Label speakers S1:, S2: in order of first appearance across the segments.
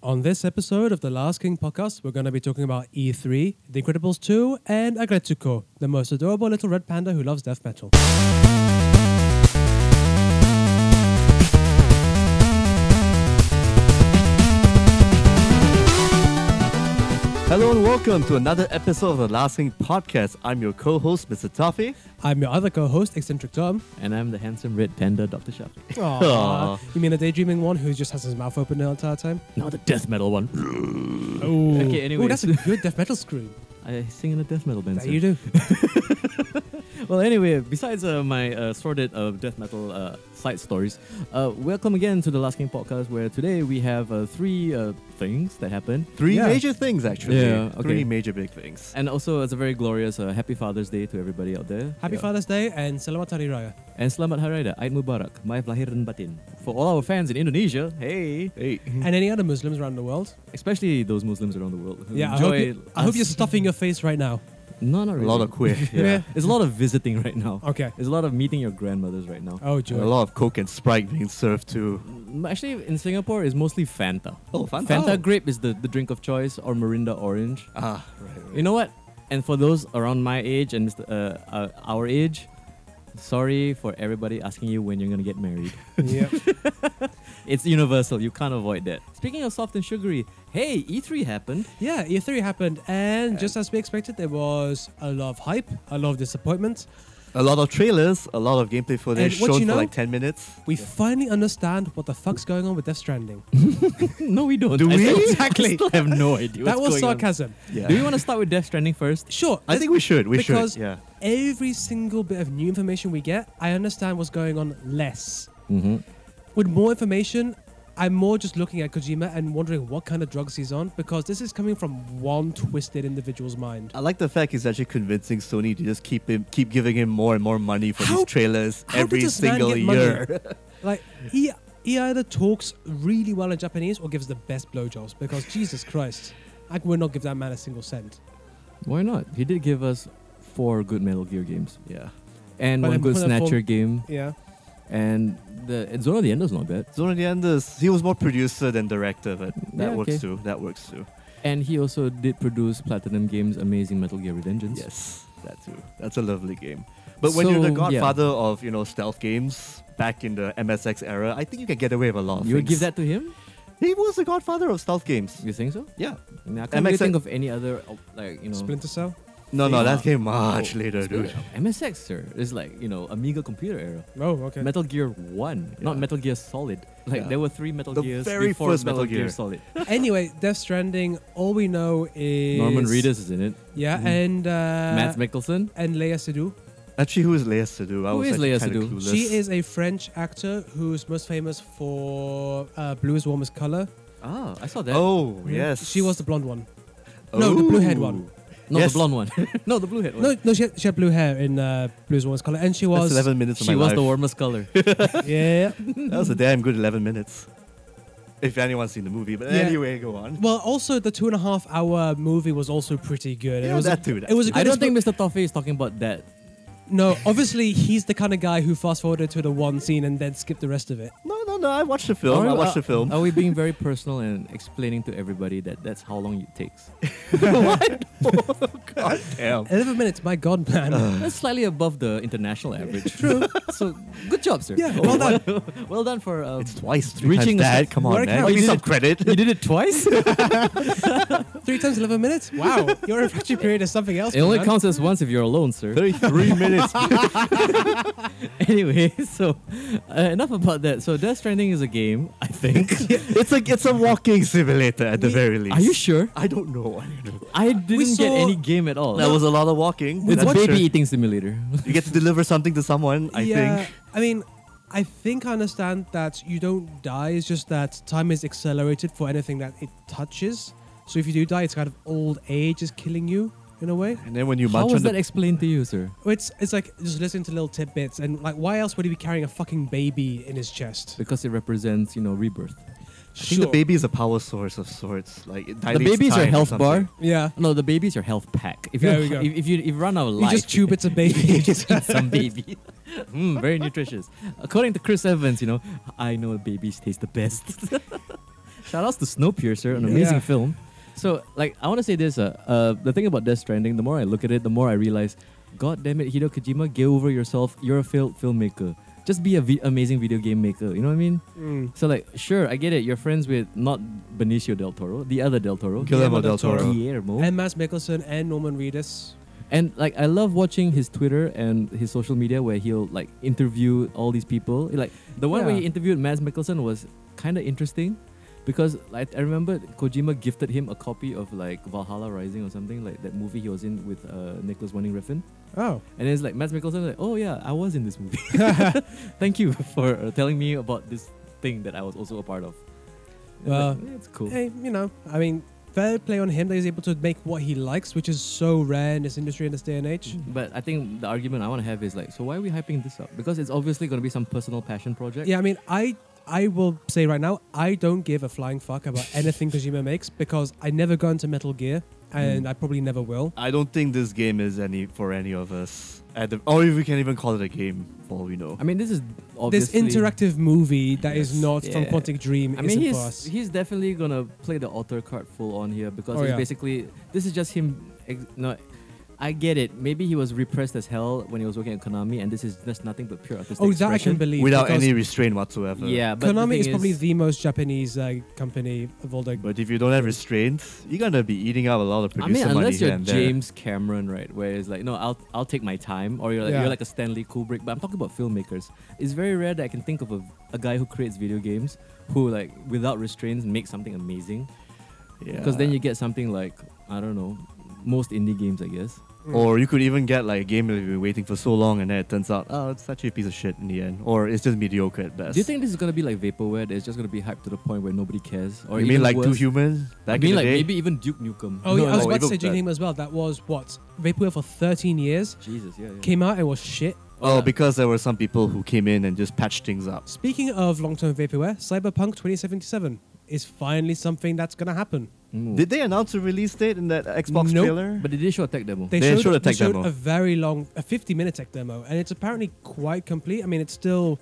S1: On this episode of the Last King podcast, we're going to be talking about E3, The Incredibles 2, and Agretsuko, the most adorable little red panda who loves death metal.
S2: Hello and welcome to another episode of the Last Thing Podcast. I'm your co-host, Mr. Toffee.
S1: I'm your other co host, Eccentric Tom.
S3: And I'm the handsome red panda, Dr. Shafi.
S1: Aww. You mean a daydreaming one who just has his mouth open the entire time?
S3: Not the death metal one.
S1: Oh,
S3: Okay, anyways.
S1: that's a good death metal scream.
S3: I sing in a death metal band.
S1: That
S3: sir.
S1: you do.
S3: Well, anyway, besides uh, my uh, sordid uh, death metal uh, side stories, uh, welcome again to the Last King podcast, where today we have uh, three uh, things that happened.
S2: Three
S1: Yeah.
S2: major things, actually.
S3: Yeah, okay.
S2: Three major big things.
S3: And also, it's a very glorious uh, Happy Father's Day to everybody out there.
S1: Happy
S3: Yeah.
S1: Father's Day and Selamat Hari Raya.
S3: And Selamat Hari Raya, Eid Mubarak, Maaf Lahir dan Batin. For all our fans in Indonesia, hey,
S2: Hey.
S1: And any other Muslims around the world?
S3: especially those Muslims around the world. who
S1: Yeah, I hope,
S3: enjoy
S1: you, I hope
S3: us-
S1: you're stuffing your face right now.
S3: No, not
S2: A
S3: really.
S2: lot of queer.
S3: yeah.
S2: Yeah.
S3: There's a lot of visiting right now.
S1: Okay.
S3: There's a lot of meeting your grandmothers right now.
S1: Oh,
S2: And
S1: joy.
S2: a lot of Coke and Sprite being served too.
S3: Mm, Actually, in Singapore, it's mostly Fanta.
S2: Oh, fun.
S3: Fanta grape is the, the drink of choice, or Mirinda orange.
S2: Ah, right, right.
S3: You know what? And for those around my age and Mr. uh, uh, our age, sorry for everybody asking you when you're gonna get married.
S1: Yep.
S3: It's universal. You can't avoid that. Speaking of soft and sugary, hey, E3 happened.
S1: Yeah, E3 happened, and just as we expected, there was a lot of hype, a lot of disappointment.
S2: A lot of trailers, a lot of gameplay footage
S1: what
S2: shown
S1: you know?
S2: for like 10 minutes.
S1: We finally understand what the fuck's going on with Death Stranding.
S3: no, we don't.
S2: Do
S3: I
S2: we?
S3: still-
S1: Exactly.
S3: I still have no idea.
S1: that
S3: what's
S1: was
S3: going on.
S1: sarcasm.
S2: Yeah.
S3: Do you want to start with Death Stranding first?
S1: Sure,
S2: I think we should. We
S1: Because-
S2: should. Yeah.
S1: every single bit of new information we get, I understand what's going on less.
S3: Mm-hmm.
S1: With more information, I'm more just looking at Kojima and wondering what kind of drugs he's on because this is coming from one twisted individual's mind.
S2: I like the fact he's actually convincing Sony to just keep him, keep giving him more and more money for
S1: How-
S2: these trailers
S1: how did
S2: every
S1: this man
S2: single
S1: get money?
S2: year.
S1: Like he he either talks really well in Japanese or gives the best blowjobs because Jesus Christ, I would not give that man a single cent.
S3: Why not? He did give us four good Metal Gear games
S2: yeah.
S3: and
S1: But
S3: one
S1: I'm
S3: good
S1: gonna
S3: Snatcher
S1: form-
S3: game,
S1: Yeah.
S3: and the and Zone of the Enders not bad.
S2: Zona Leanders, he was more producer than director, but that
S3: Yeah,
S2: works
S3: okay.
S2: too. That works too.
S3: And he also did produce Platinum Games' amazing Metal Gear Revengeance.
S2: Yes, that too. That's a lovely game. But when you're the
S3: So, yeah.
S2: godfather of you know stealth games back in the MSX era, I think you can get away with a lot. Of
S3: You would give
S2: things.
S3: that to him?
S2: He was the godfather of stealth games.
S3: You think so?
S2: Yeah.
S3: I, mean, I can't really
S2: MXX
S3: think of any other uh, like you know.
S1: Splinter Cell.
S2: No, no,
S3: Yeah.
S2: that came much later, dude.
S3: Splinter- MSX, sir, is like you know Amiga computer era.
S1: Oh, okay.
S3: Metal Gear One, not
S2: Yeah.
S3: Metal Gear Solid. Like
S2: Yeah.
S3: there were three Metal
S2: The
S3: Gears
S2: very
S3: before
S2: first
S3: Metal
S2: Metal
S3: Gear
S2: Gear.
S3: Solid.
S1: anyway, Death Stranding. All we know is
S3: Norman Reedus is in it.
S1: Yeah,
S3: Mhm.
S1: and uh,
S3: Matt Mickelson.
S1: and Leia Seydoux.
S2: Actually, who is Leia Seydoux? I
S3: Who
S2: was
S3: is
S2: actually
S3: Leia
S2: kinda
S3: Seydoux?
S2: clueless.
S1: She is a French actor who's most famous for uh, Blue is Warm as Color.
S3: Ah, I saw that.
S2: Oh yes. Oh,
S1: She was the blonde one. no, the blue-haired
S2: Ooh.
S1: one.
S3: no,
S2: yes.
S3: the blonde one. no, the blue head one.
S1: No, no, she had, she had blue hair in uh, Blue is Warm as Color, and she
S2: That's
S1: was
S2: eleven minutes.
S3: she
S2: of my
S3: was
S2: life.
S3: the warmest color.
S1: yeah.
S2: That was a damn good eleven minutes. If anyone's seen the movie, but
S1: Yeah.
S2: anyway, go on.
S1: Well, also the two and a half hour movie was also pretty good.
S2: Yeah,
S1: it was a-
S2: that too, that
S1: it was a
S2: too.
S1: good
S3: I don't
S1: expo-
S3: think Mr. Toffee is talking about that.
S1: No, obviously he's the kind of guy who fast forwarded to the one scene and then skipped the rest of it.
S2: No, no, no. I watched the film. I
S3: Are-
S2: watched the
S3: are-
S2: film.
S3: Are we being very personal and explaining to everybody that that's how long it takes?
S2: what? Oh, God damn.
S1: Eleven minutes, my god, man.
S2: Uh.
S3: that's slightly above the international average. True. so good job, sir.
S1: Yeah, well done.
S3: well done for. Um,
S2: It's twice, three
S3: Reaching
S2: times
S3: the-
S2: that. Come on,
S1: Work
S2: man.
S1: out.
S2: Give me
S3: You
S2: some
S3: did-
S2: credit.
S3: you did it twice. it
S1: Three times eleven minutes. Wow, your refractory period is something else.
S3: only
S1: man.
S3: counts as once if you're alone, sir.
S2: 33 minutes.
S3: anyway, so uh, enough about that. So Death Stranding is a game, I think.
S2: it's a it's a walking simulator at the
S1: We-
S2: very least.
S3: Are you sure?
S2: I don't know. I don't know.
S3: I didn't get
S1: saw-
S3: any game at all.
S2: That was a lot of walking.
S3: it's a
S2: that's
S3: baby
S2: sure.
S3: eating simulator.
S2: You get to deliver something to someone. I
S1: yeah,
S2: think.
S1: I mean, I think I understand that you don't die. It's just that time is accelerated for anything that it touches. So if you do die, it's kind of old age is killing you in a way.
S2: And then when you
S3: How
S2: munch
S3: was
S2: on
S3: that
S2: the
S3: explained to you, sir?
S1: It's it's like just listening to little tidbits and like why else would he be carrying a fucking baby in his chest?
S3: Because it represents, you know, rebirth.
S2: I think the baby is a power source of sorts. Like it
S3: the
S2: dilates
S3: baby's your
S2: time or
S3: health
S2: something.
S3: bar.
S1: Yeah.
S3: No, the baby's your health pack. If you
S1: There we go.
S3: if, if you if you run out of
S1: You
S3: life,
S1: just chew bits of baby.
S3: you just eat some baby. Mm, very nutritious. According to Chris Evans, you know, I know babies taste the best. Shout outs to Snowpiercer, an
S1: Yeah.
S3: amazing
S1: Yeah.
S3: film. So, like, I want to say this. Uh, uh, the thing about Death Stranding, the more I look at it, the more I realize, God damn it, Hideo Kojima, get over yourself. You're a failed filmmaker. Just be a vi- amazing video game maker. You know what I mean?
S1: Mm.
S3: So, like, sure, I get it. You're friends with not Benicio del Toro, the other del Toro,
S2: Guillermo del Toro.
S3: Guillermo.
S1: And Mads Mikkelsen and Norman Reedus.
S3: And like I love watching his Twitter and his social media where he'll like interview all these people. Like the one where
S1: Yeah.
S3: he interviewed Mads Mikkelsen was kind of interesting because like I remember Kojima gifted him a copy of like Valhalla Rising or something like that movie he was in with uh, Nicholas Winding Refn.
S1: Oh,
S3: And it's like Mads Mikkelsen like, "Oh yeah, I was in this movie. Thank you for uh, telling me about this thing that I was also a part of." And
S1: Well,
S3: like, "Yeah, it's cool.
S1: hey, Eh, you know, I mean, fair play on him that he's able to make what he likes, which is so rare in this industry in this day and age.
S3: But I think the argument I want to have is like, so why are we hyping this up? Because it's obviously going to be some personal passion project.
S1: Yeah, I mean, I I will say right now, I don't give a flying fuck about anything Kojima makes because I never got into Metal Gear and
S3: Mm.
S1: I probably never will.
S2: I don't think this game is any for any of us. At the, or if we can even call it a game, for all we know.
S3: I mean, this is obviously
S1: This interactive movie that is
S2: Yes.
S1: not from
S3: Yeah.
S1: Quantic Dream
S3: I mean,
S1: isn't for
S3: he's
S1: us.
S3: he's definitely gonna play the author card full on here because
S1: Oh,
S3: it's
S1: yeah.
S3: basically this is just him. Ex- no, I get it. Maybe he was repressed as hell when he was working at Konami, and this is just nothing but pure artistic
S1: Oh, that I can
S3: expression.
S1: believe.
S2: Without
S1: because
S2: any restraint whatsoever.
S3: Yeah, but the
S1: Konami
S3: thing
S1: is probably the most Japanese uh, company of all the.
S2: But if you don't have restraint, you're gonna be eating up a lot of
S3: I
S2: producer
S3: mean,
S2: money
S3: unless
S2: here
S3: you're
S2: and there.
S3: James Cameron, right? Where it's like, no, I'll I'll take my time, or you're like,
S1: Yeah.
S3: you're like a Stanley Kubrick. But I'm talking about filmmakers. It's very rare that I can think of a, a guy who creates video games who like without restraints makes something amazing. Because then
S2: Yeah.
S3: you get something like I don't know, most indie games, I guess.
S1: Mm.
S2: Or you could even get like a game that you've been waiting for so long, and then it turns out, oh, it's actually a piece of shit in the end, or it's just mediocre at best.
S3: Do you think this is gonna be like vaporware? That it's just gonna be hyped to the point where nobody cares, or
S2: you
S3: even
S2: mean like
S3: worse,
S2: two humans? Back
S3: I mean,
S2: in the
S3: like
S2: day?
S3: maybe even Duke Nukem.
S1: Oh,
S2: No,
S1: yeah, I was
S2: no,
S1: about to
S2: even
S1: say Duke
S2: that-
S1: Nukem as well. That was what Vaporware for 13 years
S3: Jesus, yeah, yeah.
S1: came out. It was shit.
S2: Oh,
S3: Yeah.
S2: because there were some people who came in and just patched things up.
S1: Speaking of long-term vaporware, Cyberpunk 2077 is finally something that's gonna happen.
S3: Mm.
S2: Did they announce a release date in that Xbox
S1: Nope.
S2: trailer?
S3: but they did show a tech demo.
S1: They,
S2: They
S1: showed,
S2: showed a
S1: they
S2: tech
S1: showed
S2: demo.
S1: a very long, a 50-minute tech demo, and it's apparently quite complete. I mean, it's still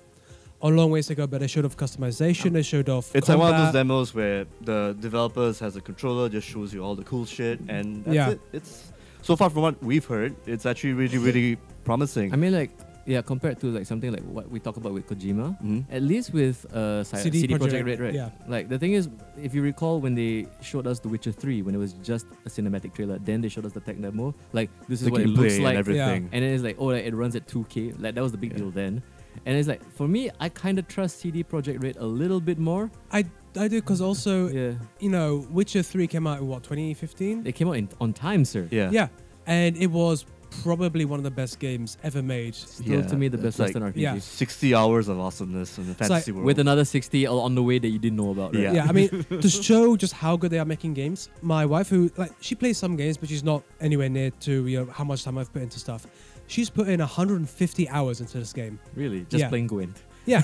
S1: a long ways to go, but they showed off customization. They showed off.
S2: It's like one of those
S1: combat.
S2: demos where the developers has a controller, just shows you all the cool shit, and that's
S1: Yeah.
S2: it. It's so far from what we've heard, it's actually really, really promising.
S3: I mean, like yeah, compared to like something like what we talk about with Kojima.
S2: Mhm.
S3: At least with uh, Cy-
S1: CD
S3: CD,
S1: Projekt
S3: Project Red, right?
S1: yeah.
S3: Like the thing is, if you recall when they showed us The Witcher 3, when it was just a cinematic trailer, then they showed us the tech demo. Like this is
S2: the
S3: what it
S2: gameplay
S3: looks
S2: and
S3: like.
S2: everything.
S3: and then it's like oh like, it runs at 2k like that was the big
S2: Yeah.
S3: deal then and it's like for me i kind of trust cd project red a little bit more
S1: I I do because also
S3: yeah
S1: you know Witcher 3 came out in what 2015.
S3: they came out in, on time sir
S2: Yeah.
S1: yeah, and it was probably one of the best games ever made.
S3: still
S2: Yeah,
S3: to me the
S2: it's
S3: best
S2: like-
S3: western rpg
S1: Yeah.
S2: Sixty hours of awesomeness in the
S1: like
S2: fantasy world.
S3: with another 60 al- on the way that you didn't know about right?
S2: Yeah.
S1: yeah. I mean, to show just how good they are making games, my wife, who like she plays some games, but she's not anywhere near to you know how much time I've put into stuff. She's put in 150 hours into this game.
S3: really just
S1: Yeah.
S3: playing gwent
S1: Yeah.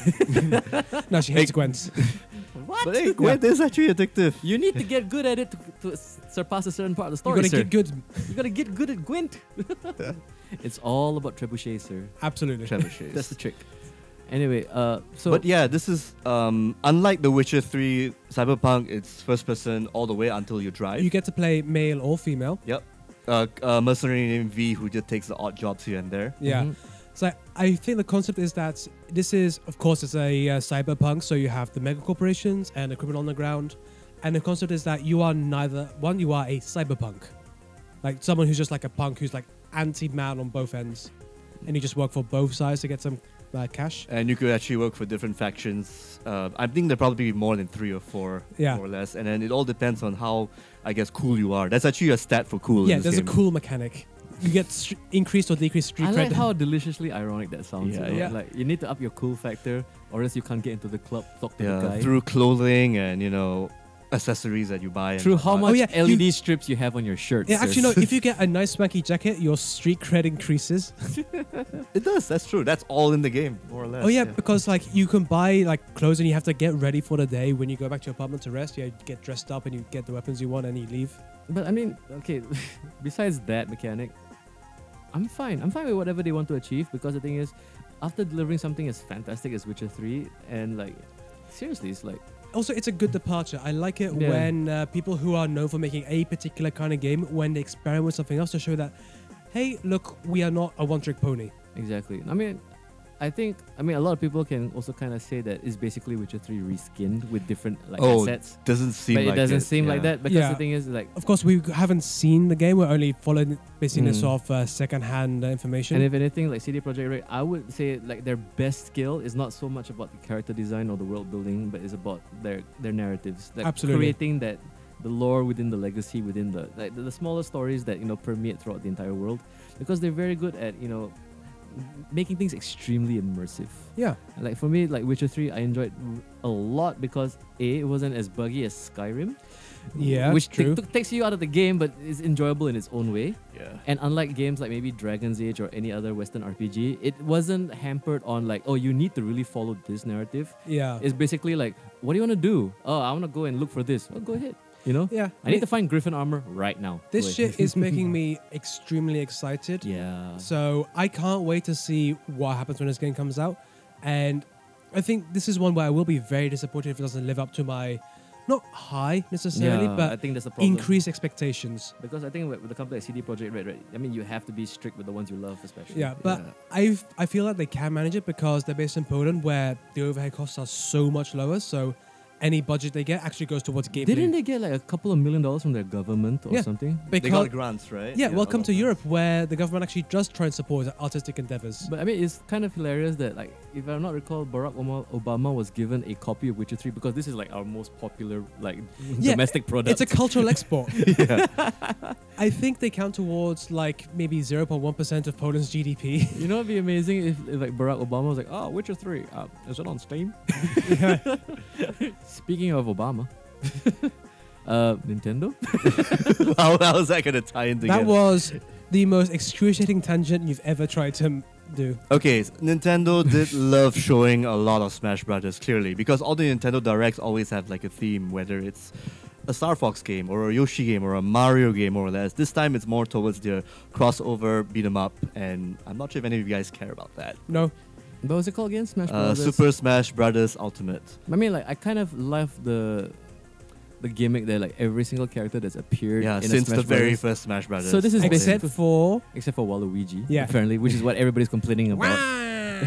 S1: no, she hates Gwent.
S3: what
S2: but hey, Gwent is actually addictive.
S3: you need to get good at it to, to s- surpass a certain part of the
S1: You
S3: story
S1: gotta
S3: sir
S1: get good.
S3: you gotta get good at gwent it's all about trebuchet sir
S1: Absolutely.
S2: Trebuchets.
S3: that's the trick anyway uh so
S2: but yeah, this is um, unlike The Witcher 3, Cyberpunk, it's first person all the way until you drive.
S1: You get to play male or female.
S2: yep. Uh, a mercenary named V who just takes the odd jobs here and there.
S1: Yeah.
S3: Mhm.
S1: So I think the concept is that this is, of course, it's a uh, cyberpunk. So you have the mega corporations and the criminal underground, and the concept is that you are neither one. You are a cyberpunk, like someone who's just like a punk who's like anti-man on both ends, and you just work for both sides to get some uh, cash.
S2: And you could actually work for different factions. Uh, I think there'll probably be more than three or four,
S1: Yeah.
S2: more or less. And then it all depends on how, I guess, cool you are. That's actually a stat for cool.
S1: yeah,
S2: in this
S1: there's a
S2: game.
S1: cool mechanic. You get str- increased or decreased street
S3: I like
S1: cred.
S3: how deliciously ironic that sounds.
S2: Yeah,
S3: you know?
S1: yeah.
S3: Like you need to up your cool factor, or else you can't get into the club. Talk to the
S2: Yeah,
S3: guy.
S2: through clothing and, you know, accessories that you buy. and
S3: Through how
S2: whatnot.
S3: much
S1: Oh, yeah,
S3: LED strips you have on your shirt.
S1: yeah,
S3: sir.
S1: actually, no. If you get a nice swanky jacket, your street cred increases.
S2: It does, that's true. That's all in the game, more or less.
S1: Oh yeah, because like you can buy like clothes and you have to get ready for the day when you go back to your apartment to rest. You get dressed up and you get the weapons you want and you leave.
S3: but I mean, okay. besides that mechanic, I'm fine. I'm fine with whatever they want to achieve because the thing is, after delivering something as fantastic as Witcher Three, and like, seriously, it's like
S1: also it's a good departure. I like it
S3: Yeah.
S1: when uh, people who are known for making a particular kind of game when they experiment with something else to show that, hey, look, we are not a one-trick pony.
S3: Exactly. I mean, I think I mean a lot of people can also kind of say that it's basically Witcher Three reskinned with different like
S2: oh,
S3: assets,
S2: doesn't seem
S3: but it
S2: like
S3: doesn't seem like
S2: yeah.
S3: that because
S1: Yeah. Oh,
S3: the thing is like,
S1: Of course, we haven't seen the game. We're only following based on
S3: Mm.
S1: this off uh, second-hand uh, information.
S3: and if anything, like CD Projekt Red, I would say like their best skill is not so much about the character design or the world building, but it's about their their narratives, like
S1: Absolutely.
S3: creating that the lore within the legacy within the like the, the smaller stories that you know permeate throughout the entire world, because they're very good at you know m- making things extremely immersive.
S1: yeah,
S3: Like for me, like Witcher 3, I enjoyed r- a lot because A, it wasn't as buggy as Skyrim.
S1: Yeah,
S3: Which
S1: that's true.
S3: t- takes you out of the game but is enjoyable in its own way.
S2: Yeah.
S3: And unlike games like maybe Dragon's Age or any other Western RPG, it wasn't hampered on like, oh, you need to really follow this narrative.
S1: yeah,
S3: It's basically like, what do you want to do? Oh, I want to go and look for this. Well, go ahead. You know?
S1: yeah.
S3: I need to find Griffin armor right now. Go
S1: This
S3: ahead.
S1: shit is making me extremely excited.
S3: yeah.
S1: So I can't wait to see what happens when this game comes out. And I think this is one where I will be very disappointed if it doesn't live up to my not high necessarily,
S3: Yeah, I
S1: but
S3: think that's the problem.
S1: increased expectations.
S3: because I think with with a company like CD Projekt Red, right, I mean, you have to be strict with the ones you love, especially.
S1: Yeah, but
S2: Yeah.
S1: I've I feel like they can manage it because they're based in Poland where the overhead costs are so much lower, so any budget they get actually goes towards gameplay.
S3: Didn't they get like a couple of million dollars from their government or
S1: Yeah.
S3: something?
S2: They got grants, right?
S1: yeah, welcome
S2: all
S1: to
S2: of
S1: Europe, where the government actually does try and support artistic endeavors.
S3: But I mean, it's kind of hilarious that like, if I'm not recall, Barack Obama, Obama was given a copy of Witcher Three because this is like our most popular like
S1: Yeah,
S3: domestic product.
S1: It's a cultural export.
S2: them. yeah.
S1: I think they count towards like maybe 0.1% of Poland's GDP.
S3: you know, it'd be amazing if, if, like Barack Obama was like, "Oh, Witcher Three, uh, is it on Steam?" Speaking of Obama, uh, Nintendo.
S2: how, how is that going to tie in together?
S1: That was the most excruciating tangent you've ever tried to m- do.
S2: Okay, s- Nintendo did love showing a lot of Smash Brothers clearly because all the Nintendo directs always have like a theme, whether it's a Star Fox game or a Yoshi game or a Mario game more or less. This time it's more towards the crossover beat 'em up, and I'm not sure if any of you guys care about that.
S1: No,
S3: What was it called again? Smash
S2: Uh,
S3: Bros.
S2: Super Smash Brothers Ultimate.
S3: I mean, like I kind of love the the gimmick that like every single character that's appeared
S2: Yeah,
S3: in a
S2: since the
S3: Smash
S2: very
S3: Brothers,
S2: first Smash Brothers.
S3: So this is
S2: Ultimate.
S1: except for.
S3: except for Waluigi,
S1: Yeah.
S3: apparently, which is what everybody's complaining about.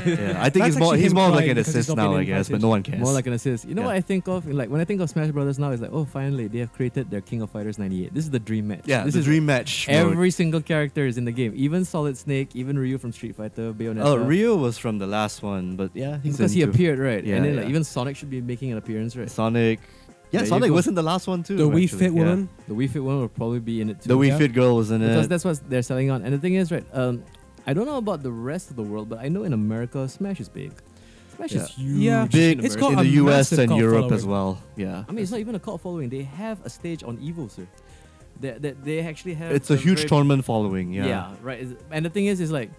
S2: Yeah, I think
S1: That's
S2: he's more
S1: actually
S2: he's
S1: him
S2: more of like
S1: crying
S2: an
S1: because he's
S2: assist
S1: not
S2: now,
S1: been
S2: I guess, but
S1: invited.
S2: no one cares.
S3: More like an assist. You know
S2: Yeah.
S3: what I think of? Like when I think of Smash Brothers now, it's like, oh, finally they have created their King of Fighters '98. This is the dream match.
S2: yeah,
S3: this
S2: the
S3: is
S2: dream match. mode. Oh,
S3: Every single character is in the game. Even Solid Snake, even Ryu from Street Fighter, Bayonetta.
S2: oh, Ryu was from the last one, but yeah, he's
S3: because he
S2: into-
S3: appeared, right?
S2: Yeah,
S3: and then like,
S2: yeah.
S3: even Sonic should be making an appearance, right?
S2: Sonic. Yeah,
S3: There you
S2: Sonic
S3: go.
S2: was in the last one too.
S1: The Wii
S2: actually,
S1: Fit
S2: yeah.
S1: woman.
S3: The Wii Fit one will probably be in it too.
S2: The Wii
S1: Yeah.
S2: Fit girl was in
S3: because
S2: it.
S3: that's what they're selling on. And the thing is, right? Um, I don't know about the rest of the world, but I know in America, Smash is big. Smash is huge.
S1: Yeah.
S2: Big
S1: It's got
S2: in
S1: a
S2: the US
S1: massive
S2: and
S1: cult
S2: Europe as
S1: following.
S2: well. Yeah.
S3: I mean, it's not even a cult following. They have a stage on Evo, sir. That that they actually have.
S2: It's a huge
S3: very-
S2: tournament following. Yeah.
S3: right. Is- And the thing is, is like,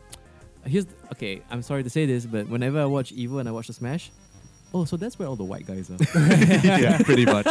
S3: here's okay. I'm sorry to say this, but whenever I watch Evo and I watch the Smash, oh, so that's where all the white guys are.
S2: yeah, pretty much.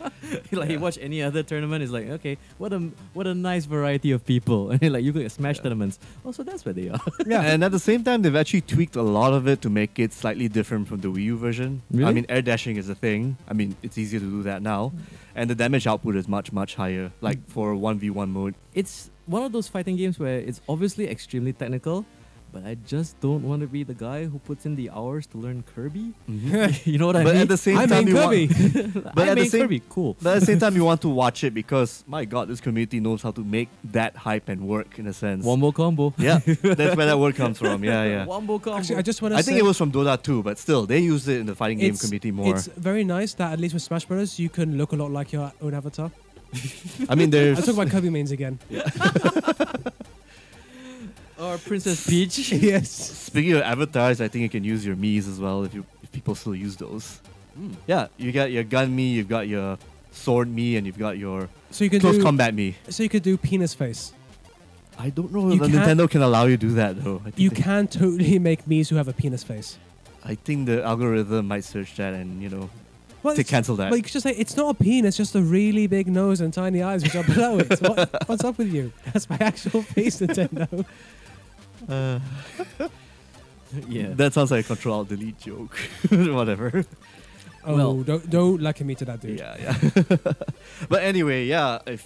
S3: like
S2: Yeah.
S3: you watch any other tournament, it's like okay, what a what a nice variety of people. And like you look at Smash
S2: Yeah.
S3: tournaments, oh, so that's where they are.
S1: Yeah.
S2: And at the same time, they've actually tweaked a lot of it to make it slightly different from the Wii U version. I
S3: Really?
S2: mean, air dashing is a thing. I mean, it's easier to do that now. And the damage output is much, much higher, like for 1v1 mode.
S3: it's one of those fighting games where it's obviously extremely technical, but I just don't want to be the guy who puts in the hours to learn Kirby.
S1: Mm-hmm.
S3: you know what I
S2: But
S3: mean?
S2: at the same
S1: I'm
S2: time,
S1: in
S2: you want-
S1: Kirby.
S3: I
S2: but at the
S3: made
S2: same-
S3: Kirby, cool.
S2: But at the same time, you want to watch it because, my god, this community knows how to make that hype and work in a sense.
S3: Wombo combo.
S2: Yeah, that's where that word comes from. Yeah, yeah.
S3: Wombo combo.
S1: Actually, I just want to
S2: I
S1: say
S2: think it was from Dota 2, but still, they used it in the fighting game
S1: it's-
S2: community more.
S1: It's very nice that at least with Smash Brothers you can look a lot like your own avatar.
S2: I mean,
S1: I
S2: there's.
S1: talk about Kirby mains again.
S3: or Princess Peach. Hmm.
S1: yes.
S2: Speaking of avatars, I think you can use your Mii's as well if, you, if people still use those.
S3: Hmm.
S2: Yeah, you got your gun Mii, you've got your sword Mii, and you've got your
S1: So you can
S2: close
S1: do.
S2: combat Mii.
S1: So you could do penis face.
S2: I don't know if
S1: You
S2: the
S1: can't-
S2: Nintendo can allow you to do that though. I think
S1: You
S2: they-
S1: can totally make me's who have a penis face.
S2: I think the algorithm might search that and you know
S1: Well,
S2: to
S1: it's-
S2: cancel that.
S1: But you could just say it's not a penis, just a really big nose and tiny eyes, which are below it. What, what's up with you? That's my actual face, Nintendo.
S2: Uh,
S3: yeah.
S2: That sounds like a control alt delete joke. Whatever.
S1: Oh,
S3: Well-
S1: don't don't liken me to that dude.
S2: Yeah, yeah. but anyway, yeah, if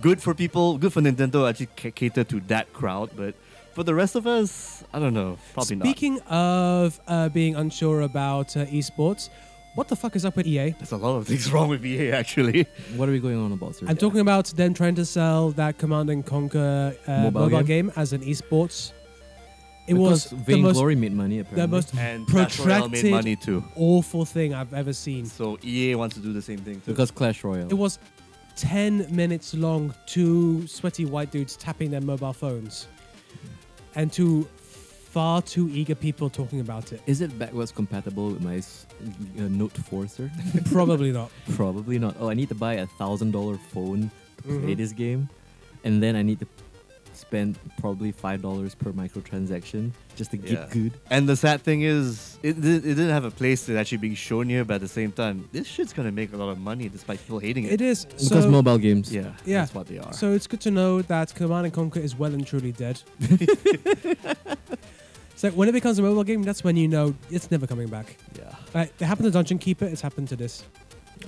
S2: good for people, good for Nintendo actually ca- cater to that crowd, but for the rest of us, I don't know, probably
S1: Speaking of uh, being unsure about uh, esports, what the fuck is up with E EA?
S2: not. There's a lot of things wrong with EA actually.
S3: What are we going on about, sir?
S1: I'm talking about them trying to sell that Command and Conquer uh,
S3: Mobile
S1: mobile, game? as an esports. It was
S3: Because
S1: the most
S3: Vainglory made money apparently.
S1: the most
S2: And Clash Royale made
S1: protracted,
S2: money too.
S1: awful thing I've ever seen.
S2: So EA wants to do the same thing too.
S3: because Clash Royale.
S1: It was 10 minutes long, two sweaty white dudes tapping their mobile phones, and two far too eager people talking about it.
S3: Is it backwards compatible with my s- uh, Note 4, sir?
S1: Probably not.
S3: Probably not. Oh, I need to buy a thousand dollar phone to play
S1: Mhm.
S3: this game, and then I need to spend probably five dollars per microtransaction just to get
S2: Yeah.
S3: good.
S2: And the sad thing is, it, di- it didn't have a place to actually being shown here, but at the same time, this shit's gonna make a lot of money despite people hating it.
S1: It is.
S3: because
S1: So,
S3: mobile games.
S2: yeah,
S1: Yeah.
S2: that's what they are.
S1: so it's good to know that Command and Conquer is well and truly dead. so when it becomes a mobile game, that's when you know it's never coming back.
S2: yeah.
S1: Like, it happened to Dungeon Keeper, it's happened to this.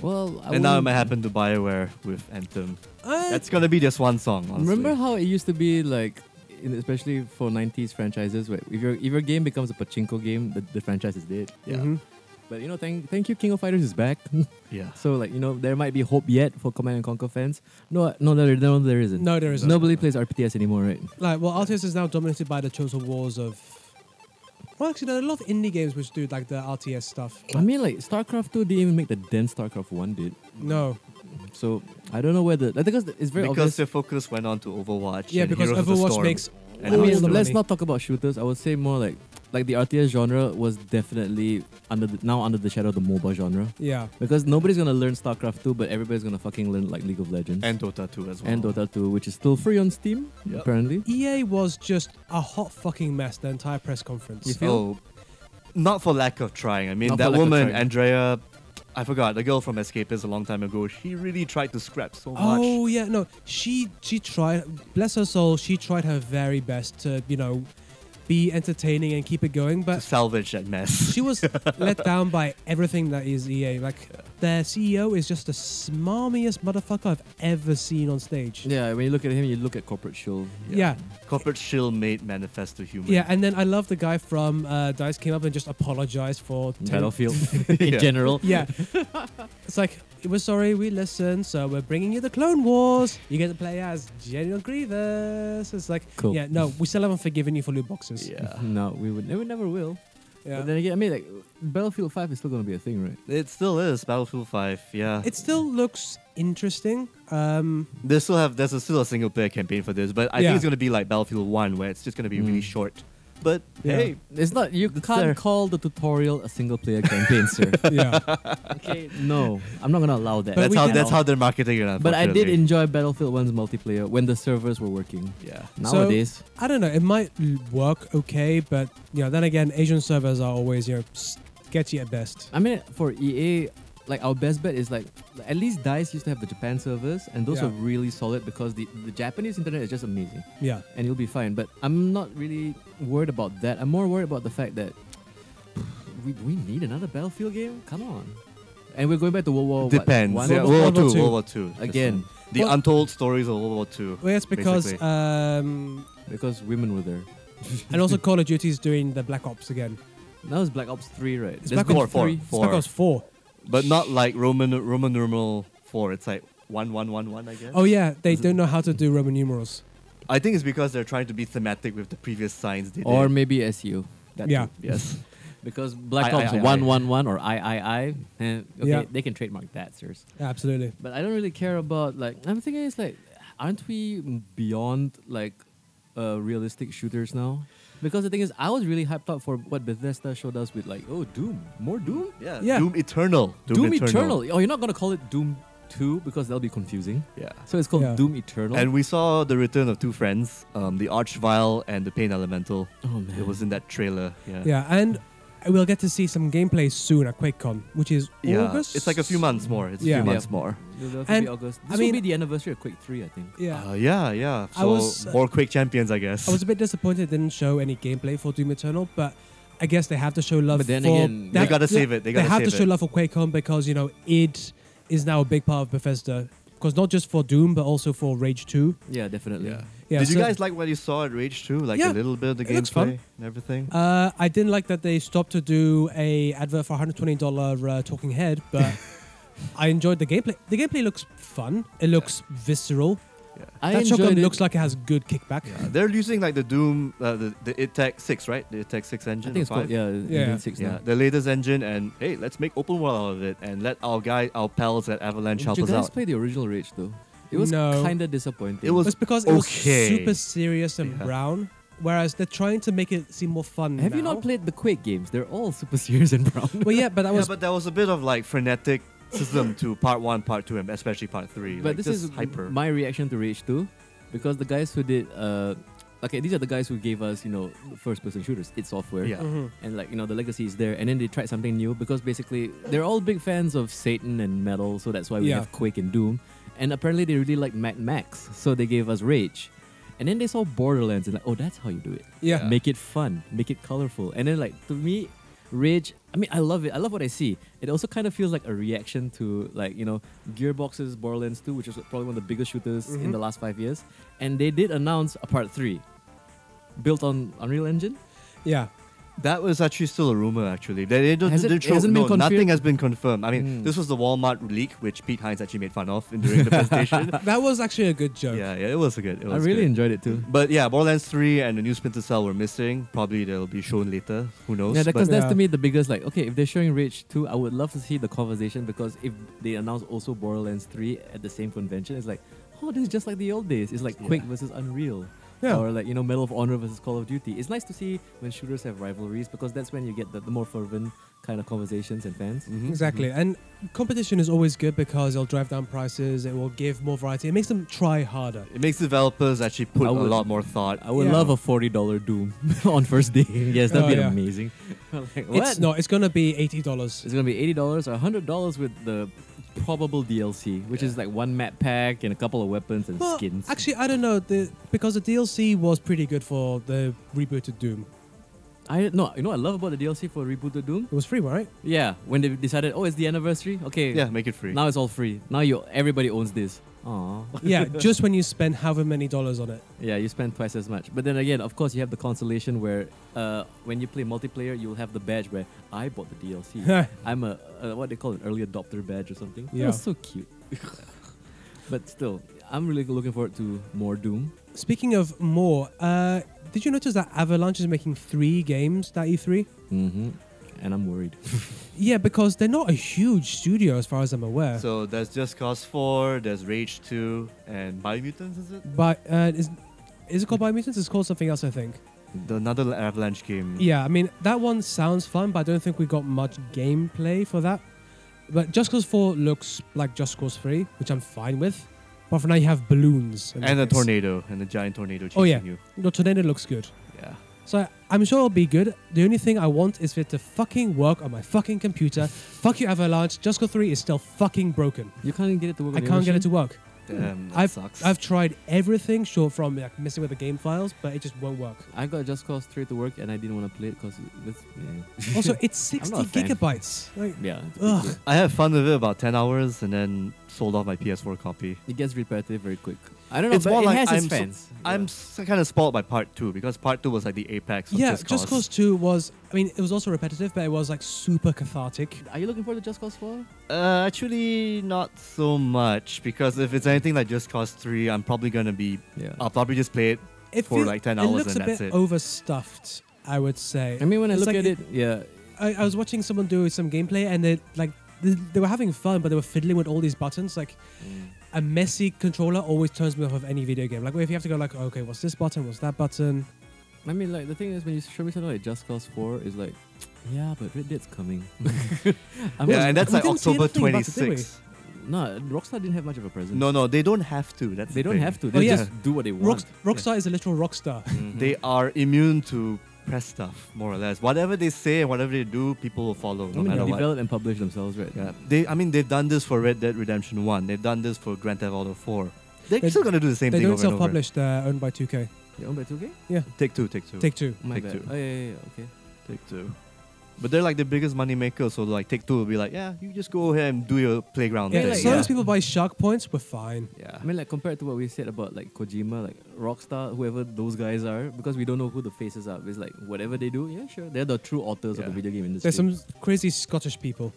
S3: Well, I
S2: And now it
S3: wouldn't-
S2: might happen to Bioware with Anthem.
S1: Uh,
S2: That's gonna be their swan song. Honestly.
S3: Remember how it used to be like, in, especially for '90s franchises, where if your if your game becomes a pachinko game, the, the franchise is dead.
S2: Yeah.
S1: mhm.
S3: But you know, thank thank you, King of Fighters is back.
S2: Yeah.
S3: so like you know, there might be hope yet for Command and Conquer fans. No, no, there, no, there isn't.
S1: No, there isn't.
S3: Nobody plays RTS anymore, right?
S1: Like, well, RTS is now dominated by the total wars of. Well, actually, there are a lot of indie games which do like the RTS stuff.
S3: I mean, like StarCraft Two didn't even make the dent StarCraft One did.
S1: No,
S3: So I don't know whether like, because it's very
S2: because
S3: obvious.
S2: their focus went on to Overwatch.
S1: yeah,
S2: and
S1: because
S2: Heroes of the
S1: Overwatch
S2: Storm
S1: makes.
S2: and
S1: I mean,
S3: I
S2: Hearthstone.
S3: mean, let's
S1: money.
S3: not talk about shooters. I would say more like like the RTS genre was definitely under the, now under the shadow of the MOBA genre
S1: Yeah,
S3: because nobody's gonna learn StarCraft Two, but everybody's gonna fucking learn like League of Legends
S2: and Dota 2 as well.
S3: and Dota Two, which is still free on Steam
S2: Yep.
S3: apparently.
S1: EA E was just a hot fucking mess. The entire press conference.
S3: You feel-
S2: Oh, not for lack of trying. I mean,
S3: Not for
S2: that
S3: lack of
S2: woman,
S3: trying.
S2: Andrea, I forgot, the girl from Escapist a long time ago, she really tried to scrap so much.
S1: Oh yeah, no. She she tried. Bless her soul. She tried her very best to you know be entertaining and keep it going,
S2: To
S1: but
S2: salvage that mess.
S1: Uh, she was let down by everything that is EA. Like their CEO is just the smarmiest motherfucker I've ever seen on stage.
S3: Yeah, when you look at him, you look at corporate shill.
S1: yeah.
S2: Corporate shill made manifest to human.
S1: Yeah, and then I love the guy from uh, Dice came up and just apologized for telling-
S3: Battlefield in
S2: Yeah.
S3: general.
S1: Yeah, it's like we're sorry, we listened, so we're bringing you the Clone Wars. You get to play as General Grievous. It's like,
S3: Cool.
S1: yeah, no, we still haven't forgiven you for loot boxes.
S2: yeah.
S3: No, we would never, never will.
S1: Yeah.
S3: But then again, I mean, like Battlefield Five is still gonna be a thing, right?
S2: It still is Battlefield 5. Yeah.
S1: it still looks interesting. Um,
S2: They still have there's still a single player campaign for this, but I
S1: Yeah.
S2: think it's gonna be like Battlefield 1 where it's just gonna be really
S3: Mm.
S2: short. But
S1: Yeah.
S2: hey,
S3: It's not. You
S2: It's
S3: can't
S2: there.
S3: call the tutorial a single player campaign, sir.
S1: yeah,
S3: Okay. No, I'm not gonna allow that.
S1: But
S2: that's
S1: we
S2: how
S1: can-
S2: that's how they're marketing it.
S3: But I did
S2: unfortunately.
S3: enjoy Battlefield 1's multiplayer when the servers were working.
S2: Yeah.
S3: Nowadays,
S1: I don't know. It might l- work okay, but you know, then again, Asian servers are always you know sketchy at best.
S3: I mean, for EA, like our best bet is like at least Dice used to have the Japan servers, and those
S1: Yeah.
S3: are really solid because the, the Japanese internet is just amazing,
S1: Yeah,
S3: and you'll be fine. But I'm not really worried about that. I'm more worried about the fact that we, we need another Battlefield game. Come on, and we're going back to World War what,
S2: Depends.
S3: One?
S2: Yeah,
S1: World War
S2: World War
S1: Two.
S2: II. World War Two.
S3: Again.
S2: the
S1: Well-
S2: untold stories of World War Two.
S1: well, it's because
S2: Basically.
S1: um,
S3: because women were there.
S1: and also Call of Duty is doing the Black Ops again.
S3: Now it's Black Ops 3, right?
S1: It's
S3: There's
S1: Black
S3: been
S2: Ops 4,
S3: three.
S2: 4.
S1: Black Ops Four.
S2: But not like Roman Roman numeral four. It's like one one one one. I guess.
S1: Oh yeah, they
S2: Is it-
S1: don't know how to do Roman numerals.
S2: I think it's because they're trying to be thematic with the previous signs they
S3: Or
S2: did.
S3: maybe SEO. That
S1: Yeah.
S3: too.
S2: yes.
S3: Because Black
S2: I-
S3: Ops
S2: I- I-
S3: 111 or III, eh, okay,
S1: Yeah.
S3: they can trademark that, sirs.
S1: Absolutely.
S3: But I don't really care about, like, I'm thinking it's like, aren't we beyond, like, uh, realistic shooters now? Because the thing is, I was really hyped up for what Bethesda showed us with, like, oh, Doom. More Doom?
S2: Yeah.
S1: Yeah.
S2: Doom Eternal.
S3: Doom, Eternal. Oh, you're not going to call it Doom 2 because that'll be confusing.
S2: Yeah.
S3: So it's called
S1: Yeah.
S3: Doom Eternal.
S2: And we saw the return of two friends, um, the Archvile and the Pain Elemental.
S3: oh, man.
S2: It was in that trailer. Yeah.
S1: Yeah, and we'll get to see some gameplay soon at QuakeCon, which is
S2: Yeah.
S1: August.
S2: It's like a few months more. It's
S1: Yeah.
S2: a
S1: Yeah.
S2: few months more.
S3: It'll have to
S1: And,
S3: be August.
S1: I
S3: This
S1: mean-
S3: will be the anniversary of Quake 3, I think.
S1: Yeah.
S2: Uh, yeah, yeah. So
S1: I was-
S2: more Quake champions, I guess.
S1: I was a bit disappointed it didn't show any gameplay for Doom Eternal, but I guess they have to show love
S3: But then
S1: for
S3: again-
S2: They
S1: have-
S2: gotta save it, they gotta
S1: have to
S2: save
S1: show
S2: it.
S1: love for QuakeCon because you know it is now a big part of Bethesda. Because not just for Doom, but also for Rage Two.
S3: Yeah, definitely.
S2: Yeah.
S1: Yeah,
S2: Did you
S1: so-
S2: guys like what you saw at Rage 2? Like
S1: Yeah,
S2: a little bit of the
S1: it looks fun.
S2: gameplay and everything?
S1: Uh, I didn't like that they stopped to do a advert for $120 uh, talking head, but I enjoyed the gameplay. The gameplay looks fun. It looks visceral.
S2: yeah.
S3: I
S1: that shotgun
S3: enjoyed it.
S1: looks like it has good kickback.
S2: Yeah, Uh, They're using like the Doom, uh, the, the It Tech 6, right? The It Tech 6
S3: I
S2: engine.
S3: think it's
S2: or
S3: called
S2: 5?
S3: yeah, Engine
S1: Yeah.
S3: Six
S2: Yeah,
S3: now.
S2: the latest engine, and hey, let's make open world out of it, and let our guy, our pals at Avalanche
S3: Did
S2: help
S3: you
S2: us
S3: guys
S2: out.
S3: play the original Rage though? It was
S1: No.
S3: kind of disappointing.
S2: It was-
S1: It's because it was
S2: Okay.
S1: super serious and
S2: Yeah.
S1: brown, whereas they're trying to make it seem more fun.
S3: Have you
S1: now.
S3: not played the Quake games? They're all super serious and brown.
S1: Well, yeah, but that was
S2: yeah, but there was a bit of like frenetic system to part one, part two, and especially part three.
S3: but
S2: like,
S3: this
S2: just
S3: is
S2: hyper.
S3: my reaction to Rage 2 because the guys who did uh okay, these are the guys who gave us, you know, first person shooters, id software.
S2: Yeah.
S1: Mhm.
S3: And like, you know, the legacy is there and then they tried something new because basically they're all big fans of Satan and metal, so that's why we
S1: Yeah.
S3: have Quake and Doom. And apparently they really like Mad Max, so they gave us Rage. And then they saw Borderlands and like, oh, that's how you do it.
S1: yeah.
S3: Make it fun, make it colorful. And then like to me, Rage, I mean I love it. I love what I see. It also kind of feels like a reaction to like, you know, Gearbox's Borderlands 2, which is probably one of the biggest shooters in
S1: Mhm.
S3: the last 5 years. And they did announce a part 3 built on Unreal Engine.
S1: yeah.
S2: That was actually still a rumor, actually. They, they don't,
S3: Has it-
S2: they
S3: it
S2: show-
S3: hasn't been
S2: no, nothing
S3: confirmed?
S2: has been confirmed. I mean,
S3: Hmm.
S2: this was the Walmart leak, which Pete Hines actually made fun of in- during the presentation.
S1: That was actually a good joke.
S2: Uh, yeah, yeah, it was a good. It was
S3: I really
S2: good. Mm-hmm.
S3: enjoyed it too.
S2: But yeah, Borderlands 3 and the new Splinter Cell were missing. Probably they'll be shown later. Who knows?
S3: Yeah, because
S2: but,
S3: that's to
S1: Yeah.
S3: me the biggest like okay, if they're showing Rage 2, I would love to see the conversation because if they announce also Borderlands 3 at the same convention, it's like, oh, this is just like the old days. It's like
S2: Yeah.
S3: Quake versus Unreal.
S1: Yeah.
S3: Or like, you know, Medal of Honor versus Call of Duty. It's nice to see when shooters have rivalries because that's when you get the, the more fervent kind of conversations and
S1: Mm.
S3: fans.
S2: Mhm.
S1: Mm-hmm. Exactly. And competition is always good because it'll drive down prices, it will give more variety, it makes them try harder.
S2: It makes developers actually put
S3: I
S2: a
S3: would-
S2: lot more thought.
S3: I would
S1: Yeah.
S3: love a forty dollar Doom on first day. yes, that'd
S1: Oh,
S3: be
S1: yeah.
S3: amazing. Like,
S1: It's not, it's gonna be $80.
S3: It's gonna be eighty dollars or hundred dollars with the probable DLC, which is like one map pack and a couple of weapons and
S1: Well,
S3: skins.
S1: Actually, I don't know the because the DLC was pretty good for the rebooted Doom.
S3: I no, you know what I love about the DLC for Rebooted Doom?
S1: It was free, right?
S3: Yeah, when they decided, oh, it's the anniversary. Okay,
S2: Yeah, make it free.
S3: now it's all free. Now you everybody owns this. Aww.
S1: yeah, just when you spend however many dollars on it.
S3: yeah, you spend twice as much. But then again, of course, you have the consolation where uh, when you play multiplayer, you'll have the badge where I bought the DLC. I'm a, a what they call an early adopter badge or something.
S1: Yeah.
S3: That was so cute. but still, I'm really looking forward to more Doom.
S1: Speaking of more, uh, did you notice that Avalanche is making three games that E3?
S3: Mm-hmm. And I'm worried.
S1: Yeah, because they're not a huge studio as far as I'm aware.
S2: So there's Just Cause 4, there's Rage 2, and Biomutants, is it?
S1: but uh, is is it called Biomutants? It's called something else, I think.
S2: The, another Avalanche game.
S1: Yeah, I mean that one sounds fun, but I don't think we got much gameplay for that. But Just Cause 4 looks like Just Cause 3, which I'm fine with. But for now, you have balloons
S2: And a
S1: rockets.
S2: tornado, and a giant tornado chasing
S1: Oh, yeah.
S2: you.
S1: No, Tornado looks good.
S2: Yeah.
S1: So I- I'm sure it'll be good. The only thing I want is for it to fucking work on my fucking computer. Fuck you, Avalanche. Just Go 3 is still fucking broken.
S3: You can't get it to work.
S1: I can't get it to work.
S2: Damn, that
S1: I've,
S2: sucks.
S1: I've tried everything short from like, messing with the game files, but it just won't work.
S3: I got Just Cause 3 to work, and I didn't want to play it because it's yeah.
S1: Also, it's
S3: I'm
S1: 60
S3: not a fan.
S1: gigabytes. Like,
S3: yeah it's a big
S1: Ugh.
S3: deal.
S2: I had fun with it about 10 hours and then sold off my PS4 copy.
S3: It gets repetitive very quick. I don't know.
S2: It's
S3: but
S2: more
S3: it
S2: like
S3: has its
S2: I'm so-
S3: fans.
S2: I'm s- kind of spoiled by part 2 because part 2 was like the apex of
S1: yeah,
S2: Just
S1: Just Cause. 2 was, I mean, it was also repetitive, but it was like super cathartic.
S3: Are you looking forward to Just Cause 4?
S2: Uh, actually, not so much because if it's anything like Just Cause 3, I'm probably gonna be.
S3: Yeah.
S2: I'll probably just play it.
S1: It
S2: For,
S1: feel-
S2: like, 10
S1: it
S2: hours
S1: looks
S2: and
S1: a
S2: that's
S1: bit
S2: it.
S1: overstuffed, I would say.
S3: I mean, when I
S1: It's
S3: look
S1: like
S3: at
S1: it-
S3: it, yeah,
S1: I, I was watching someone do some gameplay and they like they, they were having fun, but they were fiddling with all these buttons. Like
S2: Mm.
S1: a messy controller always turns me off of any video game. Like if you have to go like, okay, what's this button? What's that button?
S3: I mean, like the thing is, when you show me something like Just Cause 4, it's like, yeah, but Red Dead's coming. I mean,
S2: yeah, and that's
S1: we
S2: like
S1: didn't see
S2: October
S1: anything about it, did we?
S2: 26th.
S3: no, Rockstar didn't have much of a presence.
S2: No, no, they don't have to. That's
S3: they
S2: the
S3: don't
S2: thing.
S3: have to.
S1: Oh,
S3: They
S1: yeah.
S3: just do what they want. Mm-hmm.
S1: Rock, Rockstar is a literal rockstar.
S2: They are immune to press stuff, more or less. Whatever they say and whatever they do, people will follow,
S3: I
S2: no
S3: mean, they
S2: matter what.
S3: develop and publish themselves, right?
S2: Yeah, they. I mean, they've done this for Red Dead Redemption One. They've done this for Grand Theft Auto Four. They're
S1: They-
S2: still gonna do the same
S1: they
S2: thing
S1: don't
S2: over and over.
S1: self-publish. They're owned by 2K.
S3: They're owned by 2K?
S2: Take two, take two.
S1: Take two.
S3: My
S2: Take
S3: bad.
S2: two.
S3: Oh, yeah, yeah, yeah, okay.
S2: Take Two. But they're like the biggest money maker, so like Take Two will be like, yeah, you just go ahead and do your playground
S1: Yeah,
S2: thing.
S1: as
S3: like-
S1: long
S3: yeah.
S1: as people buy shark points, we're fine.
S2: yeah.
S3: I mean, like compared to what we said about like Kojima, like Rockstar, whoever those guys are, because we don't know who the faces are. It's like whatever they do, yeah, sure, they're the true authors of
S2: Yeah.
S3: the video game industry. Mm-hmm.
S1: There's some crazy Scottish people.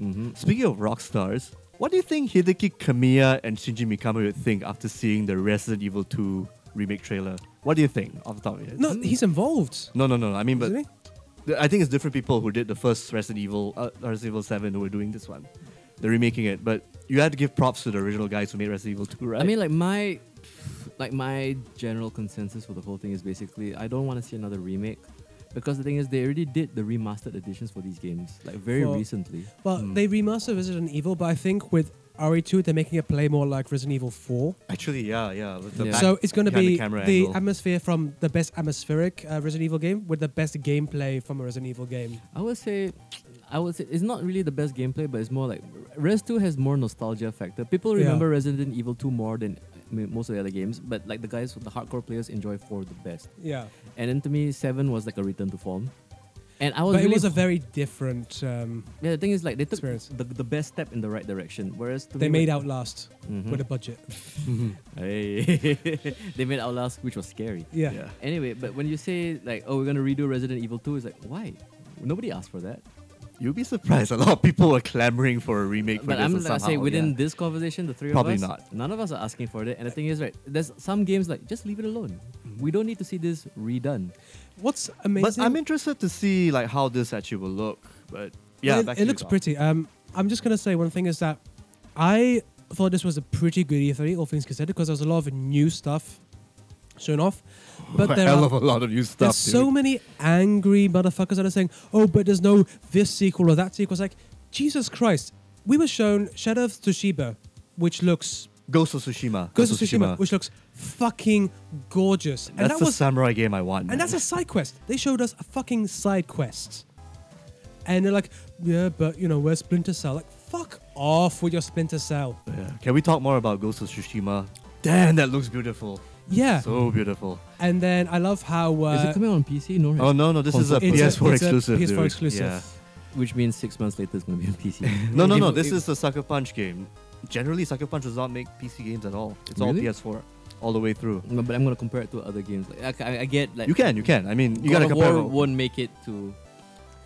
S2: Mhm. Speaking of rock stars, what do you think Hideki Kamiya and Shinji Mikami would think after seeing the Resident Evil 2 remake trailer? What do you think off the top of your head?
S1: No, he's involved.
S2: no, no, no. I mean, but
S1: isn't he?
S2: th- I think it's different people who did the first Resident Evil, uh, Resident Evil 7, who are doing this one. They're remaking it, but you had to give props to the original guys who made Resident Evil 2, right?
S3: I mean, like my, like my general consensus for the whole thing is basically I don't want to see another remake, because the thing is they already did the remastered editions for these games like very
S1: For-
S3: recently.
S1: Well,
S2: Hmm.
S1: they remastered Resident Evil, but I think with RE2, they're making it play more like Resident Evil 4.
S2: actually, yeah, yeah. with the
S3: Yeah.
S2: back
S1: So it's going to
S2: behind
S1: be
S2: the, camera
S1: the
S2: angle.
S1: atmosphere from the best atmospheric uh, Resident Evil game with the best gameplay from a Resident Evil game.
S3: I would say, I would say it's not really the best gameplay, but it's more like Res Two has more nostalgia factor. People
S1: Yeah.
S3: remember Resident Evil Two more than I mean, most of the other games, but like the guys, the hardcore players enjoy Four the best.
S1: Yeah.
S3: And then to me, Seven was like a return to form. And I was
S1: But it
S3: Oh, really
S1: was a very different. Um,
S3: yeah. The thing is, like they took
S1: experience.
S3: the, the best step in the right direction, whereas to
S1: they
S3: me,
S1: made Outlast
S2: Mm-hmm.
S3: Mhm.
S1: with a budget.
S3: Hey. they made Outlast, which was scary.
S1: Yeah.
S2: yeah.
S3: Anyway, but when you say like, oh, we're gonna redo Resident Evil 2, it's like, why? Nobody asked for that.
S2: You'll be surprised. A lot of people were clamoring for a remake for
S3: But
S2: this
S3: I'm
S2: and
S3: gonna
S2: somehow,
S3: say within
S2: yeah.
S3: this conversation, the three
S2: Probably
S3: of us,
S2: not.
S3: none of us are asking for it. And the thing is, right, there's some games like just leave it alone. We don't need to see this redone.
S1: What's amazing?
S2: But I'm interested to see like how this actually will look. But yeah,
S1: it,
S2: back
S1: it
S2: to you,
S1: looks
S2: Tom.
S1: pretty. Um, I'm just gonna say one thing is that I thought this was a pretty good E3, all things considered, because there was a lot of new stuff shown off. But there
S2: hell
S1: are
S2: of a lot of new stuff.
S1: there's so
S2: dude.
S1: many angry motherfuckers that are saying, "Oh, but there's no this sequel or that sequel." It's like Jesus Christ. We were shown Shadow of Tsushima, which looks
S2: Ghost of Tsushima.
S1: Ghost of Tsushima, which looks fucking gorgeous, and
S2: that's
S1: that
S2: the
S1: was
S2: samurai game I want.
S1: and that's a side quest. They showed us a fucking side quest. And they're like, yeah, but you know, where's Splinter Cell? Like, fuck off with your Splinter Cell.
S2: Yeah. Can we talk more about Ghost of Tsushima? Damn, that looks beautiful.
S1: Yeah.
S2: So beautiful.
S1: and then I love how. Uh,
S3: is it coming out on PC? No, right?
S2: Oh no, no, this is a
S3: Console.
S1: it's a-
S2: PS4
S1: it's a
S2: exclusive.
S1: PS4
S2: dude.
S1: exclusive.
S2: Yeah.
S3: Which means six months later it's gonna be on PC.
S2: No, no, no.
S3: If-
S2: This
S3: if-
S2: is a Sucker Punch game. Generally, Sucker Punch does not make PC games at all. It's
S3: Really?
S2: all PS4, all the way through.
S3: No, but I'm gonna compare it to other games. Like, I, I- I get like
S2: You can, you can. I mean, you
S3: God
S2: gotta
S3: of
S2: compare.
S3: War
S2: it.
S3: won't make it to,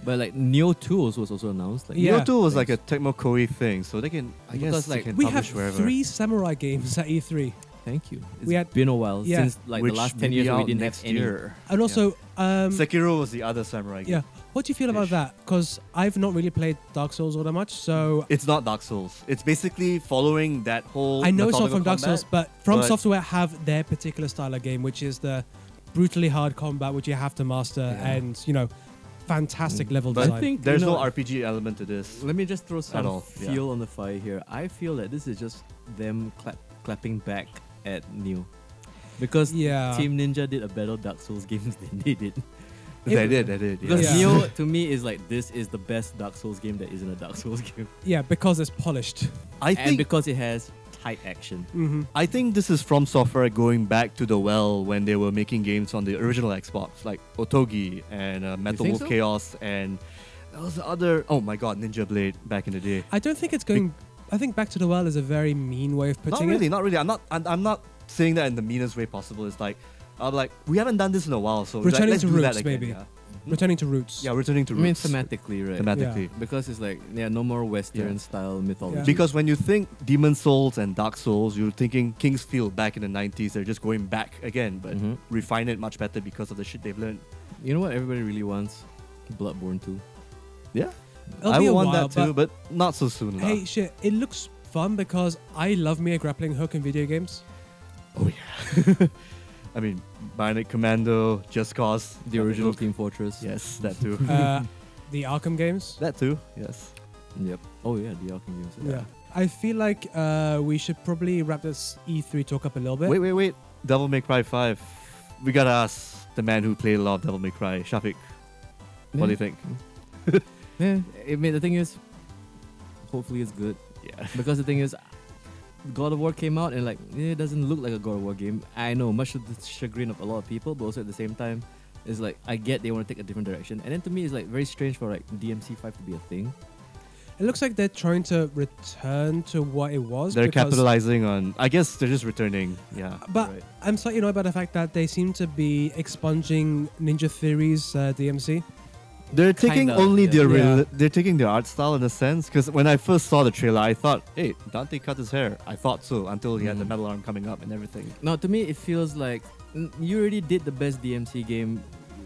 S3: but like Neo Two also was also announced. Like,
S1: Yeah.
S2: Neo 2 was like a Tecmo Koei thing, so they can. I
S3: Because,
S2: guess they
S3: like,
S2: can
S1: we
S2: publish
S1: have
S2: wherever.
S1: three samurai games at E E3.
S3: thank you. It's
S1: We had-
S3: been a while
S1: yeah.
S3: since like
S2: Which
S3: the last
S2: may
S3: ten
S2: be
S3: years we
S2: out
S3: didn't have
S2: next
S3: any.
S2: year.
S1: And also, um,
S2: Sekiro was the other samurai game.
S1: yeah, what do you feel about
S2: Ish.
S1: that? Because I've not really played Dark Souls all that much, so
S2: It's not Dark Souls. It's basically following that whole.
S1: I know it's not
S2: methodical
S1: from Dark Souls,
S2: combat.
S1: but From
S2: but-
S1: Software have their particular style of game, which is the brutally hard combat, which you have to master,
S2: Yeah. Mm.
S1: and you know, fantastic level
S2: But
S1: design.
S3: I think
S2: There's
S3: you know,
S2: no RPG element to this.
S3: Let me just throw some
S2: all, yeah.
S3: fuel on the fire here. I feel that this is just them clap, clapping back at Neo, because
S1: Yeah.
S3: Team Ninja did a better Dark Souls games than they did.
S2: They did, they did.
S3: Because
S1: Yeah.
S3: Neo to me is like this is the best Dark Souls game that isn't a Dark Souls game,
S1: Yeah, because it's polished.
S2: I
S3: and
S2: think
S3: because it has tight action.
S1: hmm
S2: I think this is from software going back to the well when they were making games on the original Xbox, like Otogi and uh, Metal
S3: think
S2: Wolf
S3: so?
S2: Chaos, and there was the other. Oh my God, Ninja Blade back in the day.
S1: I don't think it's going. I think Back to the Well is a very mean way of
S2: Not
S1: putting
S2: really,
S1: it.
S2: not really. I'm not. I'm, I'm not saying that in the meanest way possible. It's like I'm like we haven't done this in a while, so like,
S1: Returning
S2: let's
S1: to
S2: do that
S1: roots,
S2: again,
S1: maybe.
S2: Yeah.
S1: Returning to roots.
S2: yeah, returning to
S3: I mean
S2: roots
S3: thematically, right?
S2: thematically.
S3: Because it's like yeah, no more Western
S2: Yeah.
S3: style mythology.
S1: Yeah.
S2: Because when you think Demon Souls and Dark Souls, you're thinking Kingsfield back in the 90s. They're just going back again, but
S3: Mhm.
S2: refine it much better because of the shit they've learned.
S3: you know what everybody really wants, Bloodborne 2.
S2: Yeah.
S1: It'll
S2: I
S1: be
S2: would
S1: a
S2: want
S1: while,
S2: that too, but, not so soon. lah.
S1: Hey, shit! It looks fun because I love me a grappling hook in video games.
S2: Oh, yeah. I mean, Bionic Commando, Just Cause.
S3: The original Team Fortress.
S2: Yes, that too.
S1: Uh, the Arkham games.
S2: that too, yes.
S3: Yep. Oh yeah, the Arkham games.
S1: Yeah. I feel like uh, we should probably wrap this E3 talk up a little bit.
S2: Wait, wait, wait. Devil May Cry 5. We gotta ask the man who played a lot of Devil May Cry, Shafiq. What do you think?
S3: Yeah, I mean the thing is, hopefully it's good
S2: Yeah.
S3: because the thing is, God of War came out and like eh, it doesn't look like a God of War game. I know, much to the chagrin of a lot of people, but also at the same time, It's like I get they want to take a different direction, and then to me it's like very strange for like DMC five to be a thing.
S1: It looks like they're trying to return to what it was.
S2: They're
S1: because-
S2: capitalizing on. I guess they're just returning. Yeah.
S1: But
S3: Right.
S1: I'm slightly annoyed by the fact that they seem to be expunging Ninja Theory's uh, DMC.
S2: They're taking
S3: Kinda,
S2: only
S3: yeah.
S2: their
S1: Yeah.
S2: real they're taking their art style in a sense because when I first saw the trailer, I thought, "Hey, Dante cut his hair." I thought so until he had the
S3: Mm.
S2: metal arm coming up and everything.
S3: Now to me it feels like mm, you already did the best DMC game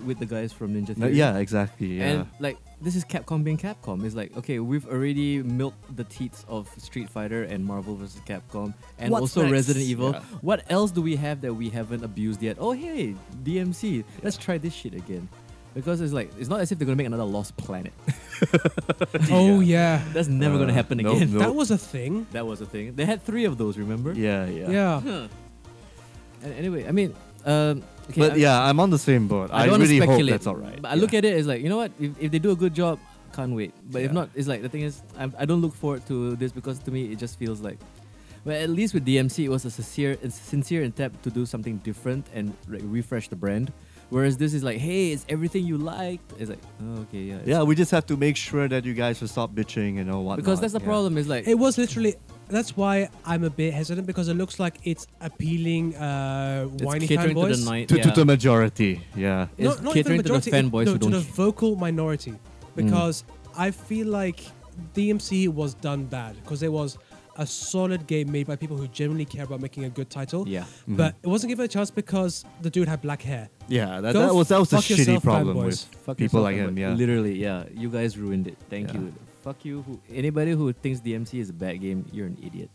S3: with the guys from Ninja
S2: No,
S3: Theory.
S2: yeah, exactly. Yeah.
S3: And like this is Capcom being Capcom. It's like okay, we've already milked the teats of Street Fighter and Marvel vs. Capcom, and
S2: What's
S3: also
S2: next?
S3: Resident Evil.
S2: Yeah.
S3: What else do we have that we haven't abused yet? Oh hey, DMC, let's try this shit again, because it's like it's not as if they're gonna make another Lost Planet.
S1: Oh yeah,
S3: That's never gonna
S2: Uh,
S3: happen
S2: nope,
S3: again.
S2: nope.
S1: that was a thing.
S3: That was a thing. They had three of those, remember?
S2: yeah, yeah,
S1: Yeah.
S3: Huh. And anyway, I mean, um, okay,
S2: but
S3: I-
S2: yeah, I'm on the same boat. I,
S3: don't wanna
S2: really hope
S3: speculate,
S2: that's all right.
S3: But I look at it as like, you know what? If, if they do a good job, can't wait. But if
S2: Yeah.
S3: not, it's like the thing is, I, I don't look forward to this because to me it just feels like. Well, at least with DMC, it was a sincere, a sincere attempt to do something different and like, refresh the brand. Whereas this is like, hey, it's everything you liked. It's like, oh, okay, yeah, it's-
S2: yeah, we just have to make sure that you guys will stop bitching and all what.
S3: Because that's the problem. Is like,
S1: It was literally. That's why I'm a bit hesitant because it looks like it's appealing uh,
S3: it's
S1: whiny
S3: catering to
S1: fanboys.
S3: the night.
S2: To,
S3: yeah.
S2: to the majority, yeah.
S1: No,
S3: It's
S1: not even
S3: catering
S1: the
S3: to the
S1: majority, it-
S3: fanboys
S1: no, to
S3: who don't
S1: the
S3: sh- Mm.
S1: vocal minority because I feel like DMC was done bad because it was a solid game made by people who genuinely care about making a good title.
S3: yeah.
S2: Mm-hmm.
S3: Mm-hmm.
S1: But it wasn't given a chance because the dude had black hair.
S2: Yeah, that,
S1: Go
S2: that was that was the
S1: fuck yourself,
S2: shitty problem
S1: fanboys.
S2: with
S3: Fuck
S2: people
S3: yourself,
S2: like him.
S3: Ahmad.
S2: Yeah,
S3: Literally, yeah. You guys ruined it. Thank
S2: Yeah.
S3: you. Fuck you. Who, anybody who thinks DMC is a bad game, you're an idiot.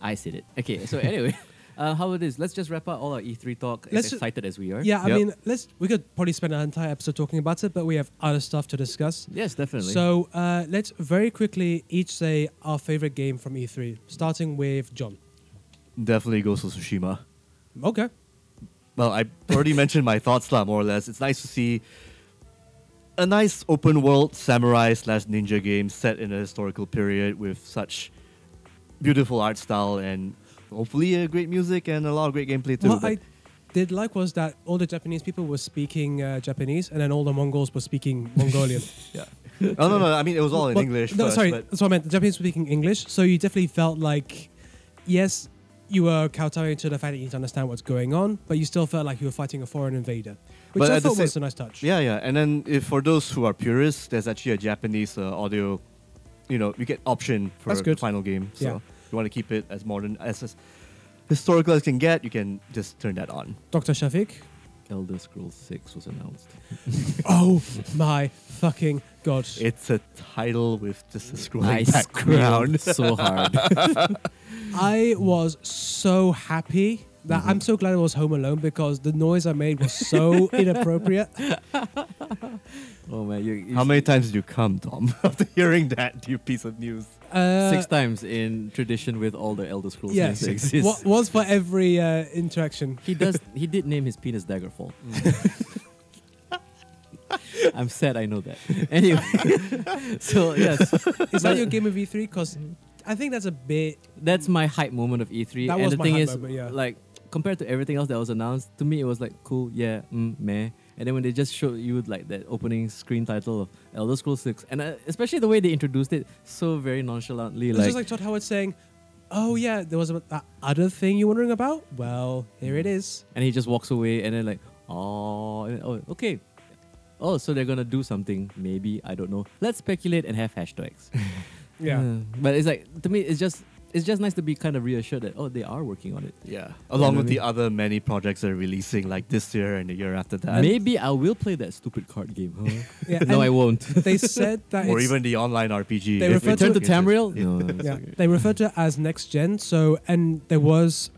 S3: I said it. Okay, so anyway, uh, how it is? Let's just wrap up all our E3 talk
S1: Let's
S3: as
S1: ju-
S3: excited as we are.
S1: Yeah, I
S2: Yep.
S1: mean, let's we could probably spend an entire episode talking about it, but we have other stuff to discuss.
S3: Yes, definitely.
S1: So uh, let's very quickly each say our favorite game from E3, starting with John.
S2: definitely Ghost of Tsushima.
S1: Okay.
S2: Well, I already mentioned my thoughts lah, more or less. It's nice to see a nice open world samurai slash ninja game set in a historical period with such beautiful art style and hopefully uh, great music and a lot of great gameplay too.
S1: what
S2: but-
S1: I did like was that all the Japanese people were speaking uh, Japanese, and then all the Mongols were speaking Mongolian.
S2: yeah. Oh no no! I mean, it was all in
S1: But-
S2: English.
S1: No,
S2: first,
S1: sorry,
S2: but-
S1: that's what I meant. The Japanese were speaking English, so you definitely felt like, yes, you were kowtowing to the fact that you need to understand what's going on, but you still felt like you were fighting a foreign invader, which
S2: But
S1: I
S2: at the
S1: thought
S2: sa-
S1: was a nice touch.
S2: Yeah, yeah. And then if for those who are purists, there's actually a Japanese uh, audio, you know, you get option for
S1: That's good.
S2: the final game. So
S1: Yeah.
S2: you want to keep it as modern as, as historical as can get, you can just turn that on.
S1: Dr. Shafiq.
S3: Elder Scrolls 6 was announced.
S1: oh my fucking god!
S2: It's a title with just a scrolling
S3: I
S2: background.
S3: screamed so hard.
S1: I was so happy that I'm so glad I was home alone because the noise I made was so inappropriate.
S3: oh man, you, you
S2: How many times did you come, Tom, after hearing that you piece of news?
S1: Uh,
S3: Six times in tradition with all the Elder Scrolls
S1: Yes.
S3: games that exist.
S1: What was for every uh, interaction?
S3: He does. He did name his penis Daggerfall.
S1: Mm.
S3: I'm sad. I know that. Anyway, so yes,
S1: Is that your game of E3? Because I think that's a bit.
S3: that's my hype moment of E3.
S1: That
S3: and
S1: was
S3: the
S1: my
S3: thing
S1: hype
S3: is,
S1: moment, yeah.
S3: like compared to everything else that was announced, to me it was like cool, yeah, mm, meh. And then when they just showed you like that opening screen title of Elder Scrolls Six, and uh, especially the way they introduced it, so very nonchalantly,
S1: It's
S3: like,
S1: just like Todd Howard saying, "Oh yeah, there was a, that other thing you're wondering about. Well, here it is."
S3: and he just walks away, and then like, oh, and then, oh, okay. Oh, so they're gonna do something, maybe I don't know. Let's speculate and have hashtags. Uh, but it's like to me, it's just it's just nice to be kind of reassured that oh, they are working on it.
S2: Yeah. Along
S3: know
S2: with
S3: what I
S2: the other many projects they're releasing, like this year and the year after that.
S3: Maybe I will play that stupid card game. huh?
S1: Yeah,
S3: no,
S1: and
S3: I won't.
S1: They said that
S2: Or
S1: it's-
S2: even the online RPG.
S1: They
S2: if
S1: refer
S2: it
S1: to-
S3: Return to
S2: interests-
S3: Tamriel.
S2: Yeah.
S3: No, it's
S1: yeah,
S3: okay.
S1: they referred to it as next gen. So, and there was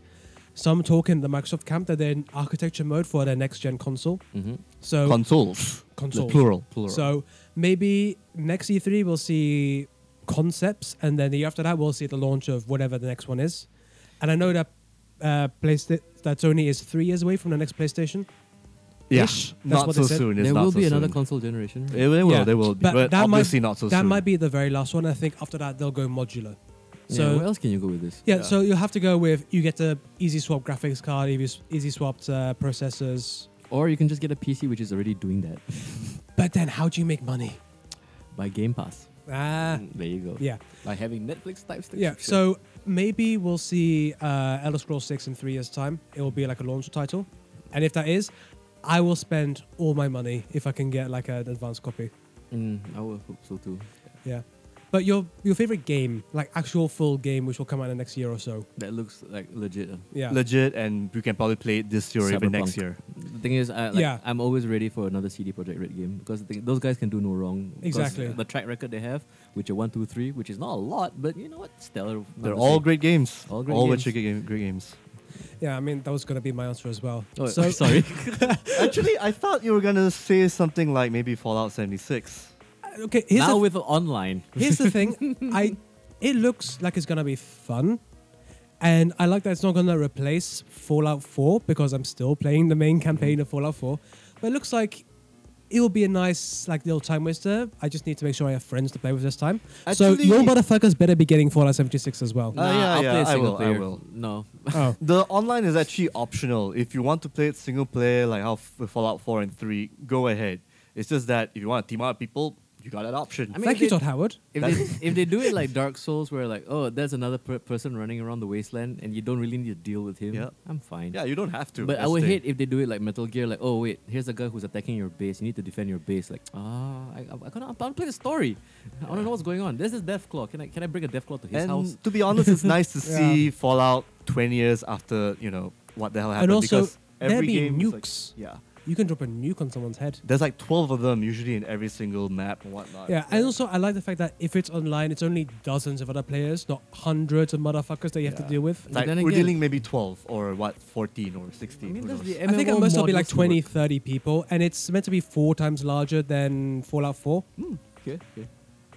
S1: some talk in the Microsoft camp that they're in architecture mode for their next gen console.
S3: Mhm.
S1: So
S2: Consoles.
S1: Consoles.
S2: Plural. Plural.
S1: So maybe next E3 we'll see concepts, and then the year after that we'll see the launch of whatever the next one is. And I know that uh, PlayStation that Sony is three years away from the next PlayStation.
S2: Yeah,
S1: Ish. That's
S2: not
S1: what
S2: so
S1: they said.
S2: soon. It's
S3: There
S2: not
S3: will
S2: so
S3: be another
S2: soon.
S3: console generation. right?
S2: It- They will.
S1: Yeah,
S2: They will be.
S1: but
S2: But,
S1: that might-
S2: obviously not so
S1: that
S2: soon.
S1: might be the very last one. I think after that they'll go modular.
S3: yeah,
S1: So
S3: where else can you go with this?
S1: yeah,
S2: Yeah.
S1: so you'll have to go with you get the easy swap graphics card, easy, easy swapped uh, processors,
S3: Or you can just get a PC which is already doing that
S1: But then, how do you make money?
S3: by Game Pass.
S1: Ah,
S3: Mm, there you go.
S1: yeah,
S3: By having Netflix type stuff.
S1: yeah. So maybe we'll see uh, Elder Scrolls Six in three years' time. It will be like a launch title, and if that is, I will spend all my money if I can get like an advanced copy.
S3: Mm, I would hope so too.
S1: Yeah. But your your favorite game, like actual full game, which will come out in the next year or so.
S3: That looks like legit. uh.
S1: Yeah.
S2: Legit, and you can probably play it this year or even next
S3: Cyberpunk.
S2: year.
S3: The thing is, I, like,
S1: Yeah.
S3: I'm always ready for another CD Projekt Red game because the thing, those guys can do no wrong. Because
S1: Exactly.
S3: The track record they have, which are one, two, three, which is not a lot, but you know what? Stellar.
S2: They're
S3: honestly.
S2: all great games.
S3: All great
S2: all
S3: games.
S2: Witcher game, great games.
S1: yeah, I mean that was gonna be my answer as well.
S3: Oh,
S1: so
S3: sorry.
S2: Actually, I thought you were gonna say something like maybe Fallout 76.
S1: okay, here's
S3: now
S1: the,
S3: with online.
S1: here's the thing. I it looks like it's gonna be fun. And I like that it's not gonna replace Fallout 4 because I'm still playing the main campaign of Fallout 4. But it looks like it will be a nice like little time waster. I just need to make sure I have friends to play with this time. so
S2: Actually-
S1: your motherfuckers better be getting Fallout 76 as well.
S2: Uh, yeah,
S3: I'll
S2: yeah,
S3: play
S2: I
S3: a single
S2: will, I
S3: player.
S2: will.
S3: No.
S1: oh.
S2: The online is actually optional. If you want to play it single player, like how f- with Fallout 4 and 3, go ahead. It's just that if you want to team up people, you got that option.
S3: I mean,
S1: Thank
S3: if
S1: you,
S3: it-
S1: Todd Howard.
S3: If they, if they do it like Dark Souls, where like, oh, there's another per- person running around the wasteland and you don't really need to deal with him,
S2: Yeah.
S3: I'm fine.
S2: yeah, you don't have to.
S3: But I
S2: that's
S3: would
S2: the thing.
S3: hate if they do it like Metal Gear, like, oh wait, here's a guy who's attacking your base. You need to defend your base. Like, ah, I, I, I gonna, I want to play the story. I want to know what's going on. There's this death claw. Can I can I bring a death claw to his
S2: and
S3: house?
S2: to be honest, it's nice to
S1: Yeah.
S2: see Fallout 20 years after, you know, what the hell happened.
S1: also,
S2: because
S1: there
S2: every
S1: being
S2: game is like-
S1: nukes.
S2: yeah.
S1: You can drop a nuke on someone's head.
S2: There's like 12 of them usually in every single map and whatnot.
S1: Yeah, and also I like the fact that if it's online, it's only dozens of other players, not hundreds of motherfuckers that you have
S2: Yeah.
S1: to deal with.
S2: It's like
S3: then
S2: we're
S3: again-
S2: dealing maybe 12 or what, 14 or 16.
S3: I mean,
S2: who
S3: that's
S2: knows?
S3: the
S1: I think at
S3: MMO
S1: most it'll be like
S3: models to
S1: 20,
S3: work.
S1: 30 people, and it's meant to be four times larger than Fallout 4.
S2: Hmm,
S3: Okay, okay.
S2: Like,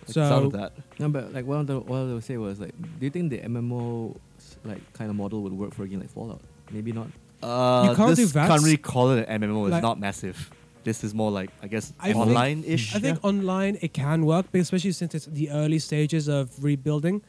S1: So
S2: sound of that.
S3: No, but like one of the what I would say was like, do you think the MMO s- like kind of model would work for a game like Fallout? Maybe not.
S2: Uh,
S1: You can't do
S2: this
S1: VATS.
S2: Can't really call it an MMO. It's
S1: Like-
S2: not massive. This is more like I guess
S1: I think-
S2: online-ish.
S1: I think online it can work, but especially since it's the early stages of rebuilding.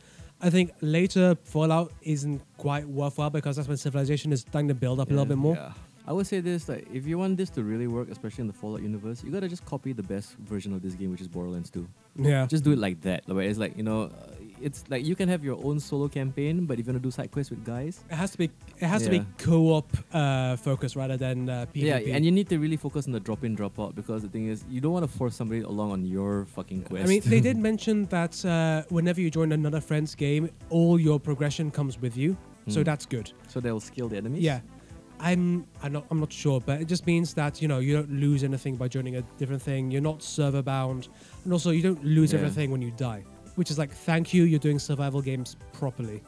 S1: I think later Fallout isn't quite worthwhile because that's when civilization is starting to build up a little
S3: Yeah,
S1: bit more.
S2: Yeah.
S3: I would say this like, if you want this to really work, especially in the Fallout universe, you gotta just copy the best version of this game, which is Borderlands 2.
S1: Yeah.
S3: just do it like that. Where it's like you know, uh, it's like you can have your own solo campaign, but if you want to do side quests with guys,
S1: It has to be it has to be
S3: Yeah.
S1: co-op uh, focused rather than uh, PvP.
S3: yeah, and you need to really focus on the drop in, drop out because the thing is, you don't want to force somebody along on your fucking quest.
S1: I mean, they did mention that uh, whenever you join another friend's game, all your progression comes with you, so
S3: Hmm.
S1: that's good.
S3: so they'll scale the enemies.
S1: Yeah, I'm I'm not I'm not sure, but it just means that you know you don't lose anything by joining a different thing. You're not server bound, and also you don't lose
S3: Yeah.
S1: everything when you die, which is like thank you, you're doing survival games properly.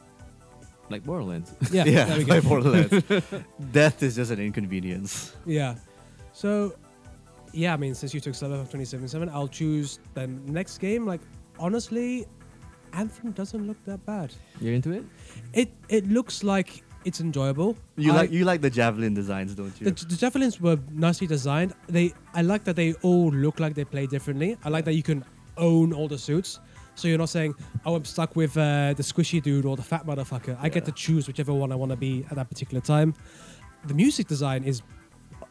S3: like Borderlands.
S1: Yeah,
S2: yeah,
S1: there we
S2: by
S1: go.
S2: Borderlands. Death is just an inconvenience.
S1: Yeah, so yeah, I mean, since you took Cyberpunk 2077, I'll choose the next game. Like honestly, Anthem doesn't look that bad.
S3: You're into it?
S1: It it looks like it's enjoyable.
S2: You
S1: I-
S2: like you like the javelin designs, don't you?
S1: the, the javelins were nicely designed. They I like that they all look like they play differently. I like that you can own all the suits. So you're not saying, "Oh, I'm stuck with uh, the squishy dude or the fat motherfucker." I get to
S2: Yeah.
S1: choose whichever one I want to be at that particular time. The music design is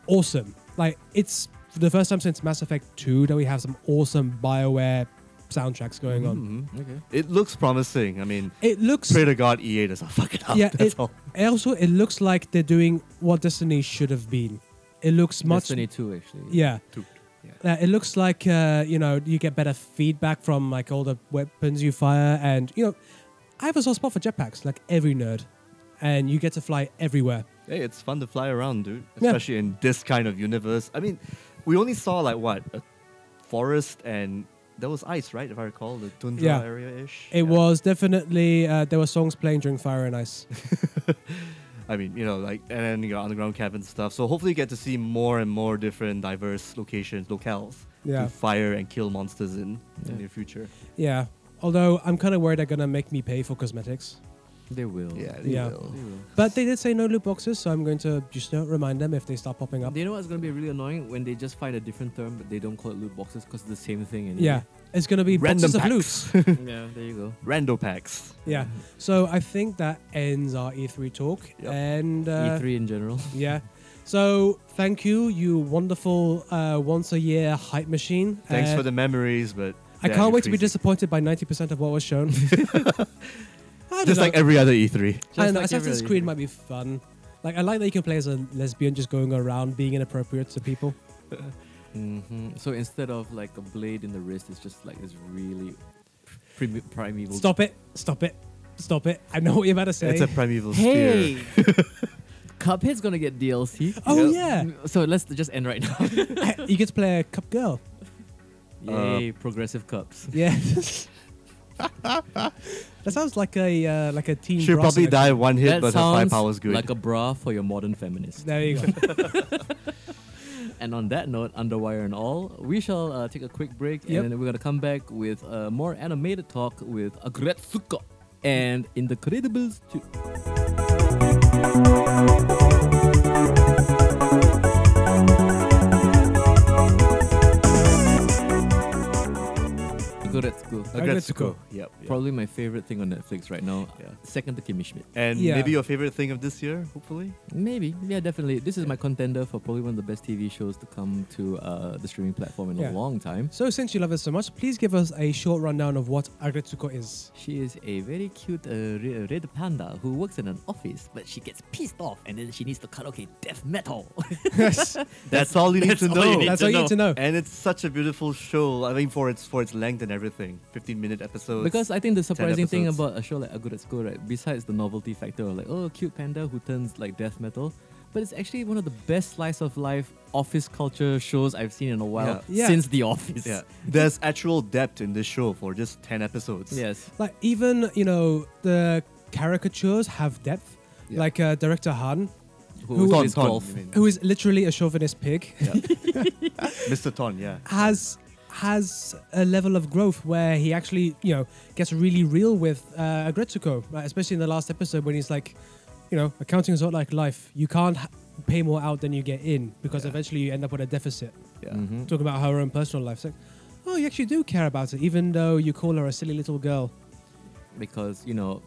S1: awesome. Like it's the first time since Mass Effect 2 that we have some awesome BioWare soundtracks going on.
S2: Mhm.
S3: Okay.
S2: It looks promising. I mean,
S1: It looks
S2: pray to God EA doesn't fuck it up.
S1: Yeah,
S2: that's
S1: it-
S2: all.
S1: also it looks like they're doing what Destiny should have been. It looks much
S3: Destiny 2 actually.
S1: yeah.
S2: Two.
S1: Uh, it looks like uh, you know you get better feedback from like all the weapons you fire, and you know I have a soft spot for jetpacks, like every nerd, and you get to fly everywhere.
S2: Hey, it's fun to fly around, dude.
S1: Yeah.
S2: Especially in this kind of universe. I mean, we only saw like what a forest and there was ice, right? If I recall, the tundra
S1: Yeah.
S2: area ish.
S1: It was definitely uh, there were songs playing during Fire and Ice.
S2: I mean, you know, like, and then you got underground cabins and stuff. So hopefully, you get to see more and more different, diverse locations, locales
S1: Yeah.
S2: to fire and kill monsters in the
S3: Yeah.
S2: near future.
S1: yeah, although I'm kind of worried they're gonna make me pay for cosmetics.
S3: They will.
S1: they Yeah.
S3: They will.
S1: But they did say no loot boxes, so I'm going to just you know, remind them if they start popping up.
S3: Do you know what's gonna be really annoying when they just find a different term but they don't call it loot boxes because it's the same thing anyway.
S1: Yeah, it's gonna be
S2: Random
S1: boxes of loot.
S2: packs.
S3: yeah. There you go.
S2: Rando packs.
S1: Yeah, so I think that ends our E3 talk,
S2: Yep. E
S1: and uh,
S3: E3 E in general.
S1: Yeah. So thank you, you wonderful uh, once a year hype machine.
S2: Thanks
S1: Uh,
S2: for the memories, but
S1: I
S2: yeah,
S1: can't wait to be
S2: decreasing.
S1: disappointed by 90% of what was shown. I don't
S2: Just
S1: know.
S2: like every other E E3.
S1: I don't
S3: Just
S1: know,
S3: like
S1: Assassin's
S3: every-
S1: Creed might be fun. Like I like that you can play as a lesbian just going around being inappropriate to people.
S3: Mhm. So instead of like a blade in the wrist, it's just like this really primi- primeval.
S1: Stop it. Stop it. Stop it. I know what you're about to say.
S2: It's a primeval
S3: Hey,
S2: spear.
S3: Cuphead's gonna get DLC.
S1: oh
S2: Yep.
S1: yeah.
S3: So let's just end right now.
S1: you get to play a cup girl.
S2: Uh,
S3: Yay, progressive cups.
S1: Yeah. that sounds like a uh, like a teen.
S2: She'll
S1: Brosnan
S2: probably
S1: account.
S2: die one hit, but her five powers good.
S3: like a bra for your modern feminist.
S1: There you go.
S3: And on that note, underwire and all, we shall uh, take a quick break
S1: Yep.
S3: and then we're gonna come back with uh, more animated talk with Agretsuko and in the Credibles too. Agretsuko.
S2: Agretsuko. Yep. yep.
S3: Probably my favorite thing on Netflix right now.
S2: Yeah.
S3: Second to Kimmy Schmidt.
S2: and
S1: Yeah.
S2: maybe your favorite thing of this year, hopefully.
S3: Maybe, yeah, definitely. This is my contender for probably one of the best TV shows to come to uh, the streaming platform in
S1: Yeah.
S3: a long time.
S1: So since you love us so much, please give us a short rundown of what Agretsuko is.
S3: She is a very cute uh, re- red panda who works in an office, but she gets pissed off and then she needs to karaoke death metal.
S2: That's all you need to
S3: that's all you
S2: know.
S3: need
S1: That's all you need to know.
S2: And it's such a beautiful show. I mean, for its for its length and everything, fifteen minute episodes.
S3: because I think the surprising thing
S2: episodes.
S3: about a show like A Good at School, right, besides the novelty factor of like, oh, cute panda who turns like death metal, but it's actually one of the best slice of life office culture shows I've seen in a while
S1: Yeah. Yeah.
S3: since The Office.
S2: yeah, there's actual depth in this show for just ten episodes.
S3: Yes.
S1: Like even you know the caricatures have depth.
S2: Yeah.
S1: Like uh, director Han,
S3: Who,
S2: Ton,
S3: is
S2: Ton,
S3: golf.
S2: you mean.
S1: who is literally a chauvinist pig,
S2: Mr. Ton, yeah.
S1: has has a level of growth where he actually you know gets really real with uh, Agretsuko, right? especially in the last episode when he's like, you know, accounting is not like life. You can't ha- pay more out than you get in because
S2: Yeah.
S1: eventually you end up with a deficit.
S2: yeah.
S3: Mhm.
S1: Talking about her own personal life, it's like, oh, you actually do care about it, even though you call her a silly little girl.
S3: because you know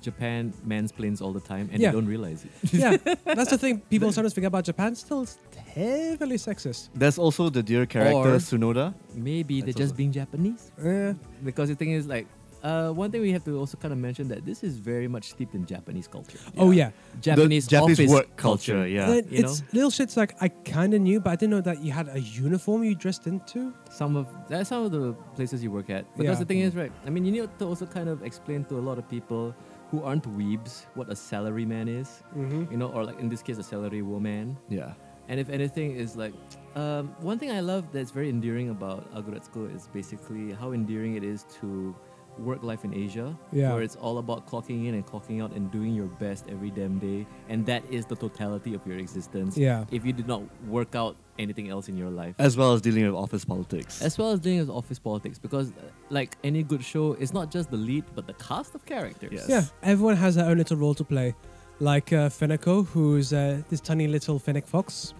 S3: Japan mansplains all the time and
S1: Yeah.
S3: they don't realize it.
S1: yeah, that's the thing. People sometimes forget about Japan. Still, it's heavily sexist.
S2: There's also the dear character
S3: Or-
S2: Sunoda.
S3: Maybe
S2: That's
S3: they're just
S2: also-
S3: being Japanese.
S1: Yeah,
S3: Because the thing is, like, uh, one thing we have to also kind of mention that this is very much steeped in Japanese culture.
S1: Oh yeah.
S3: Japanese,
S2: the Japanese
S3: office
S2: work culture, yeah.
S1: Then
S3: you
S1: it's little shits like I kind of knew, but I didn't know that you had a uniform you dressed into.
S3: Some of that's some of the places you work at. Because
S1: Yeah.
S3: the thing is, right? I mean, you need to also kind of explain to a lot of people who aren't weebs what a salaryman is,
S1: Mm-hmm.
S3: you know, or like in this case, a salary woman.
S2: yeah.
S3: And if anything, is like um, one thing I love that's very endearing about Aguretsuko is basically how endearing it is to work life in Asia,
S1: Yeah.
S3: where it's all about clocking in and clocking out and doing your best every damn day, and that is the totality of your existence.
S1: Yeah.
S3: If you did not work out anything else in your life.
S2: As well as dealing with office politics.
S3: As well as doing his office politics, because uh, like any good show, it's not just the lead, but the cast of characters.
S2: Yes.
S1: Yeah, everyone has their own little role to play. Like uh, Feneko, who's uh, this tiny little fennec fox,